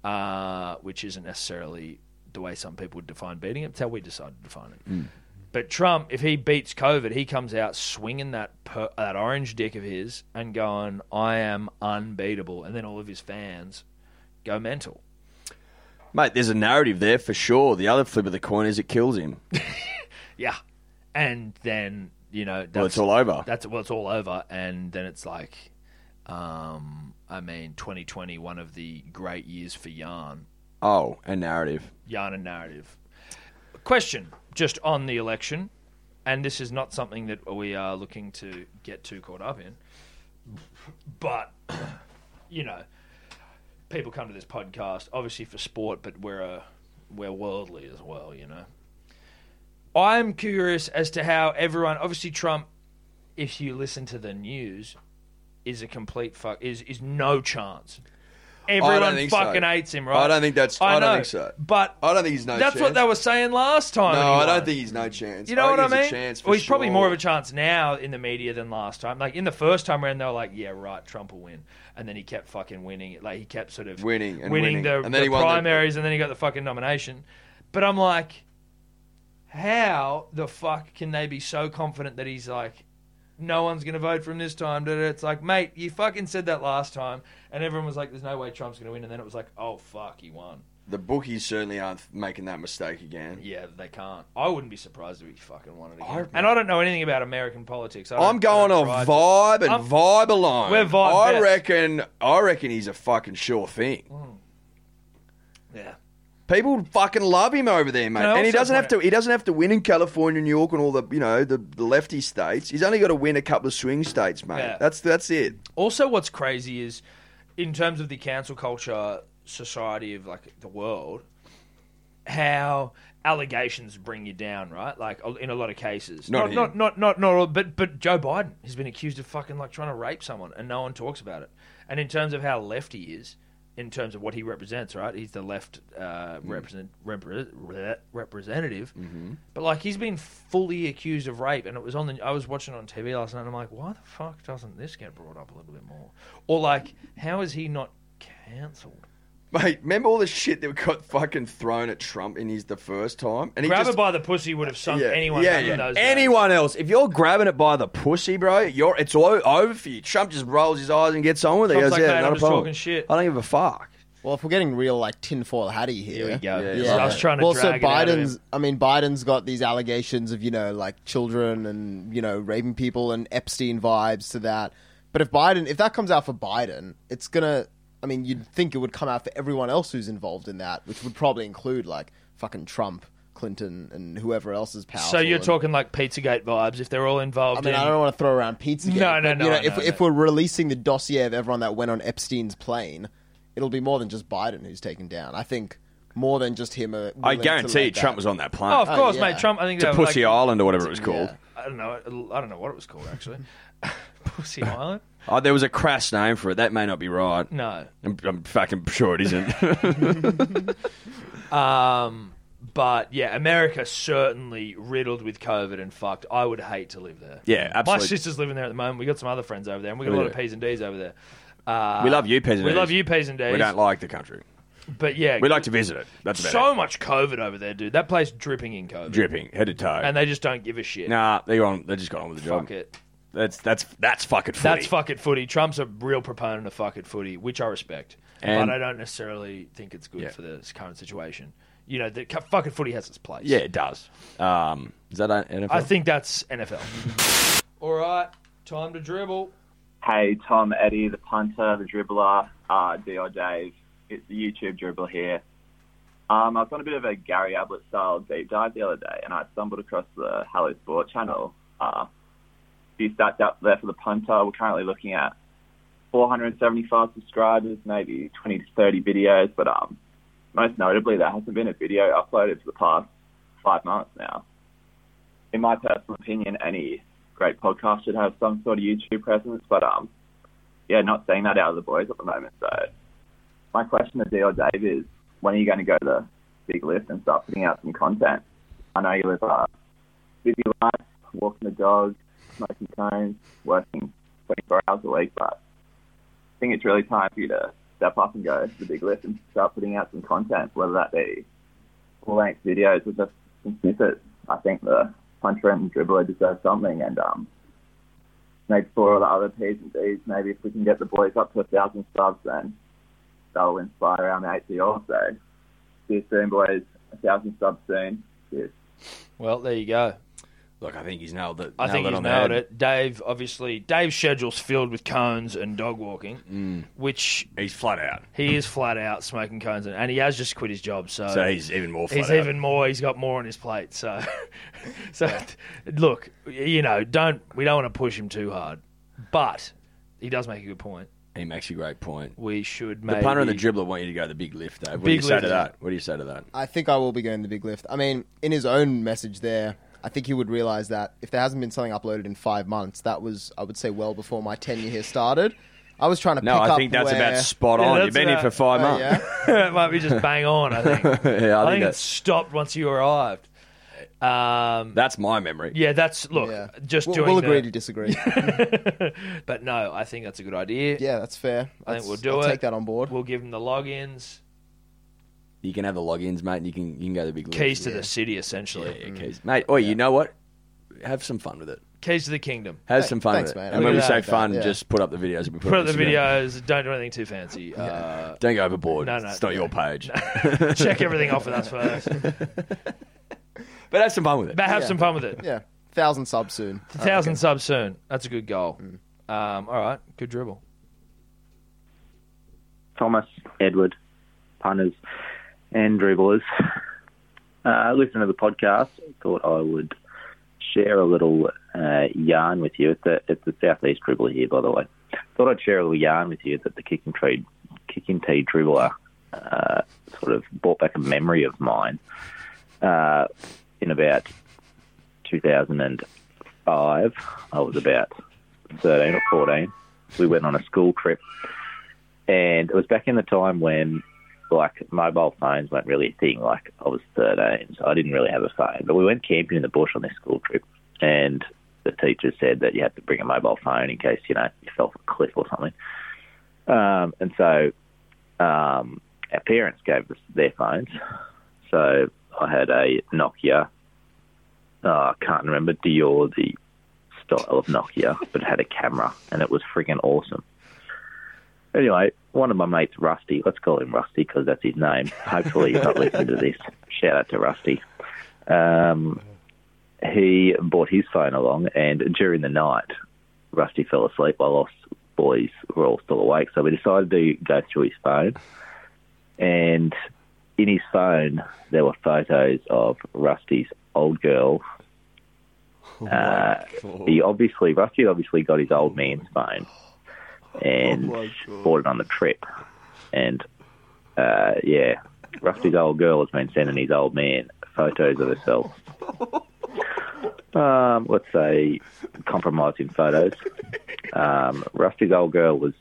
S4: uh, which isn't necessarily the way some people would define beating it. It's how we decided to define it.
S7: Mm.
S4: But Trump, if he beats COVID, he comes out swinging that per- that orange dick of his and going, "I am unbeatable," and then all of his fans go mental.
S3: Mate, there's a narrative there for sure. The other flip of the coin is it kills him.
S4: Yeah. And then, you know, that's,
S3: Well, it's all over.
S4: That's well, it's all over. And then it's like, um, I mean, 2020, one of the great years for yarn,
S3: Oh, a narrative.
S4: yarn and narrative. Question just on the election. And this is not something that we are looking to get too caught up in. But, you know, people come to this podcast, obviously for sport, but we're, a, we're worldly as well, you know. I'm curious as to how everyone. Obviously, Trump, if you listen to the news, is a complete fuck. Is is no chance. Everyone
S10: think so.
S4: fucking hates him, right?
S10: I don't think that's- I don't think so.
S4: But
S10: I don't think he's no
S4: That's what
S10: chance.
S4: they were saying last time.
S10: No,
S4: anyway.
S10: I don't think he's no chance.
S4: You know what I
S10: think
S4: mean?
S10: he's A chance for
S4: well, he's probably
S10: sure.
S4: more of a chance now in the media than last time. Like in the first time around, they were like, "Yeah, right, Trump will win," and then he kept fucking winning. Like he kept sort of
S10: Winning and winning.
S4: the,
S10: And then
S4: the
S10: he won the-
S4: primaries, and then he got the fucking nomination. But I'm like, how the fuck can they be so confident that he's like, no one's going to vote for him this time? da, da, da. It's like, mate, you fucking said that last time, and everyone was like, "There's no way Trump's going to win," and then it was like, "Oh fuck, he won."
S10: The bookies certainly aren't making that mistake again.
S4: Yeah, they can't. I wouldn't be surprised if he fucking won it again.
S10: I-
S4: and I don't know anything about American politics. I don't-
S10: I'm going
S4: I don't
S10: on
S4: try to-
S10: vibe and
S4: I'm-
S10: vibe alone.
S4: We're vibe
S10: I
S4: best. Mm.
S10: reckon. I reckon he's a fucking sure thing.
S4: Yeah.
S10: People fucking love him over there, mate.
S4: Can I
S10: And he
S4: also
S10: doesn't have
S4: point
S10: to. He doesn't have to win in California, New York, and all the you know the, the lefty states. He's only got to win a couple of swing states, mate.
S4: Yeah.
S10: That's that's it.
S4: Also, what's crazy is, in terms of the cancel culture society of like the world, how allegations bring you down, right? Like in a lot of cases,
S10: Not
S4: not not,
S10: him.
S4: not not not all, but but Joe Biden has been accused of fucking like trying to rape someone, and no one talks about it. And in terms of how left he is. In terms of what he represents, right? He's the left uh,
S10: Hmm.
S4: represent, repre- re- representative,
S10: Mm-hmm.
S4: but like he's been fully accused of rape, and it was on the. I was watching it on TV last night, and I'm like, why the fuck doesn't this get brought up a little bit more? Or like, how is he not cancelled?
S10: Mate, remember all the shit that got fucking thrown at Trump in his the first time, and he
S4: Grab
S10: just
S4: it by the pussy would have sunk anyone back in those days.
S10: Anyone else? If you're grabbing it by the pussy, bro, you're it's all over for you. Trump just rolls his eyes and gets on with it.
S4: Trump's
S10: Goes,
S4: like,
S10: yeah,
S4: "Mate,
S10: not
S4: I'm
S10: a
S4: just
S10: problem.
S4: talking shit."
S10: I don't give a fuck.
S8: Well, if we're getting real like tinfoil hatty here,
S4: There we go.
S10: Yeah,
S4: This is-
S10: yeah.
S4: I was trying to
S8: well,
S4: drag
S8: so
S4: it out of him.
S8: Biden's. I mean, Biden's got these allegations of you know like children and you know raping people and Epstein vibes to that. But if Biden, if that comes out for Biden, it's gonna. I mean, you'd think it would come out for everyone else who's involved in that, which would probably include like fucking Trump, Clinton, and whoever else is powerful.
S4: So you're
S8: And-
S4: talking like Pizzagate vibes if they're all
S8: I
S4: involved.
S8: mean,
S4: in,
S8: I don't want to throw around pizza.
S4: No, no,
S8: but,
S4: no,
S8: You know,
S4: I
S8: if
S4: know,
S8: if
S4: no.
S8: we're releasing the dossier of everyone that went on Epstein's plane, it'll be more than just Biden who's taken down. I think more than just him. uh,
S3: I
S8: willing to
S3: guarantee you
S8: let that-
S3: Trump was on that plane.
S4: Oh, of
S8: Oh,
S4: course,
S8: yeah.
S4: mate. Trump. I think
S3: to
S4: they were
S3: Pussy
S4: like,
S3: Island or whatever it was called.
S4: I don't know. I don't know what it was called actually. pussy Island.
S3: Oh, there was a crass name for it. That may not be right.
S4: No.
S3: I'm, I'm fucking sure it isn't.
S4: Um, but yeah, America certainly riddled with COVID and fucked. I would hate to live there.
S3: Yeah,
S4: My
S3: absolutely.
S4: sister's living there at the moment. We got some other friends over there, and we got a lot of
S3: Yeah.
S4: P's and D's over there. Uh,
S3: We love you, P's and
S4: We
S3: Ds.
S4: love you, P's and D's.
S3: we don't like the country.
S4: but yeah,
S3: We like to visit it. That's about
S4: so
S3: it.
S4: much COVID over there, dude. That place dripping in COVID,
S3: Dripping, head to toe.
S4: and they just don't give a shit.
S3: nah, they on. They just got on with the job.
S4: Fuck it.
S3: That's that's that's fucking footy.
S4: That's fuck it footy. Trump's a real proponent of fuck it footy, which I respect,
S3: And-
S4: but I don't necessarily think it's good
S3: Yeah.
S4: for this current situation. You know, the fuck it footy has its place.
S3: Yeah, it does. Um, is that an NFL?
S4: I think that's NFL. All right, time to dribble.
S11: Hey, Tom, Eddie, the punter, the dribbler, uh, D.R. Dave. It's the YouTube dribbler here. Um, I was on a bit of a Gary Ablett style deep dive the other day, and I stumbled across the Hello Sport channel. Uh, few stats up there for the punter. We're currently looking at 475 subscribers, maybe 20 to 30 videos, but um, most notably, there hasn't been a video uploaded for the past five months now. In my personal opinion, any great podcast should have some sort of YouTube presence, but um, yeah, not seeing that out of the boys at the moment. So my question to D or Dave is, when are you going to go to the big lift and start putting out some content. I know you live a busy life, walking the dog, smoking cones, working 24 hours a week, but I think it's really time for you to step up and go to the big lift and start putting out some content, whether that be full length videos or just some snippets. I think the puncher and dribbler deserve something, and um, maybe for all the other P's and D's, maybe if we can get the boys up to a thousand subs, then that'll inspire our mates here also. See you soon, boys. A thousand subs soon. Cheers.
S4: Well, there you go.
S3: Look, I think he's nailed it.
S4: I think
S3: it
S4: he's
S3: on the
S4: nailed
S3: head.
S4: it. Dave, obviously, Dave's schedule's filled with cones and dog walking, which
S3: Mm. He's flat out.
S4: he is flat out smoking cones, and, and he has just quit his job. So,
S3: So he's even more flat
S4: he's
S3: out.
S4: even more. He's got more on his plate. So, so look, you know, don't we don't want to push him too hard, but he does make a good point.
S3: He makes a great point.
S4: We should
S3: The
S4: maybe
S3: punter and the dribbler want you to go the big lift, Dave. What
S4: Big
S3: do you say
S4: lift.
S3: to that? What do you say to that?
S8: I think I will be going the big lift. I mean, in his own message there, I think he would realize that if there hasn't been something uploaded in five months, that was, I would say, well before my tenure here started. I was trying to
S3: No,
S8: pick
S3: I
S8: up
S3: think that's
S8: where-
S3: about spot
S4: Yeah,
S3: on.
S4: that's
S3: You've been here for
S4: about-
S3: five
S8: Oh,
S3: months.
S8: yeah.
S4: it might be just bang on. I think.
S3: Yeah, I,
S4: I
S3: think,
S4: think it
S3: that's,
S4: stopped once you arrived. Um,
S3: that's my memory.
S4: yeah, that's look,
S8: Yeah.
S4: just
S8: we'll,
S4: doing.
S8: we'll agree
S4: the-
S8: to disagree.
S4: but no, I think that's a good idea.
S8: yeah, that's fair.
S4: I think
S8: That's-
S4: we'll do
S8: I'll
S4: it.
S8: Take that on board.
S4: We'll give them the logins,
S3: You can have the logins, mate, and you can you can go the big lift.
S4: keys to the city, essentially,
S3: Yeah, yeah,
S8: Mm.
S3: keys. Mate, oi, you know what? Have some fun with it.
S4: keys to the kingdom.
S3: Have
S8: Hey,
S3: some fun
S8: thanks,
S3: with it.
S8: mate. I
S3: And when
S4: really
S3: we say
S8: like that,
S3: fun,
S8: yeah.
S3: just put up the videos. that We put,
S4: Put
S3: up
S4: up the
S3: Instagram.
S4: videos. Don't do anything too fancy. Uh,
S3: Don't go overboard.
S4: No, no.
S3: It's not your page.
S4: check everything off with us first,
S3: but have some fun with it.
S4: but have
S8: Yeah.
S4: some fun with it.
S8: Yeah, thousand subs soon.
S4: A thousand subs soon. That's a good goal. Um, all right, good dribble.
S7: Thomas, Edward, punters, and dribblers. Uh, listen to the podcast. Thought I would share a little uh, yarn with you. It's the it's the southeast dribbler here, by the way. Thought I'd share a little yarn with you that the kicking tree kicking tee dribbler uh, sort of brought back a memory of mine uh, in about 2005. I was about 13 or 14. We went on a school trip and it was back in the time when like mobile phones weren't really a thing. Like I was 13, so I didn't really have a phone. But we went camping in the bush on this school trip, and the teacher said that you had to bring a mobile phone in case you know you fell off a cliff or something. Um, and so um, our parents gave us their phones. So I had a Nokia. Oh, I can't remember Dior the style of Nokia, but it had a camera, and it was freaking awesome. Anyway, one of my mates, Rusty, let's call him Rusty because that's his name. Hopefully, he's not listening to this. Shout out to Rusty. Um, he brought his phone along, and during the night, Rusty fell asleep while us boys were all still awake. So we decided to go through his phone, and in his phone, there were photos of Rusty's old girl. Uh, he obviously, Rusty had obviously got his old man's phone and bought it on the trip. And uh, yeah, Rusty's old girl has been sending his old man photos of herself. Um, let's say compromising photos. Um, Rusty's old girl was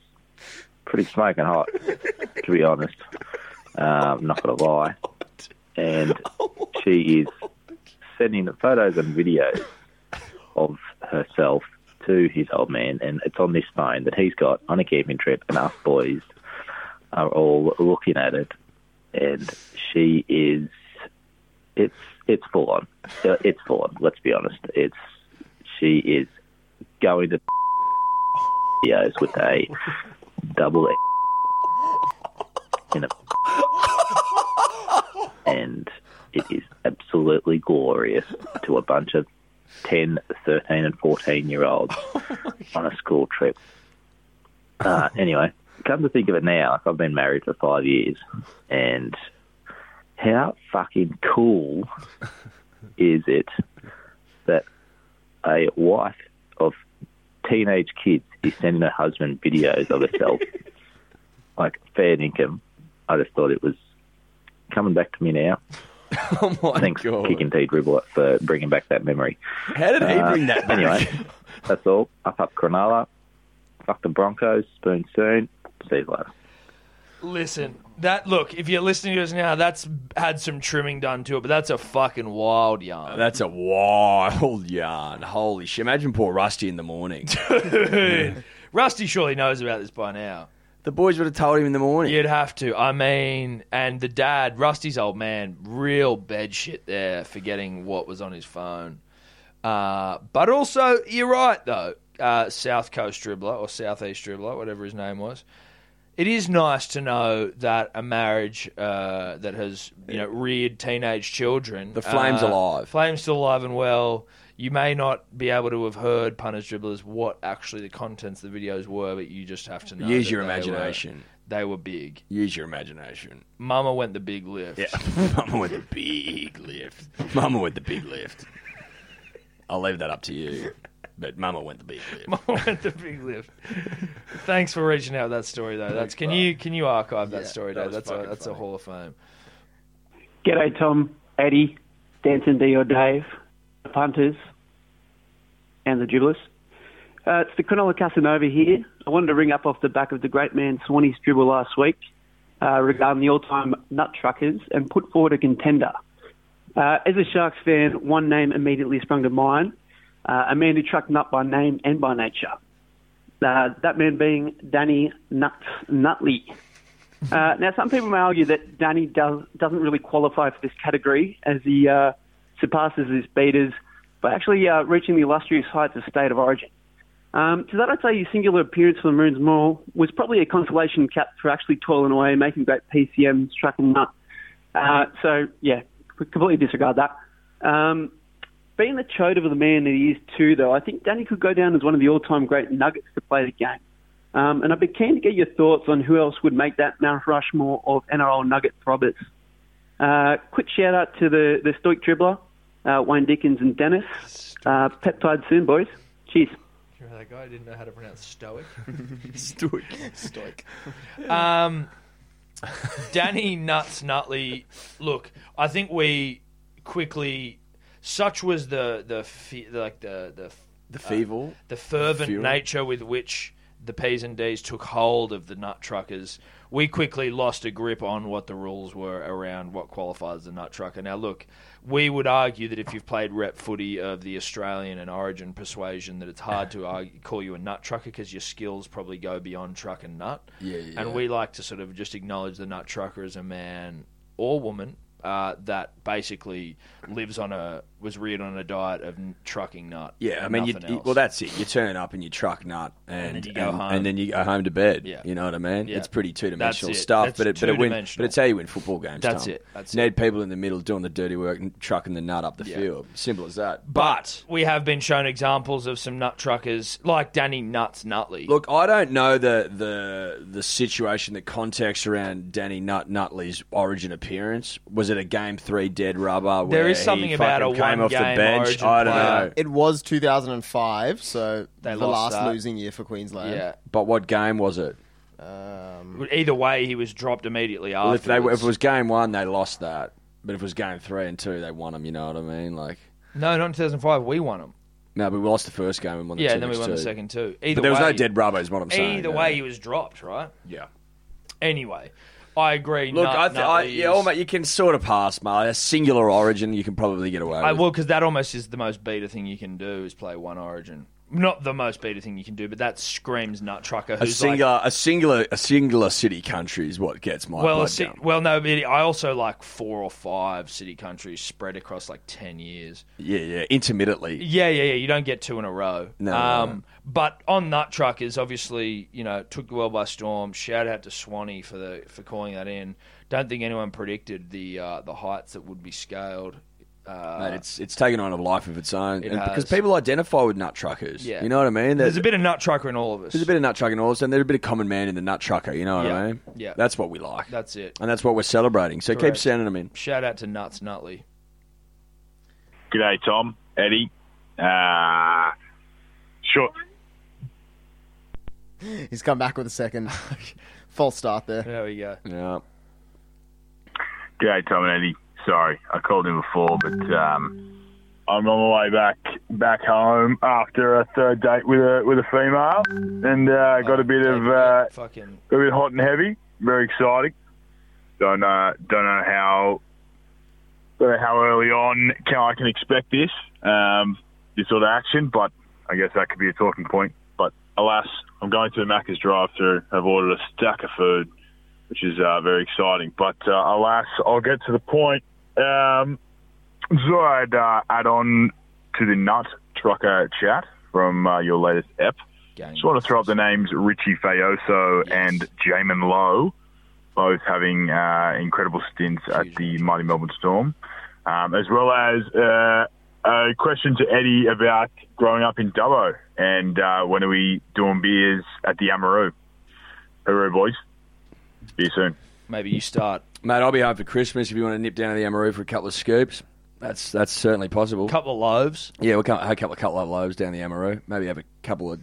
S7: pretty smoking hot, to be honest. Um, not gonna lie, and she is sending the photos and videos of herself to his old man, and it's on this phone that he's got on a camping trip, and us boys are all looking at it, and she is, it's it's full on, Uh, it's full on. Let's be honest, it's she is going to videos with a double in a, and it is absolutely glorious to a bunch of 10, 13, and 14 year olds on a school trip. Uh, anyway, come to think of it now, like I've been married for five years, and how fucking cool is it that a wife of teenage kids is sending her husband videos of herself? like, fair income. I just thought it was coming back to me now.
S3: Oh my
S7: Thanks,
S3: god!
S7: Kicking T Dribbler, for bringing back that memory.
S3: How did he
S7: Uh,
S3: bring that back?
S7: Anyway, that's all. Up, up, Cronulla. Fuck the Broncos. Spoon soon. See you later.
S4: Listen, that look. If you're listening to us now, that's had some trimming done to it, but that's a fucking wild yarn.
S3: That's a wild yarn. Holy shit. Imagine poor Rusty in the morning.
S4: Rusty surely knows about this by now.
S3: the boys would have told him in the morning.
S4: You'd have to. I mean, and the dad, Rusty's old man, real bed shit there, forgetting what was on his phone. Uh, but also, you're right though. Uh, South Coast dribbler or Southeast dribbler, whatever his name was. It is nice to know that a marriage uh, that has you know reared teenage children,
S3: The flame's
S4: uh,
S3: alive.
S4: flame's still alive and well. You may not be able to have heard punters dribblers what actually the contents of the videos were, but you just have to know.
S3: Use
S4: that
S3: your
S4: they were-
S3: imagination.
S4: they were big.
S3: Use your imagination.
S4: Mama went the big lift.
S3: Yeah. Mama with the big lift. Mama with the big lift. I'll leave that up to you. But Mama went the big lift.
S4: Mama went the big lift. Thanks for reaching out with that story though. That's can you can you archive that story though? that's a that's a hall of fame.
S12: G'day, Tom, Eddie, Danton, D or Dave, the punters, and the dribblers. Uh, it's the Cronulla Casanova here. I wanted to ring up off the back of the great man Swanee's dribble last week uh, regarding the all-time nut truckers and put forward a contender. Uh, as a Sharks fan, one name immediately sprung to mind, uh, a man who trucked nut by name and by nature. Uh, that man being Danny Nut Nutley. Uh, now, some people may argue that Danny does, doesn't really qualify for this category as he uh, surpasses his beaters by actually uh, reaching the illustrious heights of state of origin. Um, to that, I'd say his singular appearance for the Maroons Mall was probably a consolation cap for actually toiling away, making great PCMs, trucking nut. Uh, so, yeah, c- completely disregard that. Um, being the chode of the man that he is too, though, I think Danny could go down as one of the all-time great nuggets to play the game. Um, and I'd be keen to get your thoughts on who else would make that Mount Rushmore of NRL Nugget throbbers. Uh, quick shout out to the, the Stoic dribbler, uh, Wayne Dickens and Dennis. Uh, peptide soon, boys. Cheers.
S4: Remember that guy didn't know how to pronounce stoic.
S8: Stoic.
S4: Um, Danny Nuts Nutley. Look, I think we quickly. Such was the the fe- like the the
S3: The feeble.
S4: Uh, the fervent
S3: Fury.
S4: nature with which the P's and D's took hold of the nut truckers, we quickly lost a grip on what the rules were around what qualifies as a nut trucker. Now, look, we would argue that if you've played rep footy of the Australian and Origin persuasion, that it's hard to argue, call you a nut trucker because your skills probably go beyond truck and nut.
S3: Yeah, yeah,
S4: And
S3: yeah.
S4: we like to sort of just acknowledge the nut trucker as a man or woman. Uh, that basically lives on a was reared on a diet of n- trucking nut.
S3: Yeah, I
S4: and
S3: mean, you,
S4: nothing
S3: you-
S4: else.
S3: well, that's it. You turn up and you truck nut, and um,
S4: then you go
S3: and,
S4: home.
S3: and then you go home to bed.
S4: Yeah.
S3: you know what I mean.
S4: Yeah.
S3: It's pretty two dimensional
S4: That's it.
S3: stuff,
S4: That's
S3: but it, but it win, but
S4: two-dimensional.
S3: it's how you win football games.
S4: That's
S3: Tom.
S4: it. That's
S3: You need people in the middle doing the dirty work and trucking the nut up the field. Simple as that. But
S4: we have been shown examples of some nut truckers like Danny Nuts Nutley.
S3: look, I don't know the the the situation, the context around Danny Nut Nutley's origin appearance. Was it a game three dead rubber?
S4: There
S3: where
S4: is something
S3: he
S4: about
S3: fucking
S4: a
S3: came off the
S4: one-game
S3: bench.
S4: origin
S3: I don't
S4: player.
S3: know.
S8: It was 2005, so
S4: They
S8: the
S4: lost
S8: last
S4: that.
S8: losing year for Queensland.
S4: yeah.
S3: But what game was it?
S8: Um,
S4: Either way, he was dropped immediately
S3: Well, if
S4: after.
S3: they if it was game one, they lost that. But if it was game three and two, they won them. You know what I mean? Like
S4: no, not in 2005. We won him.
S3: no, but we lost the first game and won the
S4: Yeah,
S3: two
S4: and then we
S3: next
S4: won
S3: two.
S4: the second too. Either
S3: But there was
S4: way,
S3: no dead rubber, is what I'm saying.
S4: Either
S3: yeah.
S4: way, he was dropped, right?
S3: yeah.
S4: Anyway, I agree.
S3: Look,
S4: Nut
S3: I, th- I
S4: Nutley
S3: yeah,
S4: is-
S3: almost, you can sort of pass, mate. A singular origin, you can probably get away.
S4: I
S3: with.
S4: will because that almost is the most beta thing you can do is play one Origin. Not the most beta thing you can do, but that screams nut trucker.
S3: A
S4: Who's like,
S3: singular, a singular, a singular city country is what gets my
S4: Well,
S3: blood
S4: si-
S3: going.
S4: well, no, but I also like four or five city countries spread across like ten years.
S3: Yeah, yeah, intermittently.
S4: Yeah, yeah, yeah. You don't get two in a row.
S3: No,
S4: um,
S3: no, no.
S4: But on Nut Truckers, obviously, you know, took the world by storm. Shout out to Swanee for the for calling that in. Don't think anyone predicted the uh, the heights that would be scaled. Uh,
S3: Mate, it's it's taken on a life of its own,
S4: It
S3: and
S4: has.
S3: because people identify with nut truckers.
S4: Yeah.
S3: you know what I mean.
S4: there's
S3: That-
S4: a bit of nut trucker in all of us.
S3: There's a bit of nut trucking also, and there's a bit of common man in the nut trucker. You know what I
S4: Yeah,
S3: mean?
S4: yeah.
S3: That's what we like,
S4: That's it.
S3: and that's what we're celebrating. So keep
S4: Correct.
S3: sending them in.
S4: Shout out to Nuts Nutley.
S13: G'day, Tom, Eddie. Uh, sure.
S8: he's come back with a second false start there.
S4: There we go.
S3: Yeah.
S13: G'day, Tom and Eddie. Sorry, I called in before, but um, I'm on my way back back home after a third date with a with a female, and uh, got a bit of uh,
S4: fucking
S13: got a bit hot and heavy. Very exciting. Don't know don't know how don't know how early on can I can expect this um, this sort of action, but I guess that could be a talking point. But alas, I'm going to the Macca's drive-through. I've ordered a stack of food, which is uh, very exciting. But uh, alas, I'll get to the point. Um, so I'd uh, add on to the nut trucker chat from uh, your latest ep. Just want to throw up the names Richie Fayoso and Jamin Lowe, both having uh, incredible stints at the mighty Melbourne Storm, um, as well as uh, a question to Eddie about growing up in Dubbo and uh, when are we doing beers at the Amaroo. Hooroo, boys. See you soon.
S4: Maybe you start.
S3: Mate, I'll be home for Christmas if you want to nip down to the Amaroo for a couple of scoops. That's that's certainly possible.
S4: Couple of loaves.
S3: Yeah, we'll come, have a couple, couple of loaves down the Amaroo. Maybe have a couple of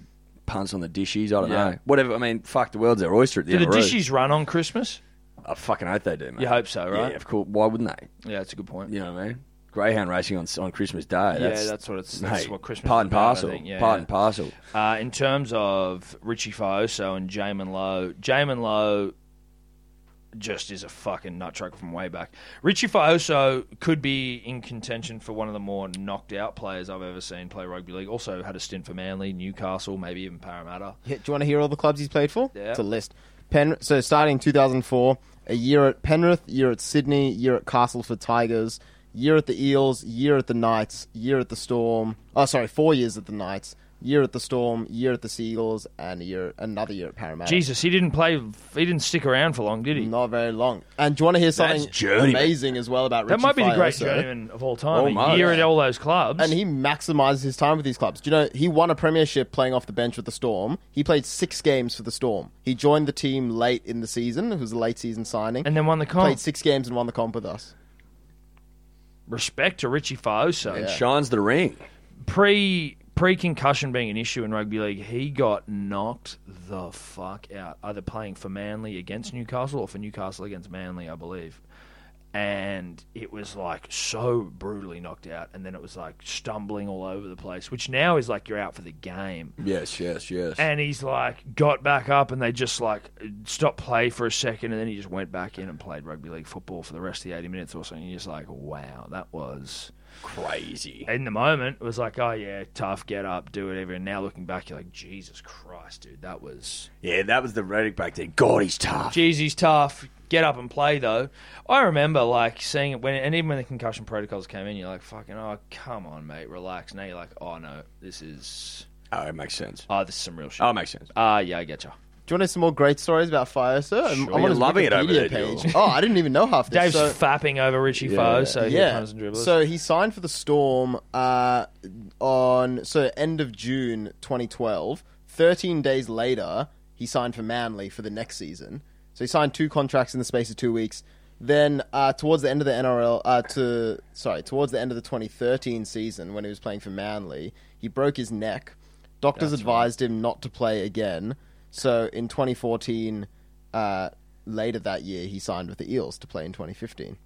S3: punts on the dishes. I don't
S4: Yeah.
S3: know. Whatever. I mean, fuck, the world's our oyster at the
S4: Do the
S3: Amaroo.
S4: dishes run on Christmas?
S3: I fucking hope they do, mate.
S4: You hope so, right?
S3: Yeah, of course. Why wouldn't they?
S4: Yeah, that's a good point.
S3: You know what I mean? Greyhound racing on on Christmas Day.
S4: Yeah,
S3: that's,
S4: that's what it's- that's
S3: mate,
S4: what Christmas
S3: Part
S4: is
S3: and
S4: about, I
S3: parcel.
S4: think. Yeah,
S3: part
S4: yeah.
S3: and parcel.
S4: Uh, in terms of Richie Faoso and Jamin Lowe, Jamin Lowe just is a fucking nut truck from way back. Richie Faoso could be in contention for one of the more knocked out players I've ever seen play rugby league. Also had a stint for Manly, Newcastle, maybe even Parramatta.
S8: Yeah, do you want to hear all the clubs he's played for?
S4: Yeah.
S8: It's a list. Pen, so starting 2004, a year at Penrith, year at Sydney, year at Castleford Tigers, year at the Eels, year at the Knights, year at the Storm. Oh, sorry, four years at the Knights, year at the Storm, year at the Seagulls, and a year another year at Parramatta.
S4: Jesus, he didn't play. He didn't stick around for long, did he?
S8: Not very long. And do you want to hear something
S3: journeyman.
S8: amazing as well about
S4: that
S8: Richie
S4: might be the great
S8: Faioso?
S4: journeyman of all time.
S3: Almost.
S4: A year at all those clubs.
S8: And he maximizes his time with these clubs. Do you know he won a premiership playing off the bench with the Storm? He played six games for the Storm. He joined the team late in the season. It was a late season signing.
S4: And then won the comp.
S8: played six games and won the comp with us.
S4: Respect to Richie Faoso.
S8: Yeah.
S3: Shines the ring.
S4: pre pre concussion being an issue in rugby league, he got knocked the fuck out. Either playing for Manly against Newcastle or for Newcastle against Manly, I believe. And it was like so brutally knocked out, and then it was like stumbling all over the place, which now is like you're out for the game.
S3: Yes, yes, yes.
S4: And he's like got back up, and they just like stopped play for a second, and then he just went back in and played rugby league football for the rest of the eighty minutes or something. You're just like, wow, that was
S3: Crazy.
S4: in the moment it was like, oh yeah, tough, get up, do whatever. And now looking back, you're like, Jesus Christ, dude, that was
S3: Yeah, that was the rhetoric back then. God, he's tough.
S4: jeez, he's tough. Get up and play though. I remember like seeing it when, and even when the concussion protocols came in, you're like, fucking, oh come on, mate, relax. Now you're like, oh no, this is,
S3: Oh, it makes sense.
S4: oh this is some real shit.
S3: Oh, it makes sense.
S4: Ah, yeah, I get you.
S8: Do you want to hear some more great stories about Fire, sir? I'm, I'm on
S3: You're
S8: his
S3: loving it over
S8: Wikipedia
S3: there, Joel.
S8: page. Oh, I didn't even know half this.
S4: Dave's
S8: So-
S4: fapping over Richie yeah, so yeah. here
S8: yeah.
S4: comes and dribbles.
S8: So he signed for the Storm uh, on so end of June 2012. Thirteen days later, he signed for Manly for the next season. So he signed two contracts in the space of two weeks. Then uh, towards the end of the NRL, uh, to sorry, towards the end of the 2013 season when he was playing for Manly, he broke his neck. Doctors advised him not to play again. So in 2014, uh, later that year, he signed with the Eels to play in 2015.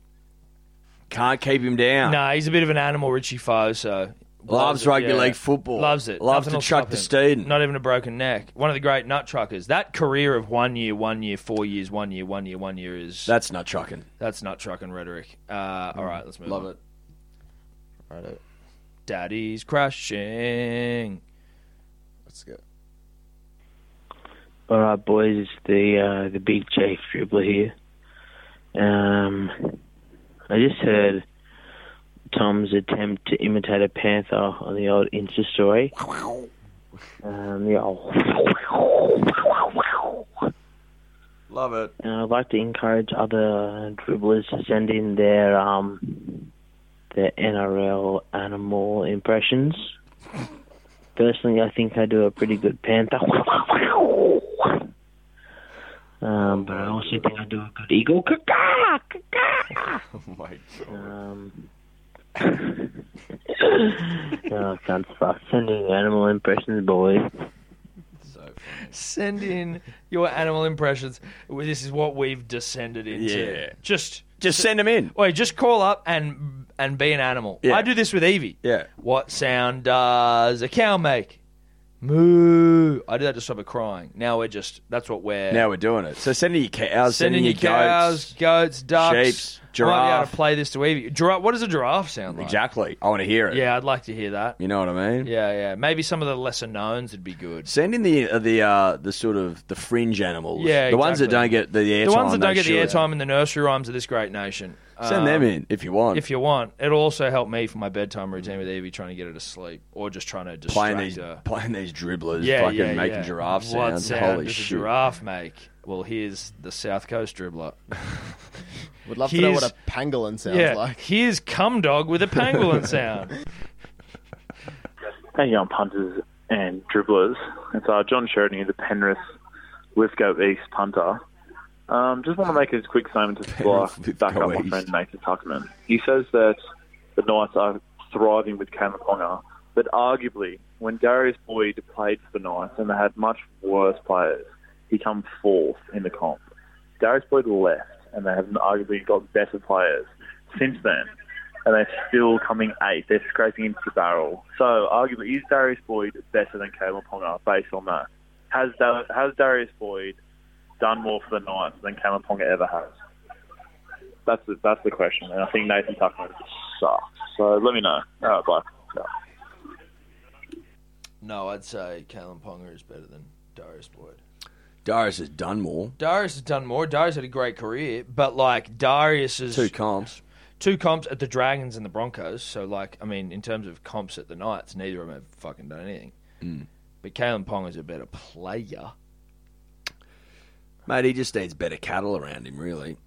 S3: Can't keep him down.
S4: nah, he's a bit of an animal, Richie Foe. So
S3: Loves
S4: it,
S3: rugby league football.
S4: Loves it.
S3: Loves
S4: Nothing
S3: to
S4: will
S3: chuck
S4: stop
S3: the
S4: him.
S3: Steeden.
S4: Not even a broken neck. One of the great nut truckers. That career of one year, one year, four years, one year, one year, one year is
S3: That's not trucking.
S4: that's nut trucking rhetoric. Uh, all right, let's move.
S3: Love
S4: on.
S3: it.
S4: Daddy's crashing.
S8: Let's go.
S14: All right, boys, it's the uh, the big J dribbler here. Um, I just heard Tom's attempt to imitate a panther on the old Insta story. Um, the old.
S3: Love it.
S14: And I'd like to encourage other dribblers to send in their um, their NRL animal impressions. Personally, I think I do a pretty good panther. Um, but I also think I do a good eagle. Caw-caw, caw-caw.
S3: Oh, my God.
S14: Um, no, I can't stop sending animal impressions, boys.
S3: So
S4: Send in your animal impressions. Well, This is what we've descended into.
S3: Yeah.
S4: Just
S3: Just send him in.
S4: wait. Just call up and and be an animal.
S3: Yeah.
S4: I do this with Evie.
S3: Yeah.
S4: What sound does a cow make? Moo. I did that to stop her crying. Now we're just, that's what we're.
S3: Now we're doing it. So send in your cows, send
S4: sending
S3: in
S4: you
S3: your
S4: cows,
S3: goats.
S4: goats, ducks,
S3: sheeps,
S4: I might be able
S3: giraffe.
S4: to play this to Evie. Giraffe. What does a giraffe sound like?
S3: Exactly. I want to hear it.
S4: Yeah, I'd like to hear that.
S3: You know what I mean?
S4: Yeah, yeah. Maybe some of the lesser knowns would be good.
S3: Send in the uh, the uh, the sort of the fringe animals.
S4: Yeah,
S3: the ones that
S4: exactly.
S3: don't get the airtime.
S4: the ones that
S3: they
S4: don't get the
S3: should.
S4: airtime in the nursery rhymes of this great nation. Uh,
S3: Send them in if you want.
S4: If you want, it'll also help me for my bedtime routine with Evie, trying to get her to sleep or just trying to distract
S3: Playing these
S4: her.
S3: playing these dribblers,
S4: Yeah,
S3: fucking
S4: yeah,
S3: making
S4: yeah.
S3: giraffe
S4: What
S3: sounds.
S4: sound
S3: Holy
S4: does
S3: shit!
S4: a giraffe make? Well, here's the South Coast dribbler.
S8: Would love to know what
S4: Here's-
S8: a pangolin sounds
S4: yeah,
S8: like.
S4: here's cum dog with a pangolin sound.
S15: Hey, young punters and dribblers. It's uh, John Sheridan here, the Penrith Lithgow East punter. Um, just want to make a quick statement to like, back up my friend Nathan Tuckman. He says that the Knights are thriving with Cameron Ponga, but arguably, when Darius Boyd played for the Knights and they had much worse players, he comes fourth in the comp. Darius Boyd left, and they have arguably got better players since then, and they're still coming eighth. They're scraping into the barrel. So, arguably, is Darius Boyd better than Cameron Ponga based on that? Has, Dar- has Darius Boyd done more for the Knights than Cameron Ponga ever has? That's the, that's the question, and I think Nathan Tuckman sucks. So let me know. All right, bye.
S4: No, I'd say Kalen Ponga is better than Darius Boyd.
S3: Darius has done more.
S4: Darius has done more. Darius had a great career, but like Darius is
S3: Two comps.
S4: two comps at the Dragons and the Broncos. So like, I mean, in terms of comps at the Knights, neither of them have fucking done anything.
S3: Mm.
S4: But Kalen Pong is a better player.
S3: Mate, he just needs better cattle around him, really.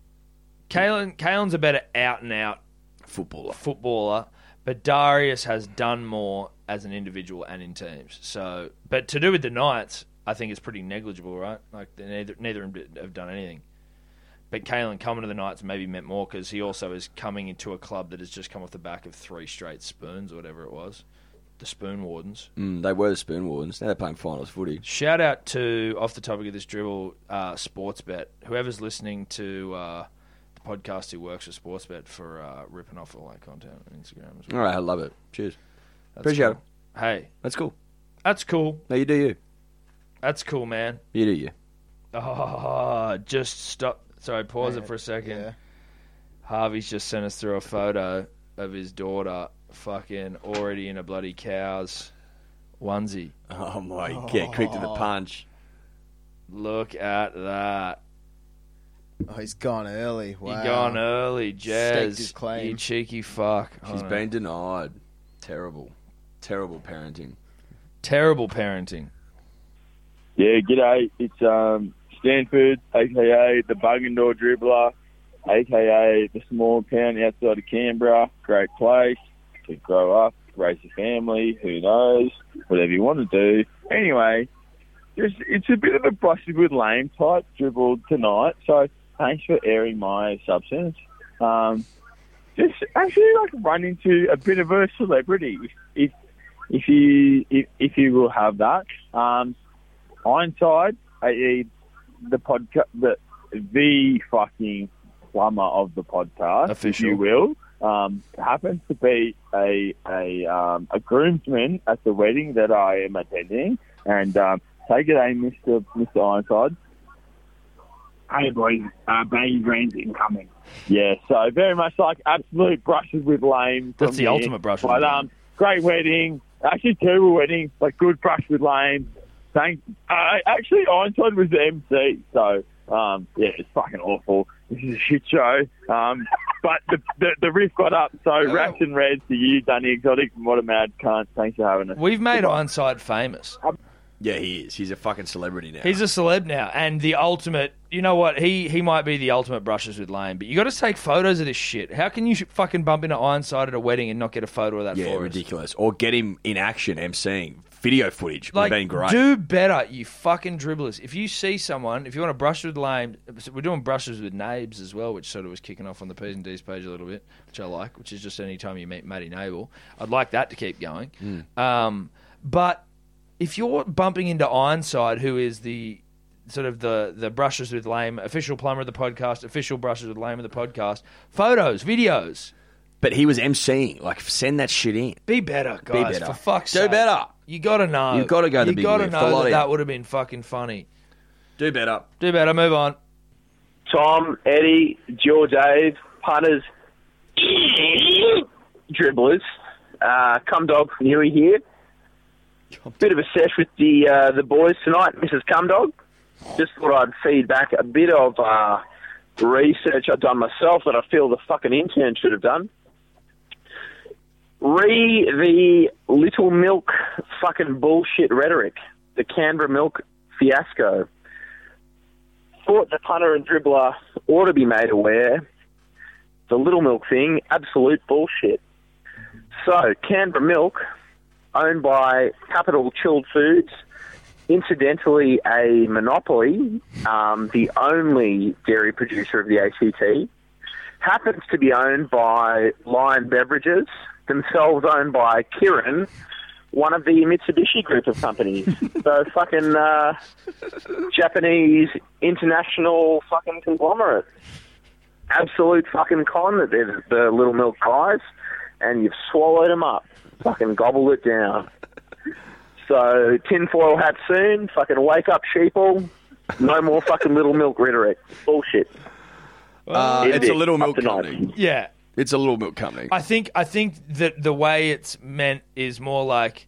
S4: Kalen Kalen's a better out and out
S3: footballer.
S4: Footballer, but Darius has done more as an individual and in teams. So, but to do with the Knights, I think it's pretty negligible, right? Like they neither neither of them did- have done anything. But Kalen coming to the Knights maybe meant more because he also is coming into a club that has just come off the back of three straight spoons or whatever it was, the Spoon Wardens.
S3: Mm, they were the Spoon Wardens. Now they're playing finals footy.
S4: Shout out to off the topic of this dribble, uh, Sportsbet. Whoever's listening to uh, the podcast who works with Sportsbet for uh, ripping off all that content on Instagram as well.
S3: All right, I love it. Cheers.
S4: That's
S3: Appreciate
S4: cool. Hey,
S3: that's cool.
S4: That's cool.
S3: No, you do you.
S4: That's cool, man.
S3: You do you.
S4: Oh, just stop. Sorry, pause it for a second. Harvey's just sent us through a photo of his daughter fucking already in a bloody cow's onesie.
S3: Oh my, get quick to the punch.
S4: Look at that.
S8: Oh, he's gone early. Wow.
S4: You gone early,
S8: Staked
S4: Jazz.
S8: his claim.
S4: You cheeky fuck.
S3: She's
S4: She's
S3: been denied. Terrible. Terrible parenting.
S4: terrible parenting.
S16: Yeah, g'day. It's um, Stanford, aka the Buggendore Dribbler, aka the small town outside of Canberra. Great place to grow up, raise a family. Who knows? Whatever you want to do. Anyway, just, it's a bit of a busted with lame type dribble tonight. So thanks for airing my substance. Um, just actually like run into a bit of a celebrity if if you if, if you will have that. Um, Ironside, i.e., the podcast, the, the fucking plumber of the podcast,
S4: Official.
S16: if you will, um, happens to be a a um, a groomsman at the wedding that I am attending. And um, take it, a Mister Mister Ironside.
S17: Hey boys, uh, Baby Green's incoming.
S16: Yeah, so very much like absolute brushes with lame. from
S17: That's the
S16: here.
S17: ultimate brush with
S16: But
S17: lame.
S16: um, great wedding, actually terrible wedding, but good brush with lame. Thank. Uh, actually, Ironside was the MC, so um, yeah, it's fucking awful. This is a shit show. Um, but the, the the riff got up, so
S17: Oh.
S16: raps and reds to you, Danny Exotic, and what a mad cunt. Thanks for having us.
S4: We've made Ironside famous.
S3: Yeah, he is. He's a fucking celebrity now.
S4: He's a celeb now, and the ultimate. You know what? He he might be the ultimate brushes with Lane, but you got to take photos of this shit. How can you sh- fucking bump into Ironside at a wedding and not get a photo of that?
S3: yeah,
S4: for us?
S3: ridiculous. Or get him in action, emceeing video footage. Would
S4: Like,
S3: have been great.
S4: do better, you fucking dribblers. If you see someone, if you want to brush with lame, we're doing brushes with nabes as well, which sort of was kicking off on the P's and D's page a little bit, which I like, which is just any time you meet Matty Nable. I'd like that to keep going.
S3: Hmm.
S4: Um, but if you're bumping into Ironside, who is the sort of the the brushes with lame official plumber of the podcast, official brushes with lame of the podcast, photos, videos,
S3: But he was emceeing. Like, send that shit in.
S4: Be better,
S3: Be
S4: guys. For
S3: better.
S4: fuck's
S3: Do
S4: sake.
S3: better.
S4: You gotta know.
S3: You've gotta go the
S4: You
S3: big
S4: gotta
S3: lift. The
S4: know
S3: lot
S4: that,
S3: in.
S4: that would have been fucking funny.
S3: Do better.
S4: Do better. Move on.
S17: Tom, Eddie, George A's, punters, dribblers. Uh, Cum Dog from Newey here. Bit of a sesh with the uh, the boys tonight, Mrs. Cum Dog. Just thought I'd feed back a bit of uh, research I've done myself that I feel the fucking intern should have done. Re the Little Milk fucking bullshit rhetoric, the Canberra Milk fiasco thought the punter and dribbler ought to be made aware. The Little Milk thing, absolute bullshit. So, Canberra Milk, owned by Capital Chilled Foods, incidentally a monopoly, um, the only dairy producer of the ACT, happens to be owned by Lion Beverages, themselves owned by Kirin, one of the Mitsubishi group of companies. so fucking uh, Japanese international fucking conglomerate. Absolute fucking con that they're the little milk guys, and you've swallowed them up. Fucking gobbled it down. So tinfoil hat soon. Fucking wake up, sheeple. No more fucking little milk rhetoric. Bullshit.
S3: Uh,
S17: Is
S3: it's
S17: it
S3: a little
S17: up
S3: milk
S17: to nine?
S3: company.
S4: Yeah.
S3: It's a little milk company.
S4: I think I think that the way it's meant is more like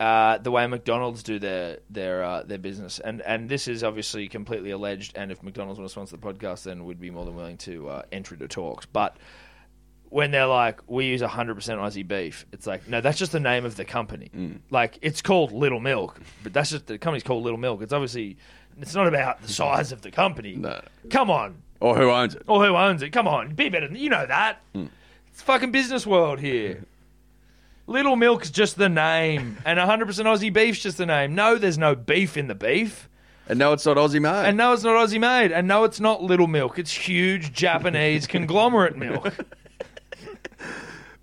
S4: uh, the way McDonald's do their their uh, their business, and and this is obviously completely alleged. And if McDonald's want to sponsor the podcast, then we'd be more than willing to uh, enter into talks. But when they're like, we use 100% Aussie beef, it's like, no, that's just the name of the company. Like, it's called Little Milk, but that's just the company's called Little Milk. It's obviously, it's not about the size of the company. No. Come on.
S3: Or who owns it.
S4: Or who owns it. Come on. Be better than, you know that. It's fucking business world here. Little Milk's just the name, and 100% Aussie beef's just the name. No, there's no beef in the beef.
S3: And no, it's not Aussie made.
S4: And no, it's not Aussie made. And no, it's not Little Milk. It's huge Japanese conglomerate milk.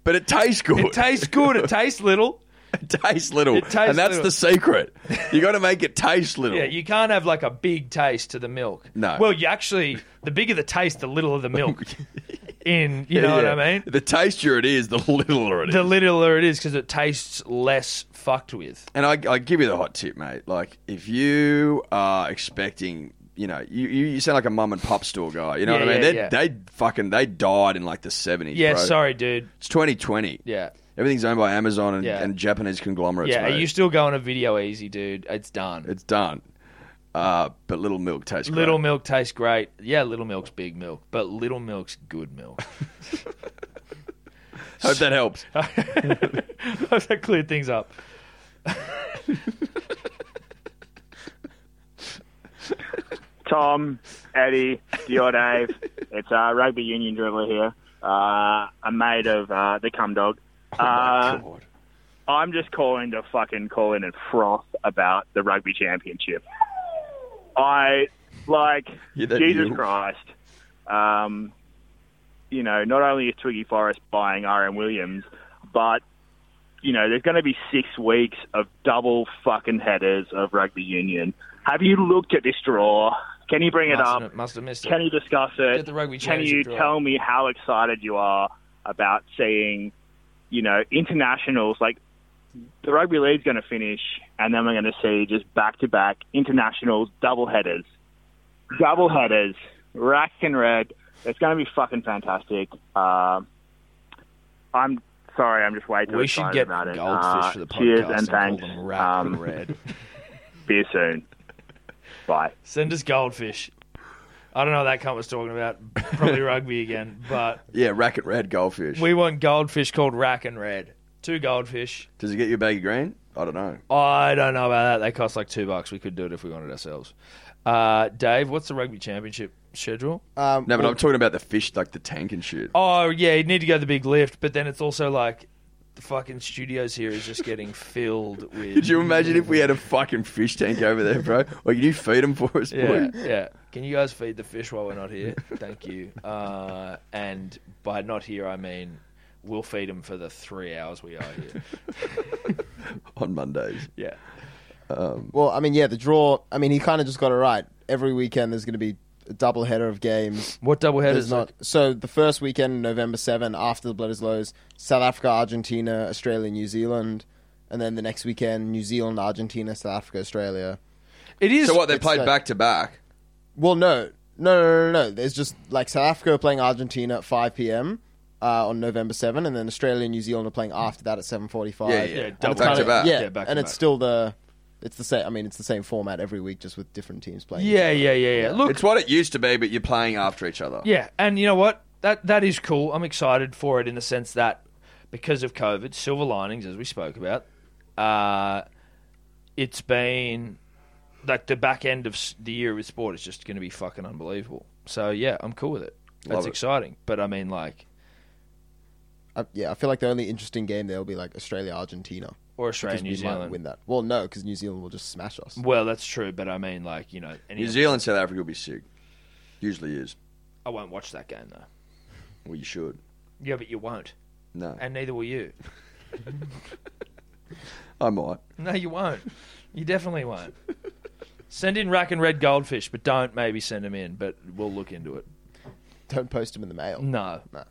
S3: But it tastes good.
S4: It tastes good. It tastes little.
S3: It tastes little.
S4: It tastes
S3: and that's
S4: little.
S3: the secret. you got to make it taste little.
S4: Yeah, you can't have like a big taste to the milk.
S3: No.
S4: Well, you actually, the bigger the taste, the little of the milk. In, you
S3: Yeah,
S4: know what
S3: yeah.
S4: I mean?
S3: The tastier it is, the littler it is.
S4: The littler it is because it tastes less fucked with.
S3: And I, I give you the hot tip, mate. Like, if you are expecting, you know, you, you you sound like a mum and pop store guy. You know
S4: Yeah,
S3: what I mean?
S4: yeah,
S3: they
S4: yeah.
S3: they fucking they died in like the seventies.
S4: Yeah,
S3: bro.
S4: sorry, dude.
S3: It's twenty twenty.
S4: Yeah.
S3: Everything's owned by Amazon and,
S4: Yeah.
S3: and Japanese conglomerates.
S4: yeah,
S3: mate.
S4: are you still going to video easy, dude? It's done.
S3: It's done. Uh, but little milk tastes great.
S4: Little milk tastes great. Yeah, little milk's big milk, but little milk's good milk.
S3: Hope that helps.
S4: Hope that cleared things up.
S17: Tom, Eddie, Dior Dave. It's uh, rugby union dribbler here. Uh, a mate of uh, the cum dog. Uh, I'm just calling to fucking call in and froth about the rugby championship. I like
S18: Yeah, that
S17: Jesus
S18: you.
S17: Christ. Um, you know, not only is Twiggy Forrest buying RM Williams, but you know, there's going to be six weeks of double fucking headers of rugby union. Have you looked at this draw? Can you bring it
S4: Must've-
S17: up?
S4: Must have missed it.
S17: Can you discuss it?
S4: Get the rugby
S17: Can
S4: championship
S17: you
S4: draw.
S17: tell me how excited you are about seeing, you know, internationals like the rugby league's going to finish, and then we're going to see just back to back internationals, double headers, double headers, rack and red. It's going to be fucking fantastic. Um I'm sorry, I'm just way too
S4: We should
S17: excited
S4: get
S17: about it.
S4: goldfish
S17: Uh,
S4: for the podcast
S17: cheers
S4: and
S17: and
S4: call
S17: thanks.
S4: them rack
S17: um,
S4: and red.
S17: See you soon. Bye.
S4: Send us goldfish. I don't know what that cunt was talking about. Probably rugby again, but
S3: Yeah, racket red goldfish.
S4: we want goldfish called rack and red. Two goldfish.
S3: Does it get you a bag of green? I don't know.
S4: I don't know about that. They cost like two bucks. We could do it if we wanted ourselves. Uh, Dave, what's the rugby championship schedule?
S8: Um,
S3: No, but
S4: well-
S3: I'm talking about the fish, like the tank and shit.
S4: Oh yeah, you need to go to the big lift, but then it's also like the fucking studios here is just getting filled with.
S3: Could you imagine if we had a fucking fish tank over there, bro? Like, can you feed them for us,
S4: Yeah,
S3: boy?
S4: yeah. Can you guys feed the fish while we're not here? Thank you. Uh, and by not here, I mean we'll feed them for the three hours we are here.
S3: On Mondays. Um,
S4: Yeah.
S8: well, I mean, yeah, the draw. I mean, he kind of just got it right. Every weekend there's going to be double header of games.
S4: What double headers
S8: There's Not, so the first weekend, November 7, after the Bledisloes, South Africa, Argentina, Australia, New Zealand. And then the next weekend, New Zealand, Argentina, South Africa, Australia.
S4: It
S3: So what they
S8: It's
S3: played
S8: like-
S3: back to back.
S8: Well, no, no, no, no, no. There's just like South Africa are playing Argentina at 5 p.m. Uh, on November 7, and then Australia and New Zealand are playing after that at 7:45.
S3: Yeah, yeah. Yeah,
S8: And
S3: double
S8: it's kinda-
S3: back to back.
S8: Yeah,
S3: Yeah, back
S8: and
S3: to
S8: it's
S3: back.
S8: still the, it's the same. I mean, it's the same format every week, just with different teams playing.
S4: yeah, yeah, yeah. Look,
S3: it's what it used to be, but you're playing after each other.
S4: Yeah, and you know what? That that is cool. I'm excited for it in the sense that because of COVID, silver linings, as we spoke about, uh, it's been like the back end of s- the year with sport is just going to be fucking unbelievable. So yeah, I'm cool with it. That's
S8: Love it.
S4: exciting. But I mean, like,
S8: I, yeah. I feel like the only interesting game there will be like Australia Argentina
S4: Or Australia,
S8: because
S4: New
S8: we might
S4: Zealand.
S8: win that. Well, no, because New Zealand will just smash us.
S4: well, that's true. But I mean, like, you know, any
S3: New Zealand, South Africa will be sick. Usually is.
S4: I won't watch that game though.
S3: Well, you should.
S4: Yeah, but you won't,
S3: No,
S4: and neither will you.
S3: I might.
S4: No, you won't. You definitely won't. Send in rack and red goldfish, but don't maybe send them in. But we'll look into it.
S8: Don't post them in the mail.
S4: No.
S8: No.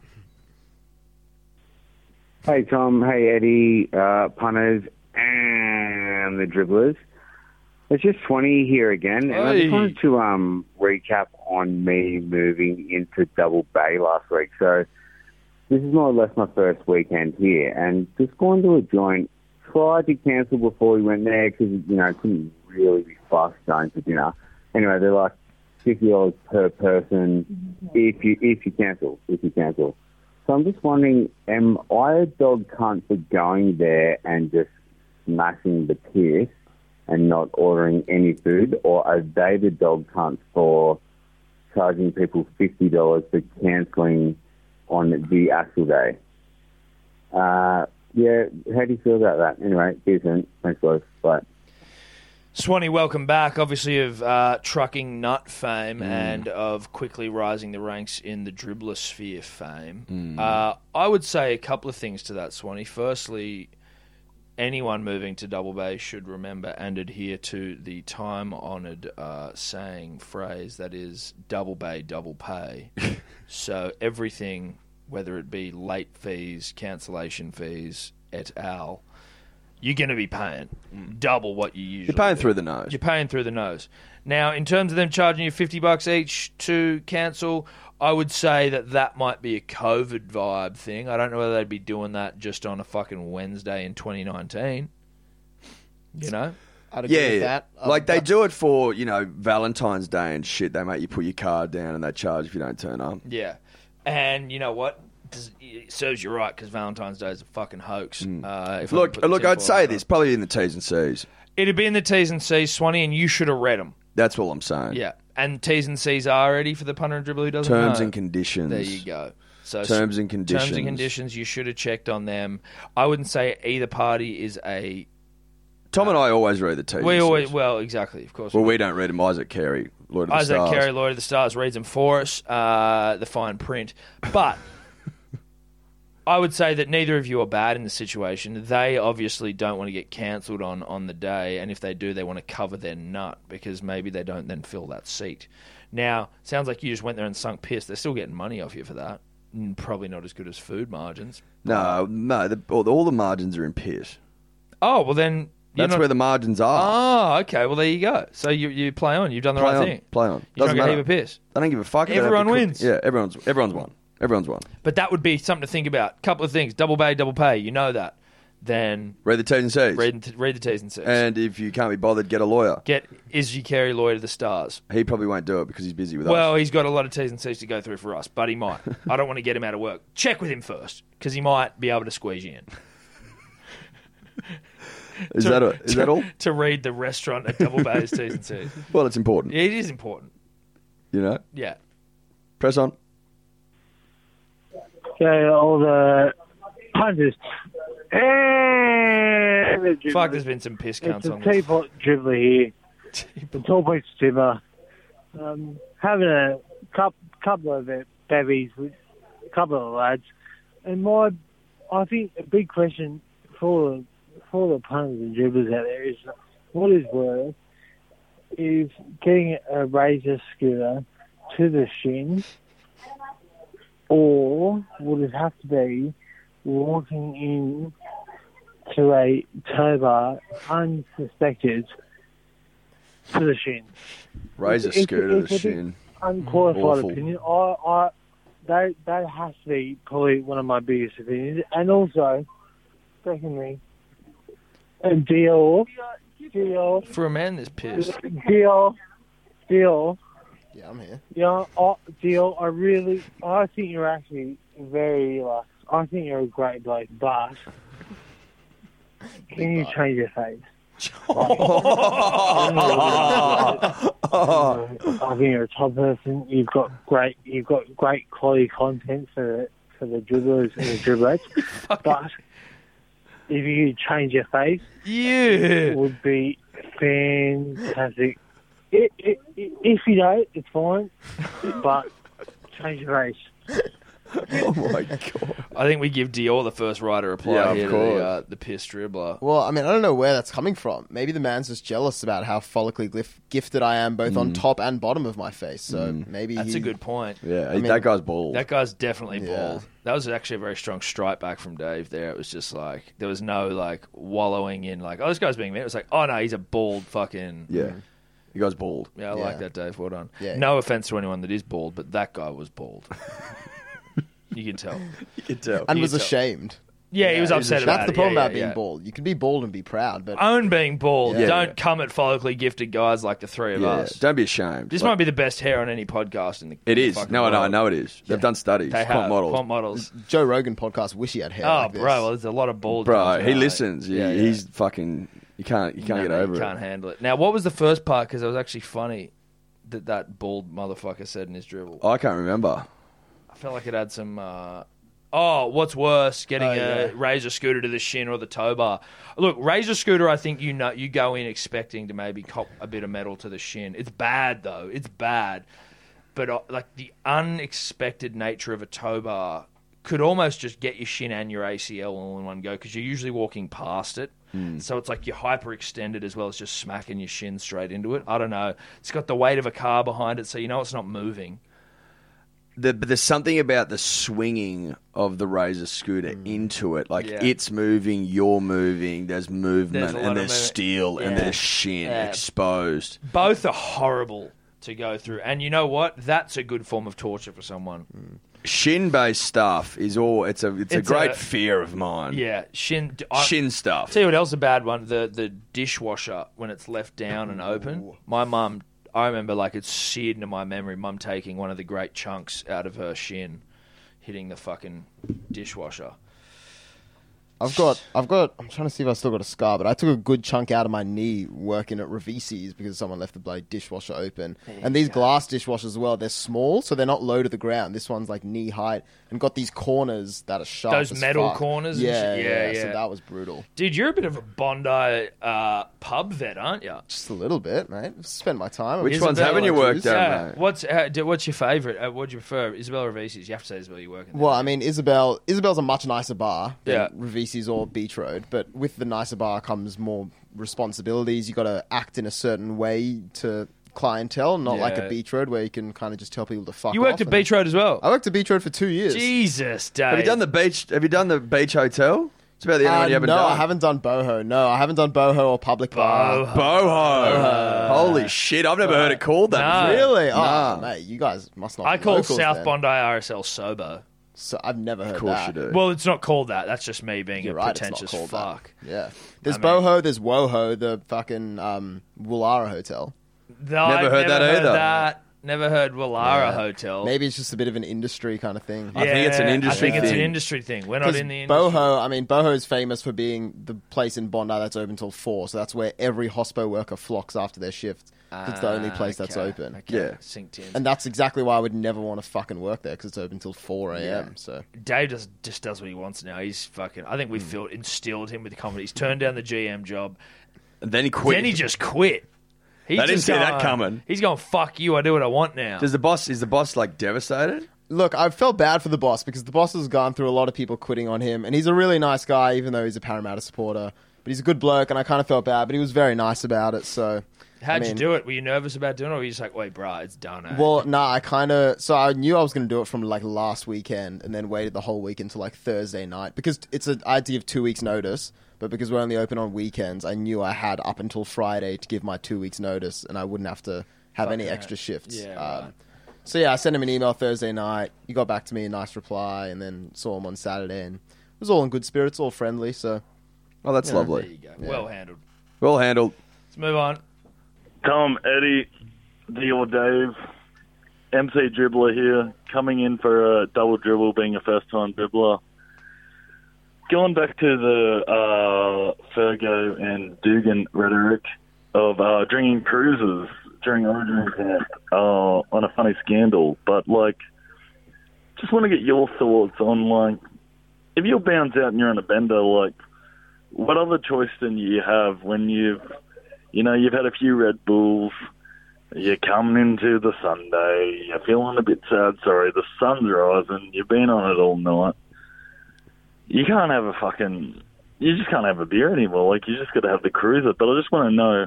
S18: Hey Tom, hey Eddie, uh, punters and the dribblers. It's just twenty here again, and I
S19: Hey.
S18: just wanted to um, recap on me moving into Double Bay last week. So this is more or less my first weekend here, and just going to a joint. Tried to cancel before we went there because you know couldn't really be fucked going for dinner. Anyway, they're like fifty dollars per person if you if you cancel if you cancel. So I'm just wondering, am I a dog cunt for going there and just smashing the piss and not ordering any food, or are they the dog cunt for charging people fifty dollars for cancelling on the actual day? Uh, yeah, how do you feel about that? Anyway, decent. Thanks, guys. Bye.
S4: Swanee, welcome back. Obviously, of uh, trucking nut fame and of quickly rising the ranks in the dribbler sphere fame.
S20: Mm.
S4: Uh, I would say a couple of things to that, Swanee. Firstly, anyone moving to Double Bay should remember and adhere to the time honoured uh, saying phrase that is Double Bay, double pay. so everything, whether it be late fees, cancellation fees, et al., you're going to be paying double what you usually.
S21: You're paying
S4: do.
S21: through the nose.
S4: You're paying through the nose. Now, in terms of them charging you fifty bucks each to cancel, I would say that that might be a COVID vibe thing. I don't know whether they'd be doing that just on a fucking Wednesday in 2019. You know,
S8: I'd
S3: yeah,
S4: Um,
S3: like they do it for you know Valentine's Day and shit. They make you put your card down and they charge if you don't turn up.
S4: Yeah, and you know what? Does- It serves you right because Valentine's Day is a fucking hoax. Uh, if I
S3: Mm. look,
S4: can put the
S3: look, I'd
S4: tinfoil
S3: say
S4: on.
S3: this probably in the T's and C's.
S4: it'd be in the T's and C's, Swanee, and you should have read them.
S3: That's all I'm saying.
S4: Yeah, and T's and C's are ready for the punter and dribbler who doesn't
S3: Terms
S4: know.
S3: and conditions.
S4: There you go. So
S3: Terms and
S4: Terms
S3: conditions.
S4: and conditions. You should have checked on them. I wouldn't say either party is a.
S3: Tom and I always read the T's.
S4: we
S3: and
S4: always
S3: C's.
S4: well exactly of course.
S3: Well, we don't read them. Isaac Carey, Lord of the
S4: Isaac
S3: Stars.
S4: Carey, Lloyd of the Stars, reads them for us, uh, the fine print. But I would say that neither of you are bad in the situation. They obviously don't want to get cancelled on on the day, and if they do, they want to cover their nut because maybe they don't then fill that seat. Now, sounds like you just went there and sunk piss. They're still getting money off you for that. Mm, Probably not as good as food margins.
S3: No, no, the, all, all the margins are in piss.
S4: Oh well, then you're
S3: That's
S4: not-
S3: where the margins are.
S4: Oh, okay. Well, there you go. So you you play on. You've done the
S3: play
S4: right
S3: on,
S4: thing.
S3: play on.
S4: You're not
S3: Doesn't
S4: gonna
S3: matter.
S4: heap a piss.
S3: I don't give a fuck. if they don't have
S4: Everyone
S3: to cook-
S4: wins.
S3: Yeah, everyone's everyone's won. Everyone's won.
S4: But that would be something to think about. Couple of things: double pay, double pay. You know that. Then
S3: Read the T's and C's.
S4: read, read the T's and C's.
S3: And if you can't be bothered, get a lawyer.
S4: Get Izzy Carey Lloyd of the Stars.
S3: He probably won't do it because he's busy with
S4: Well,
S3: us.
S4: he's got a lot of T's and C's to go through for us, but he might. I don't want to get him out of work. Check with him first because he might be able to squeeze you in.
S3: Is
S4: To-
S3: that a, is
S4: to-
S3: that all?
S4: To read the restaurant at Double Bay's T's and C's.
S3: Well, it's important.
S4: Yeah, it is important.
S3: You know.
S4: Yeah.
S3: Press on.
S19: So all the punters. Eh,
S4: Fuck, there's been some piss
S19: It's
S4: counts
S19: a
S4: on this.
S19: teapot dribbler here. The tall boys Timber. Um, having a cup, couple of bevies with a couple of lads. And my, I think a big question for the, for the punters and dribblers out there is what is worse is getting a razor scooter to the shin, or would it have to be walking in to a tow bar unsuspected to the shin?
S3: Razor
S19: It's-
S3: scooter to
S19: it's
S3: the
S19: a bit
S3: shin.
S19: Unqualified
S3: Awful.
S19: opinion. I, I, that that has to be probably one of my biggest opinions, and also, secondly, a deal, deal
S4: For a man this pissed.
S19: deal, deal.
S8: Yeah, I'm here.
S19: You know, I, deal. I really, I think you're actually very like, I think you're a great bloke, but can you change your face? I think you're a top person. You've got great, you've got great quality content for the, for the dribblers and the driblets. but if you change your face,
S4: yeah,
S19: it would be fantastic. It, it, it, if you don't, it's fine. But change your face.
S4: oh my god! I think we give Dior the first right to reply
S8: Yeah, of
S4: here to
S8: course.
S4: the, uh, the pissed dribbler.
S8: Well, I mean, I don't know where that's coming from. Maybe the man's just jealous about how follically gif- gifted I am, both on
S4: Mm.
S8: top and bottom of my face. So maybe
S4: That's
S8: he-
S4: a good point.
S8: I mean-
S4: Mm. That guy's definitely
S8: Yeah.
S4: bald. That was actually a very strong strike back from Dave. There, it was just like there was no like wallowing in like oh this guy's being mean. It was like oh no he's a bald fucking
S14: Yeah. You guys bald.
S4: Yeah, I like that, Dave. Well done.
S14: Yeah.
S4: No offense to anyone that is bald, but that guy was bald. you can tell. You can tell.
S8: and was ashamed.
S4: Yeah, he was upset about
S8: That's
S4: it.
S8: the problem
S4: Yeah,
S8: about
S4: yeah,
S8: being
S4: yeah.
S8: bald. You can be bald and be proud, but
S4: Own being bald.
S8: Yeah.
S4: Don't come at follically gifted guys like the three of
S14: Yeah,
S4: us.
S14: Don't be ashamed.
S4: This
S14: Like,
S4: might be the best hair on any podcast in the.
S14: It
S4: in the
S14: is.
S4: fucking
S14: No, I know, I
S4: world.
S14: know it is. They've done studies.
S4: They
S14: Quant
S4: have.
S14: models.
S4: Quant models.
S8: Joe Rogan podcast wish he had hair.
S4: Oh,
S8: like this.
S4: bro, well, there's a lot of bald.
S14: Bro,
S4: guys
S14: he
S4: now.
S14: listens. Yeah, he's fucking. You can't. You can't
S4: No,
S14: get
S4: no,
S14: over
S4: you
S14: it.
S4: Can't handle it. Now, what was the first part? Because it was actually funny that that bald motherfucker said in his dribble.
S14: I can't remember.
S4: I felt like it had some. Uh, oh, what's worse, getting
S14: Oh,
S4: a
S14: yeah.
S4: razor scooter to the shin or the tow bar? Look, razor scooter. I think you know you go in expecting to maybe cop a bit of metal to the shin. It's bad though. It's bad. But uh, like the unexpected nature of a tow bar could almost just get your shin and your ACL all in one go because you're usually walking past it.
S3: Hmm.
S14: Mm.
S4: So it's like you're hyper extended as well as just smacking your shin straight into it. I don't know. It's got the weight of a car behind it, so you know it's not moving.
S14: The, but there's something about the swinging of the razor scooter into it. Like
S4: Mm. Yeah.
S14: it's moving, you're moving. There's movement,
S4: There's a lot
S14: and
S4: of
S14: there's
S4: movement.
S14: steel, and
S4: Yeah.
S14: there's shin
S4: Yeah.
S14: exposed.
S4: Both are horrible to go through. And you know what? That's a good form of torture for someone.
S14: Shin based stuff is all. It's a.
S4: It's
S14: It's, a great
S4: a-
S14: fear of mine.
S4: Yeah, shin I-
S14: Shin stuff.
S4: Tell you what else is a bad one: the the dishwasher when it's left down and open. My mum, I remember like it's seared into my memory. Mum taking one of the great chunks out of her shin, hitting the fucking dishwasher.
S8: I've got, I've got. I'm trying to see if I still got a scar, but I took a good chunk out of my knee working at Ravisi's because someone left the bloody dishwasher open. and these glass dishwashers as well, they're small, so they're not low to the ground. This one's like knee height and got these corners that are sharp.
S4: Those
S8: as
S4: metal
S8: fuck.
S4: corners and
S8: Yeah,
S4: shit.
S8: yeah,
S4: Yeah,
S8: So
S4: yeah.
S8: that was brutal.
S4: Dude, you're a bit of a Bondi uh, pub vet, aren't you?
S8: Just a little bit, mate. I've spent my time.
S14: Which ones haven't you worked on,
S8: at?
S14: mate?
S4: What's uh, do- what's your favourite? Uh, what do you prefer? Isabella Ravisi's. You have to say Isabella. You work in.
S8: Well, I mean, Isabel. Isabel's a much nicer bar than
S4: Yeah.
S8: Ravisi's or Beach Road, but with the nicer bar comes more responsibilities. You got to act in a certain way to clientele, not like
S4: Yeah.
S8: a Beach Road where you can kind of just tell people to fuck.
S4: You worked at
S8: off and-
S4: Beach Road as well.
S8: I worked at Beach Road for two years.
S4: Jesus, Dave.
S14: Have you done the beach? Have you done the beach hotel? It's about the only
S8: Uh,
S14: one you haven't
S8: no,
S14: done. Uh,
S8: I haven't done boho. No, I haven't done boho or public bar.
S4: Uh,
S8: Uh,
S14: Boho. Holy shit! I've never heard it called that.
S8: No.
S14: before.
S8: Really? Oh,
S14: Nah.
S8: mate, you guys must not.
S4: I
S8: be
S4: call
S8: locals
S4: South
S8: then.
S4: Bondi RSL Sobo.
S8: So I've never heard
S4: course
S8: that.
S4: you do. Well, it's not called that. That's just me being a
S8: right, it's not
S4: pretentious
S8: called that.
S4: fuck.
S8: Yeah. There's boho. There's woho. The fucking um, Woolara Hotel.
S4: No,
S8: Never
S4: I've
S8: heard
S4: never
S8: that
S4: heard
S8: either.
S4: That. Never heard Willara
S8: Yeah.
S4: Hotel.
S8: Maybe it's just a bit of an industry kind of thing.
S4: I think it's an Yeah, I industry think it's an thing. industry thing. We're not
S8: 'Cause
S4: in the industry.
S8: Boho, I mean, Boho is famous for being the place in Bondi that's open till four. So that's where every hospo worker flocks after their shift. 'cause It's the only
S4: Ah,
S8: place that's
S4: okay,
S8: open.
S4: okay. Yeah. Synced in.
S8: And that's exactly why I would never want to fucking work there because it's open till 4 a.m. So
S4: Dave just just does what he wants now. He's fucking. I
S8: Hmm.
S4: think we feel instilled him with comedy. He's turned down the GM job.
S14: And then he quit.
S4: Then he just quit. He's
S14: They didn't
S4: just
S14: see that
S4: gone,
S14: coming.
S4: He's going fuck you. I do what I want now.
S14: Does the boss? Is the boss like devastated?
S8: Look, I felt bad for the boss because the boss has gone through a lot of people quitting on him, and he's a really nice guy, even though he's a Parramatta supporter. But he's a good bloke, and I kind of felt bad, but he was very nice about it. So
S4: How'd
S8: I
S4: you
S8: mean-
S4: do it? Were you nervous about doing it, or were you just like, wait, bruh, it's done? eh?"
S8: Well, nah, I kind of so I knew I was going to do it from like last weekend, and then waited the whole week until like Thursday night because it's a I had to give two weeks notice, but because we're only open on weekends, I knew I had up until Friday to give my two weeks notice, and I wouldn't have to have any
S4: Fucking
S8: extra
S4: right.
S8: shifts.
S4: Yeah,
S8: um,
S4: right.
S8: So yeah, I sent him an email Thursday night. He got back to me a nice reply, and then saw him on Saturday, and it was all in good spirits, all friendly. So,
S14: Oh, that's
S8: you know.
S14: lovely.
S4: Well handled.
S14: Well handled.
S4: Let's move on.
S22: Tom, Eddie, Deal Dave, MC Dribbler here, coming in for a double dribble, being a first time dribbler. Going back to the uh, Fergo and Dugan rhetoric of uh, drinking cruises during Origin Camp uh, on a funny scandal, but like, just want to get your thoughts on like, if you're bounds out and you're on a bender, like, what other choice than you have when you've you know, you've had a few Red Bulls. You're coming into the Sunday. You're feeling a bit sad. Sorry, the sun's rising. You've been on it all night. You can't have a fucking. You just can't have a beer anymore. Like you just got to have the cruiser. But I just want to know,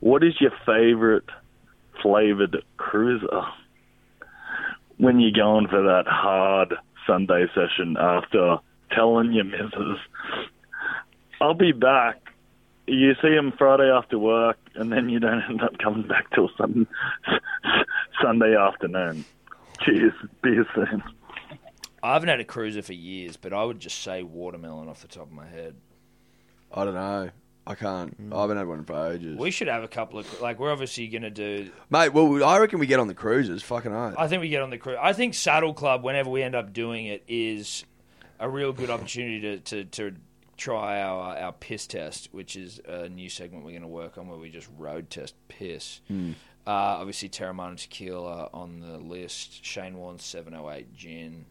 S22: what is your favorite flavored cruiser when you're going for that hard Sunday session after telling your missus, "I'll be back." you see him Friday after work, and then you don't end up coming back till sun- Sunday afternoon. Cheers, beer soon.
S4: I haven't had a cruiser for years, but I would just say watermelon off the top of my head.
S14: I don't know. I can't.
S4: Mm.
S14: I haven't had one for ages.
S4: We should have a couple of like we're obviously going to do.
S14: Mate, well, I reckon we get on the cruises. Fucking oath.
S4: I think we get on the cruise. I think Saddle Club, whenever we end up doing it, is a real good opportunity to to, to try our our piss test, which is a new segment we're going to work on where we just road test piss.
S23: Hmm.
S4: Uh, obviously, Terramana Tequila on the list. Shane Warne's 708 Gin.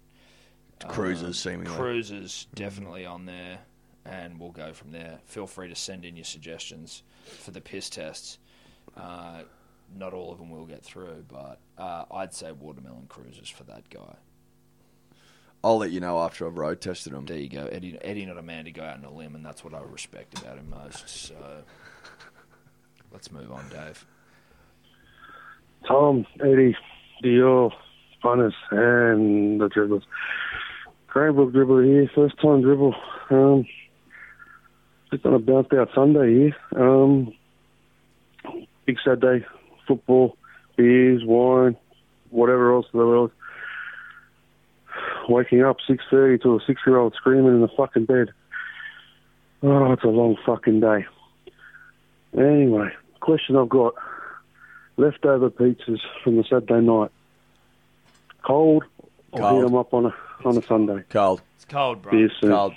S14: Cruisers,
S4: Um,
S14: seemingly. Mm-hmm.
S4: Cruisers, definitely on there. And we'll go from there. Feel free to send in your suggestions for the piss tests. Uh, not all of them will get through, but uh, I'd say watermelon cruisers for that guy.
S14: I'll let you know after I've road tested them.
S4: There you go. Eddie, Eddie not a man to go out on a limb, and that's what I respect about him most. So let's move on, Dave.
S24: Tom, Eddie, Dior, Spanners, and the dribblers. Cranbrook dribbler here, first time dribble. Um, just on a bounce out Sunday here. Um, big Saturday, football, beers, wine, whatever else in the world. Waking up six thirty to a six year old screaming in the fucking bed. Oh, it's a long fucking day. Anyway, question I've got leftover pizzas from the Saturday night. Cold, or heat
S14: Cold.
S24: them up on a on a Sunday.
S14: Cold.
S4: It's cold, bro.
S24: Cheers, soon.
S14: Cold.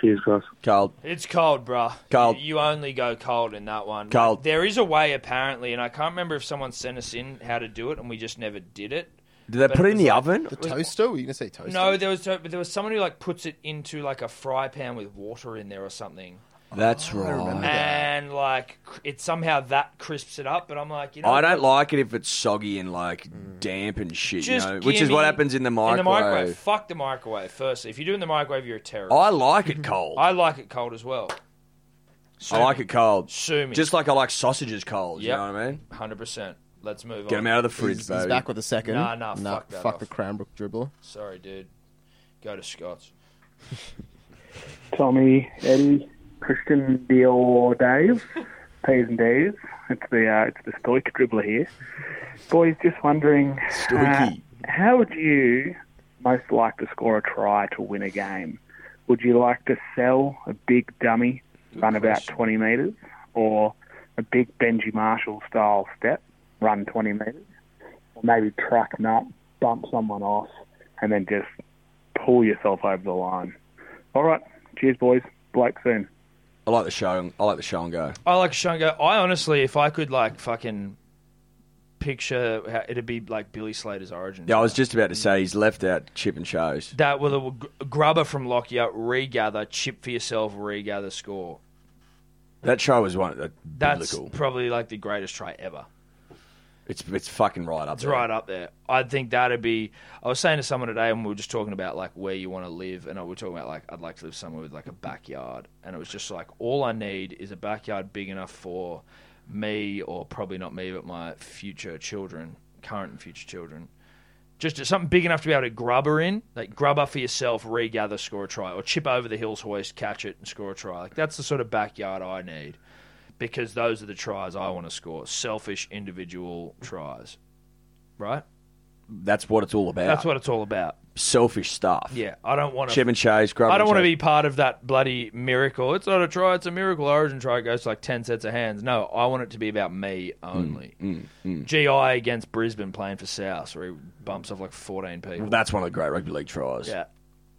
S24: Cheers, guys.
S14: Cold.
S4: It's cold, bruh.
S14: Cold.
S4: You, you only go cold in that one.
S14: Cold.
S4: There is a way, apparently, and I can't remember if someone sent us in how to do it, and we just never did it.
S14: Did they
S4: But
S14: put
S4: it
S14: it in
S4: was
S14: the
S4: like-
S14: oven?
S4: The
S8: toaster? Were you gonna say toaster?
S4: No, there was but there was someone who like puts it into like a fry pan with water in there or something.
S14: That's right.
S4: And like cr- it somehow that crisps it up, but I'm like, you know,
S14: I don't like it if it's soggy and like
S8: Mm.
S14: damp and shit, you
S4: Just
S14: know, which
S4: give
S14: is what
S4: me-
S14: happens in the
S4: in
S14: microwave.
S4: the microwave. Fuck the microwave. Firstly, if you do it in the microwave, you're a terrorist.
S14: I like it cold.
S4: I like it cold as well. Sue
S14: I
S4: me.
S14: like it cold.
S4: Sue me.
S14: Just like I like sausages cold.
S4: Yep.
S14: You know what I mean?
S4: Hundred percent. Let's move on.
S14: Get 'em out of the fridge,
S8: he's,
S14: baby.
S8: he's back with a second.
S4: Nah, nah, fuck that
S8: fuck
S4: off.
S8: the Cranbrook dribbler.
S4: Sorry, dude. Go to Scott's.
S23: Tommy, Eddie, Christian, Dior, Dave, P's and D's. It's the uh, it's the stoic dribbler here. Boys, just wondering, uh,
S14: Stoicy.
S23: how would you most like to score a try to win a game? Would you like to sell a big dummy, run about twenty meters, or a big Benji Marshall style step, run twenty meters, or maybe truck nut, bump someone off, and then just pull yourself over the line? All right. Cheers, boys. Blake soon.
S14: I like the show. I like the show and go.
S4: I like Shango. I honestly, if I could like fucking picture, how, it'd be like Billy Slater's origin.
S14: Yeah, I was just about to say he's left out chip and shows.
S4: That with a gr- grubber from Lockyer, regather, chip for yourself, regather, score.
S14: That show was one. That
S4: That's
S14: biblical.
S4: probably like the greatest try ever.
S14: It's it's fucking right up
S4: It's
S14: there.
S4: right up there. I think that'd be. I was saying to someone today, and we were just talking about like where you want to live, and we were talking about like I'd like to live somewhere with like a backyard, and it was just like all I need is a backyard big enough for me, or probably not me, but my future children, current and future children, just something big enough to be able to grubber in, like grubber for yourself, regather, score a try, or chip over the hills, hoist, catch it, and score a try. Like that's the sort of backyard I need because those are the tries I want to score. Selfish individual tries, right?
S3: That's what it's all about.
S4: That's what it's all about.
S3: Selfish stuff.
S4: Yeah, I don't want to.
S3: Chip and chase, grub
S4: I don't
S3: and
S4: want to
S3: chase.
S4: be part of that bloody miracle. It's not a try; it's a miracle. Origin try goes to like ten sets of hands. No, I want it to be about me only.
S3: Mm, mm, mm.
S4: GI against Brisbane playing for South, where he bumps off like fourteen people.
S3: Well, that's one of the great rugby league tries.
S4: Yeah.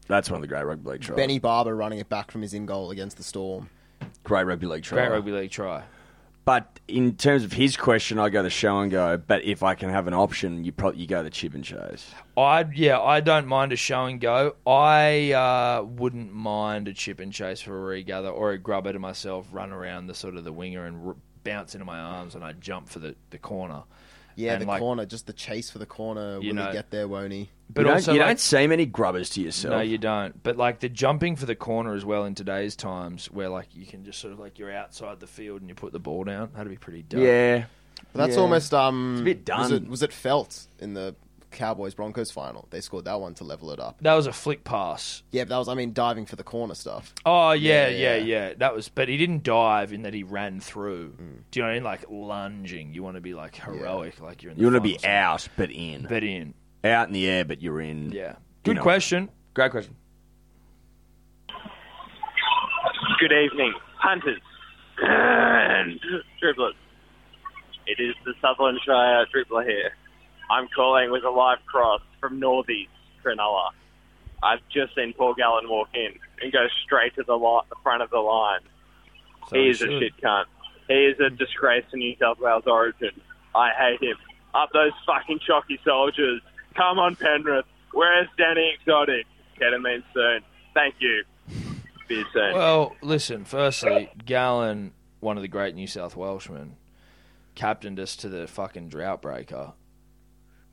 S3: That's one of the great rugby league tries.
S8: Benny Barber running it back from his in goal against the Storm.
S3: Great rugby league try.
S4: Great rugby league try.
S3: But in terms of his question, I go the show and go. But if I can have an option, you probably you go the chip and chase.
S4: I yeah, I don't mind a show and go. I uh, wouldn't mind a chip and chase for a regather or a grubber to myself, run around the sort of the winger and r- bounce into my arms, and I jump for the, the corner.
S8: Yeah,
S4: And,
S8: the
S4: like,
S8: corner, just the chase for the corner. Will
S4: You know-
S8: he get there? Won't he?
S4: But also, like-
S3: see many grubbers to yourself.
S4: No, you don't. But like the jumping for the corner as well in today's times, where like you can just sort of like you're outside the field and you put the ball down. That'd be pretty dope.
S8: But that's almost um.
S4: It's a bit
S8: Was
S4: done.
S8: it, was it Felt in the Cowboys Broncos final? They scored that one to level it up.
S4: That was a flick pass.
S8: Yeah, but that was I mean diving for the corner stuff.
S4: Oh yeah, yeah,
S8: Yeah,
S4: yeah,
S8: yeah.
S4: That was, but he didn't dive in that he ran through.
S3: Mm.
S4: Do you know what I mean? Like lunging. You want to be like heroic, like you're in. The
S3: You want to
S4: final
S3: be out, but in.
S4: But in.
S3: Out in the air, but you're in.
S4: Yeah. Good question.
S3: Great question.
S17: Good evening, punters and dribblers. It is the Southern Australia dribbler here. I'm calling with a live cross from Northies, Cronulla. I've just seen Paul Gallen walk in and go straight to the, li- the front of the line.
S20: So
S17: he
S20: he
S17: is a
S20: should.
S17: shit cunt. He is a disgrace to New South Wales origin. I hate him. Up those fucking chalky soldiers. Come on, Penrith. Where's Danny Exotic? Get him in soon. Thank you. Be soon.
S4: Well, listen. Firstly, Gallen, one of the great New South Welshmen, captained us to the fucking drought breaker.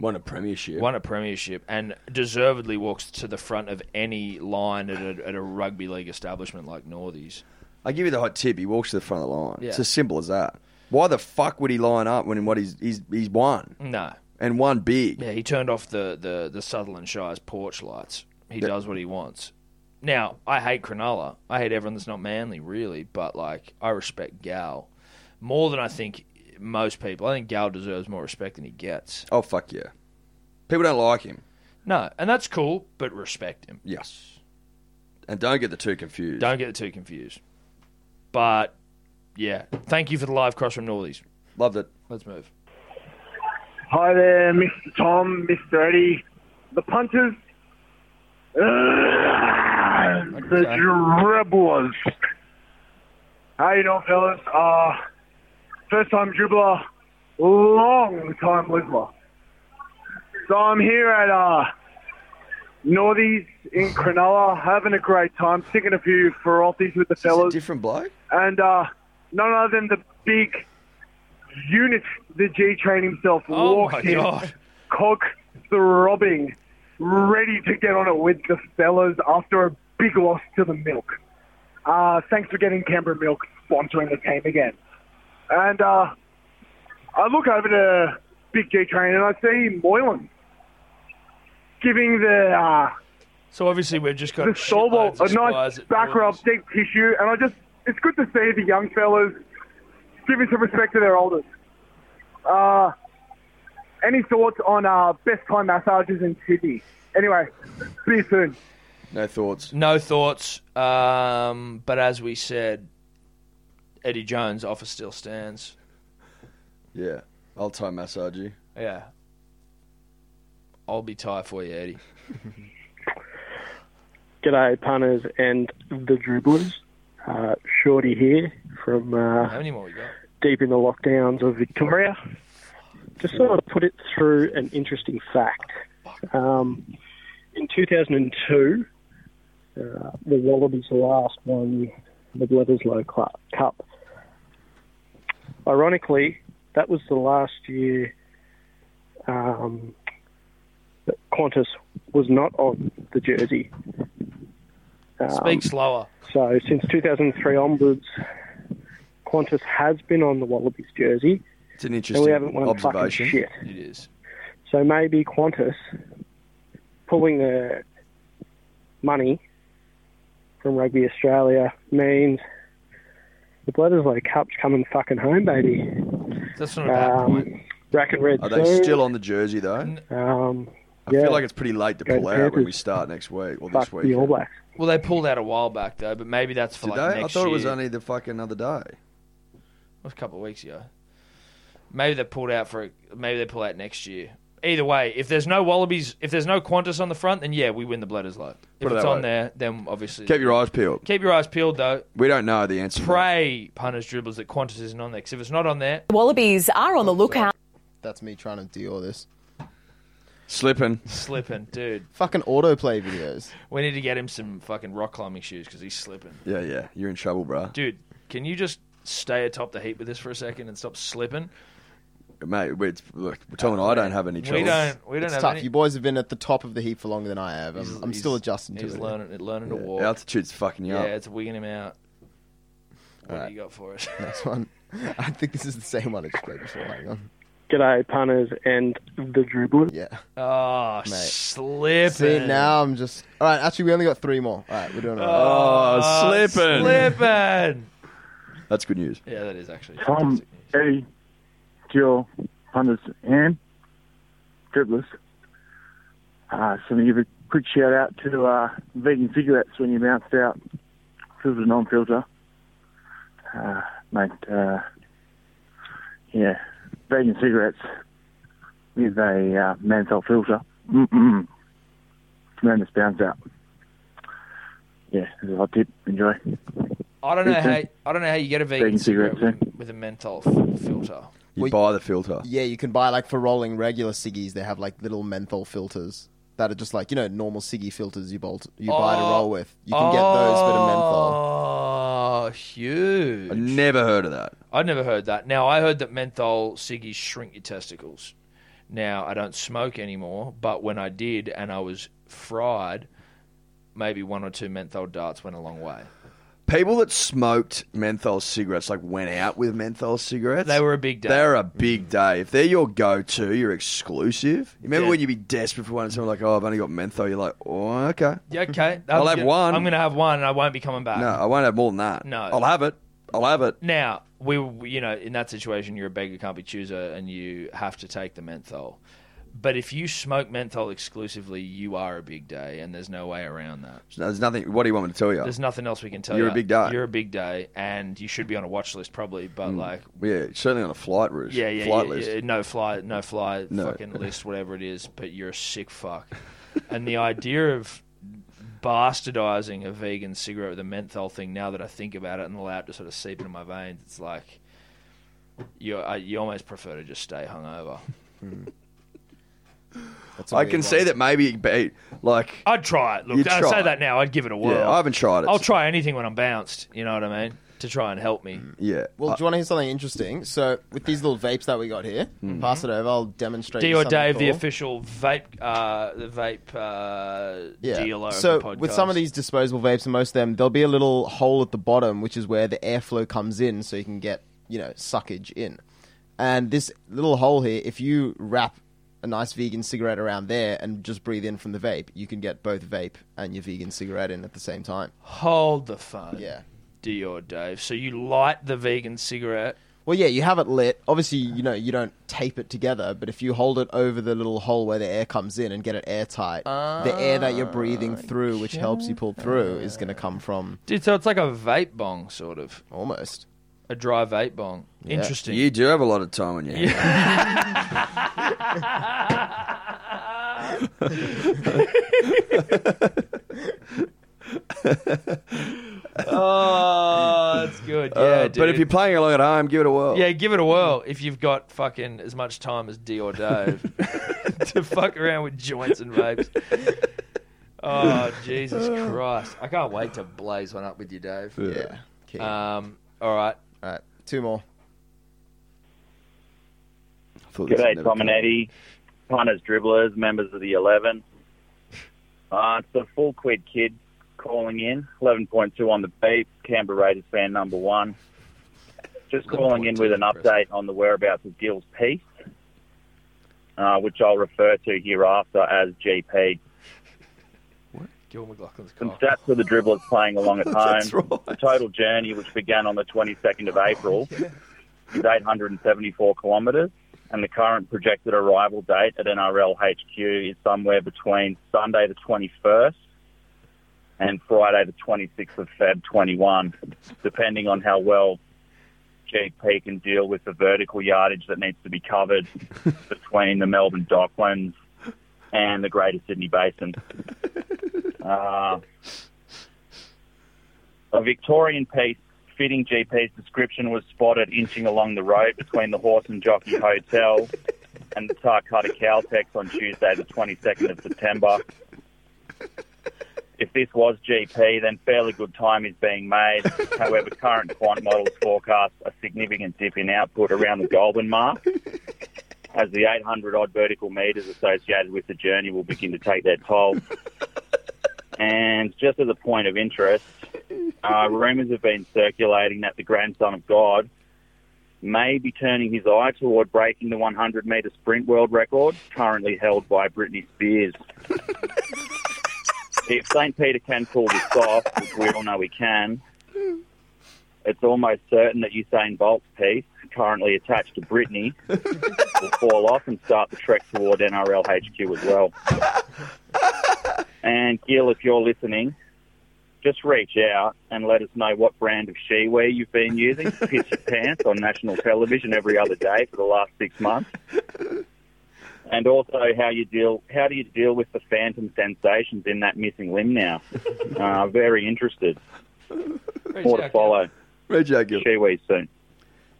S3: Won a premiership.
S4: Won a premiership, and deservedly walks to the front of any line at a, at a rugby league establishment like Northies.
S3: I give you the hot tip. He walks to the front of the line. It's
S4: Yeah.
S3: as simple as that. Why the fuck would he line up when what he's he's, he's won
S4: No.
S3: and won big?
S4: Yeah, he turned off the, the, the Sutherland Shire's porch lights. He does what he wants. Now, I hate Cronulla. I hate everyone that's not manly, really, but like I respect Gal more than I think most people. I think Gal deserves more respect than he gets.
S3: Oh fuck yeah! People don't like him.
S4: No, and that's cool, but respect him.
S3: Yes. And don't get the two confused.
S4: Don't get the two confused. But yeah, thank you for the live cross from Northies.
S3: Loved it.
S4: Let's move.
S20: Hi there, Mr. Tom, Mr. Eddie, the punters, uh, the dribblers. How you doing, fellas? Uh, first time dribbler, long time listener. So I'm here at uh, Northies in Cronulla, having a great time, sticking a few ferothies with the fellas.
S3: different bloke?
S20: And uh, none other than the big unit, the G train himself,
S4: Oh
S20: walks
S4: my
S20: in,
S4: God.
S20: cock throbbing, ready to get on it with the fellas after a big loss to the milk. Uh, thanks for getting Canberra Milk sponsoring the team again. And uh, I look over to Big G Train and I see Moylan giving the uh,
S4: So obviously we've just got
S20: the Solvo
S4: shitloads
S20: a
S4: of
S20: nice
S4: spies at
S20: back rub, deep tissue, and I just it's good to see the young fellas giving some respect to their elders. Uh, any thoughts on uh, best time massages in Sydney? Anyway, see you soon.
S3: No thoughts.
S4: No thoughts. Um, but as we said, Eddie Jones' offer still stands.
S3: Yeah. I'll time massage you.
S4: Yeah. I'll be tight for you, Eddie.
S25: G'day, punters and the dribblers. Uh, Shorty here from uh,
S4: How many more we got?
S25: deep in the lockdowns of Victoria. Just sort of put it through an interesting fact. Um, in 2002, uh, the Wallabies last won the Bledisloe Clu- Cup. Ironically, that was the last year um, that Qantas was not on the jersey. Um,
S3: Um,
S4: Speak slower.
S25: so since 2003 onwards, Qantas has been on the Wallabies jersey.
S3: It's an
S25: and we haven't
S3: interesting
S25: won fucking
S3: observation.
S25: shit.
S4: It is.
S25: So maybe Qantas pulling the money from Rugby Australia means the Bledisloe Cup's coming fucking home, baby.
S4: That's
S3: not a bad
S25: point. Black and Um, red.
S3: Are they
S25: soon.
S3: still on the jersey though?
S25: Um,
S3: I
S25: yeah.
S3: feel like it's pretty late to
S25: Go
S3: pull out when
S25: Panthers.
S3: we start next week or
S25: Fuck
S3: this
S25: the
S3: week.
S25: All Blacks.
S4: Well, they pulled out a while back though, but maybe that's for
S3: Did
S4: like
S3: they? I
S4: next
S3: thought it was
S4: year.
S3: only the fucking other day.
S4: It was a couple of weeks ago. Maybe they pulled out for maybe they pull out next year. Either way, if there's no Wallabies, if there's no Qantas on the front, then yeah, we win the Bledisloe. If
S3: Put
S4: it's
S3: it that
S4: on
S3: way.
S4: there, then obviously
S3: Keep your eyes peeled.
S4: keep your eyes peeled though.
S3: We don't know the answer.
S4: Pray punters dribblers that Qantas isn't on there. Because if it's not on there,
S8: Wallabies are on the lookout. That's me trying to do all this.
S3: Slipping.
S4: slipping, dude.
S8: Fucking autoplay videos.
S4: We need to get him some fucking rock climbing shoes because he's slipping.
S3: Yeah, yeah. You're in trouble, bruh.
S4: Dude, can you just stay atop the heat with this for a second and stop slipping?
S3: Mate, we- it's, look, we're telling I don't have any trouble.
S4: Uh, we don't
S8: it's
S4: have
S8: tough.
S4: any-
S8: You boys have been at the top of the heap for longer than I have. I'm, I'm still adjusting to
S4: he's
S8: it.
S4: learning, learning to
S8: Yeah,
S4: walk.
S3: altitude's fucking you
S4: yeah,
S3: up.
S4: it's wigging him out. What do you got for us?
S8: Next one. I think this is the same one I just played before. Hang on.
S25: G'day, punters and the dribbler.
S8: Yeah.
S4: Oh,
S8: Mate.
S4: slipping.
S8: See, now I'm just. All right, actually, we only got three more. All right, we're doing it.
S4: Ah,
S3: Oh, slipping.
S4: Slipping.
S3: That's good news.
S4: Yeah, that is actually.
S1: Tom, Eddie, Jill, punters, and dribblers. Uh, so I'm going to give a quick shout out to uh, vegan cigarettes when you bounced out, filter, non filter. Uh, mate, uh, yeah, vegan cigarettes with a uh, Mansell filter. Mm-mm. Tremendous bounce out. Yeah, that's a hot tip. Enjoy.
S4: I don't know
S1: Ethan?
S4: how I don't know how you get a vegan,
S1: Vegan
S4: cigarette,
S1: cigarette,
S4: with, with a menthol f- filter.
S3: You buy the filter.
S8: Yeah, you can buy like for rolling regular ciggies. They have like little menthol filters that are just like you know normal ciggy filters you bolt you buy to
S4: Oh.
S8: roll with. You can get those, but a menthol.
S4: Oh, huge! I
S3: never heard of that.
S4: I never heard that. Now I heard that menthol ciggies shrink your testicles. Now I don't smoke anymore, but when I did and I was fried, maybe one or two menthol darts went a long way.
S3: People that smoked menthol cigarettes, like went out with menthol cigarettes.
S4: They were a big day.
S3: They're a big day. If they're your go-to, you're exclusive. You remember
S4: Yeah.
S3: when you'd be desperate for one, and someone like, "Oh, I've only got menthol." You're like, "Oh, okay."
S4: Yeah, okay,
S3: I'll have
S4: gonna-
S3: one.
S4: I'm going to have one, and I won't be coming back.
S3: No, I won't have more than that.
S4: No.
S3: I'll have it. I'll have it.
S4: Now, we, we- you know, in that situation, you're a beggar, can't be chooser, and you have to take the menthol. But if you smoke menthol exclusively, you are a big day, and there's no way around that.
S3: There's nothing. What do you want me to tell you?
S4: There's nothing else we can tell you.
S3: You're a big day.
S4: You're a big day, and you should be on a watch list probably. But
S3: Hmm.
S4: like,
S3: Mm. yeah, certainly on a flight route.
S4: yeah, yeah,
S3: flight
S4: yeah,
S3: list.
S4: yeah, no fly, no fly,
S3: No.
S4: fucking list, whatever it is. But you're a sick fuck, and the idea of bastardizing a vegan cigarette with a menthol thing. Now that I think about it and allow it to sort of seep into my veins, it's like you I- you almost prefer to just stay hungover. a
S3: I
S4: weird
S3: can
S4: one.
S3: see that maybe it'd be like
S4: I'd try it. Look,
S3: You'd
S4: I
S3: try
S4: say
S3: it.
S4: that now. I'd give it a whirl.
S3: Yeah, I haven't tried it.
S4: I'll try anything when I'm bounced. You know what I mean? To try and help me.
S3: Yeah.
S4: Ah.
S8: Well, do you want to hear something interesting? So with these little vapes that we got here,
S4: Mhm.
S8: pass it over. I'll demonstrate.
S4: D
S8: you
S4: or
S8: something
S4: Dave, the
S8: cool.
S4: official vape, uh, the vape uh, dealer.
S8: So
S4: of the podcast.
S8: with some of these disposable vapes and most of them, there'll be a little hole at the bottom, which is where the airflow comes in, so you can get you know suckage in. And this little hole here, if you wrap a nice vegan cigarette around there and just breathe in from the vape, you can get both vape and your vegan cigarette in at the same time.
S4: hold the phone.
S8: Yeah.
S4: D or Dave. So you light the vegan cigarette.
S8: Well, yeah, you have it lit. Obviously, you know you don't tape it together, but if you hold it over the little hole where the air comes in and get it airtight, the air that you're breathing through, which helps you pull through, is going to come from
S4: Dude, so it's like a vape bong, sort of.
S8: Almost.
S4: A dry vape bong. Interesting.
S3: You do have a lot of time on your hands.
S4: oh, that's good. Yeah,
S3: Uh,
S4: dude.
S3: but if you're playing along at home, give it a
S8: oh.
S3: whirl.
S4: Yeah, give it a whirl if you've got fucking as much time as D or Dave to fuck around with joints and vapes. Oh, Jesus Christ. I can't wait to blaze one up with you, Dave.
S8: Uh. Yeah.
S4: Um, all right.
S8: All right. Two more.
S1: G'day, Tom and Eddie, punters, dribblers, members of the 11. Uh, it's the full quid kid calling in. 11.2 on the beat. Canberra Raiders fan number one.
S11: Just calling in with an update on the whereabouts of Gill's Peace, uh, which I'll refer to hereafter as GP.
S4: Gil McLaughlin's
S11: Some stats for the dribblers playing along at home.
S4: That's
S11: The total journey, which began on the 22nd of April, is 874 kilometres, and the current projected arrival date at NRL HQ is somewhere between Sunday the 21st and Friday the 26th of Feb 21, depending on how well GP can deal with the vertical yardage that needs to be covered between the Melbourne Docklands and the Greater Sydney Basin. Uh, a Victorian piece fitting GP's description was spotted inching along the road between the Horse and Jockey Hotel and the Tarkata Caltex on Tuesday, the 22nd of September. If this was GP, then fairly good time is being made. However, current quant models forecast a significant dip in output around the Goulburn mark as the 800 odd vertical metres associated with the journey will begin to take their toll. And just as a point of interest, uh, rumours have been circulating that the grandson of God may be turning his eye toward breaking the 100 metre sprint world record currently held by Britney Spears. if St. Peter can pull this off, which we all know he can, it's almost certain that Usain Bolt's piece, currently attached to Britney, will fall off and start the trek toward NRL HQ as well. And Gil, if you're listening, just reach out and let us know what brand of shewear you've been using to piss your pants on national television every other day for the last six months. And also how you deal how do you deal with the phantom sensations in that missing limb now? Uh, very interested. More to follow.
S26: Reach out, Gil.
S11: Shewe soon.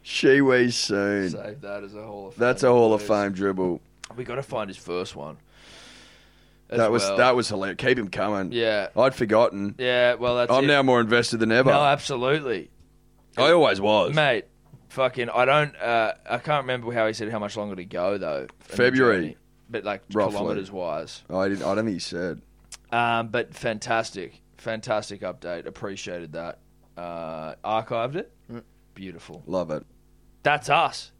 S26: Shewe soon.
S4: Save that as a Hall of Fame.
S26: That's a Hall of
S4: please.
S26: Fame dribble.
S4: We got to find his first one. as
S26: That was
S4: well.
S26: that was hilarious. Keep him coming.
S4: Yeah.
S26: I'd forgotten.
S4: Yeah, well, that's
S26: I'm
S4: it.
S26: now more invested than ever.
S4: No, absolutely.
S26: I always was.
S4: Mate, fucking, I don't, uh, I can't remember how he said how much longer to go, though. in the
S26: February.
S4: journey, But like
S26: Roughly.
S4: kilometres wise.
S26: I didn't. I don't think he said.
S4: Um, but fantastic, fantastic update. Appreciated that. Uh, archived it. Beautiful.
S26: Love it.
S4: That's us.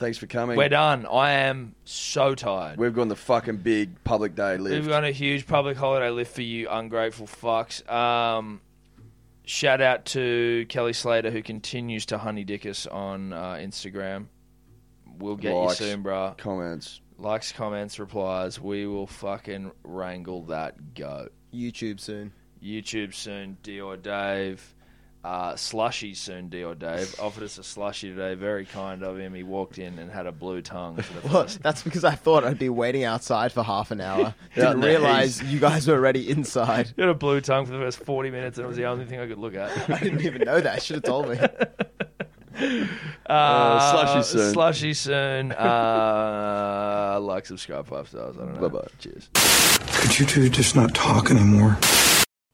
S26: Thanks for coming.
S4: We're done. I am so tired.
S26: We've gone the fucking big public day lift.
S4: We've got a huge public holiday lift for you, ungrateful fucks. Um, shout out to Kelly Slater who continues to honey dick us on uh, Instagram. We'll get
S26: Likes,
S4: you soon, bruh.
S26: Comments,
S4: likes, comments, replies. We will fucking wrangle that goat.
S8: YouTube soon.
S4: YouTube soon, D or Dave. Uh, slushy soon, D or Dave. Offered us a slushy today. Very kind of him. He walked in and had a blue tongue for the
S8: Well,
S4: first
S8: that's because I thought I'd be waiting outside for half an hour.
S4: Yeah,
S8: Didn't
S4: no,
S8: realize
S4: he's-
S8: you guys were already inside.
S4: You had a blue tongue for the first 40 minutes, and it was the only thing I could look at.
S8: I didn't even know that. Should have told me.
S4: Uh,
S26: slushy soon.
S4: Slushy soon. Uh, like, subscribe, five stars. I don't know. Bye
S26: bye. Cheers.
S27: Could you two just not talk anymore?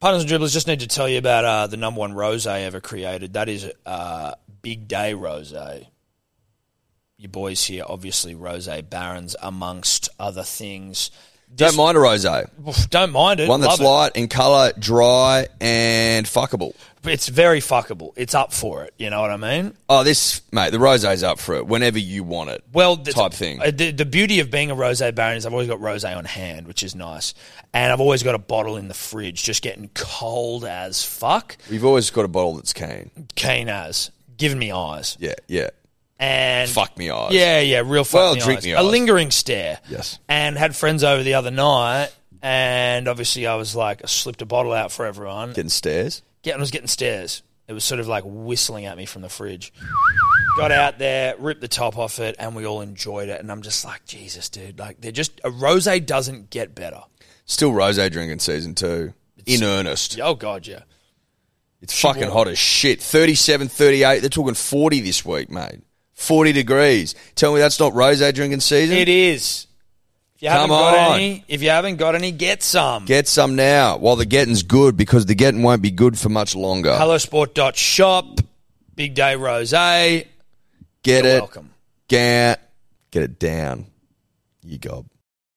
S2: Punters and dribblers just need to tell you about uh, the number one rose ever created. That is uh, Big Day Rose. Your boys here, obviously, Rose Barons, amongst other things.
S3: Don't mind a rosé.
S2: Oof, Don't mind it.
S3: One that's
S2: Love it.
S3: light in colour, dry, and fuckable.
S2: It's very fuckable. It's up for it. You know what I mean?
S3: Oh, this mate, the rosé's up for it whenever you want it.
S2: Well, the-
S3: type thing.
S2: uh, The, the beauty of being a rosé baron is I've always got rosé on hand, which is nice, and I've always got a bottle in the fridge, just getting cold as fuck,
S3: We've always got a bottle that's keen.
S2: keen as, giving me eyes.
S3: Yeah, yeah.
S2: And
S3: fuck me eyes.
S2: Yeah, yeah, real fuck
S3: Well,
S2: me
S3: drink
S2: eyes.
S3: me
S2: A
S3: eyes.
S2: lingering stare.
S3: Yes.
S2: And had friends over the other night, and obviously I was like, I slipped a bottle out for everyone.
S3: Getting stares.
S2: Getting, I was getting stares. It was sort of like whistling at me from the fridge. Got out there, ripped the top off it, and we all enjoyed it. And I'm just like, Jesus, dude, like they're just a rose doesn't get better.
S3: Still rosé drinking season two. in earnest.
S2: Oh god, yeah.
S3: It's fucking hot as shit. 37, 38. They're talking 40 this week, mate. 40 degrees. Tell me that's not rosé drinking season?
S2: It is. If you haven't
S3: Come
S2: got
S3: on.
S2: any, if you haven't got any, get some.
S3: Get some now while the getting's good because the getting won't be good for much longer.
S2: Hellosport.shop, Big Day Rosé.
S3: Get
S2: You're
S3: it.
S2: welcome.
S3: Get, get it down. You gob.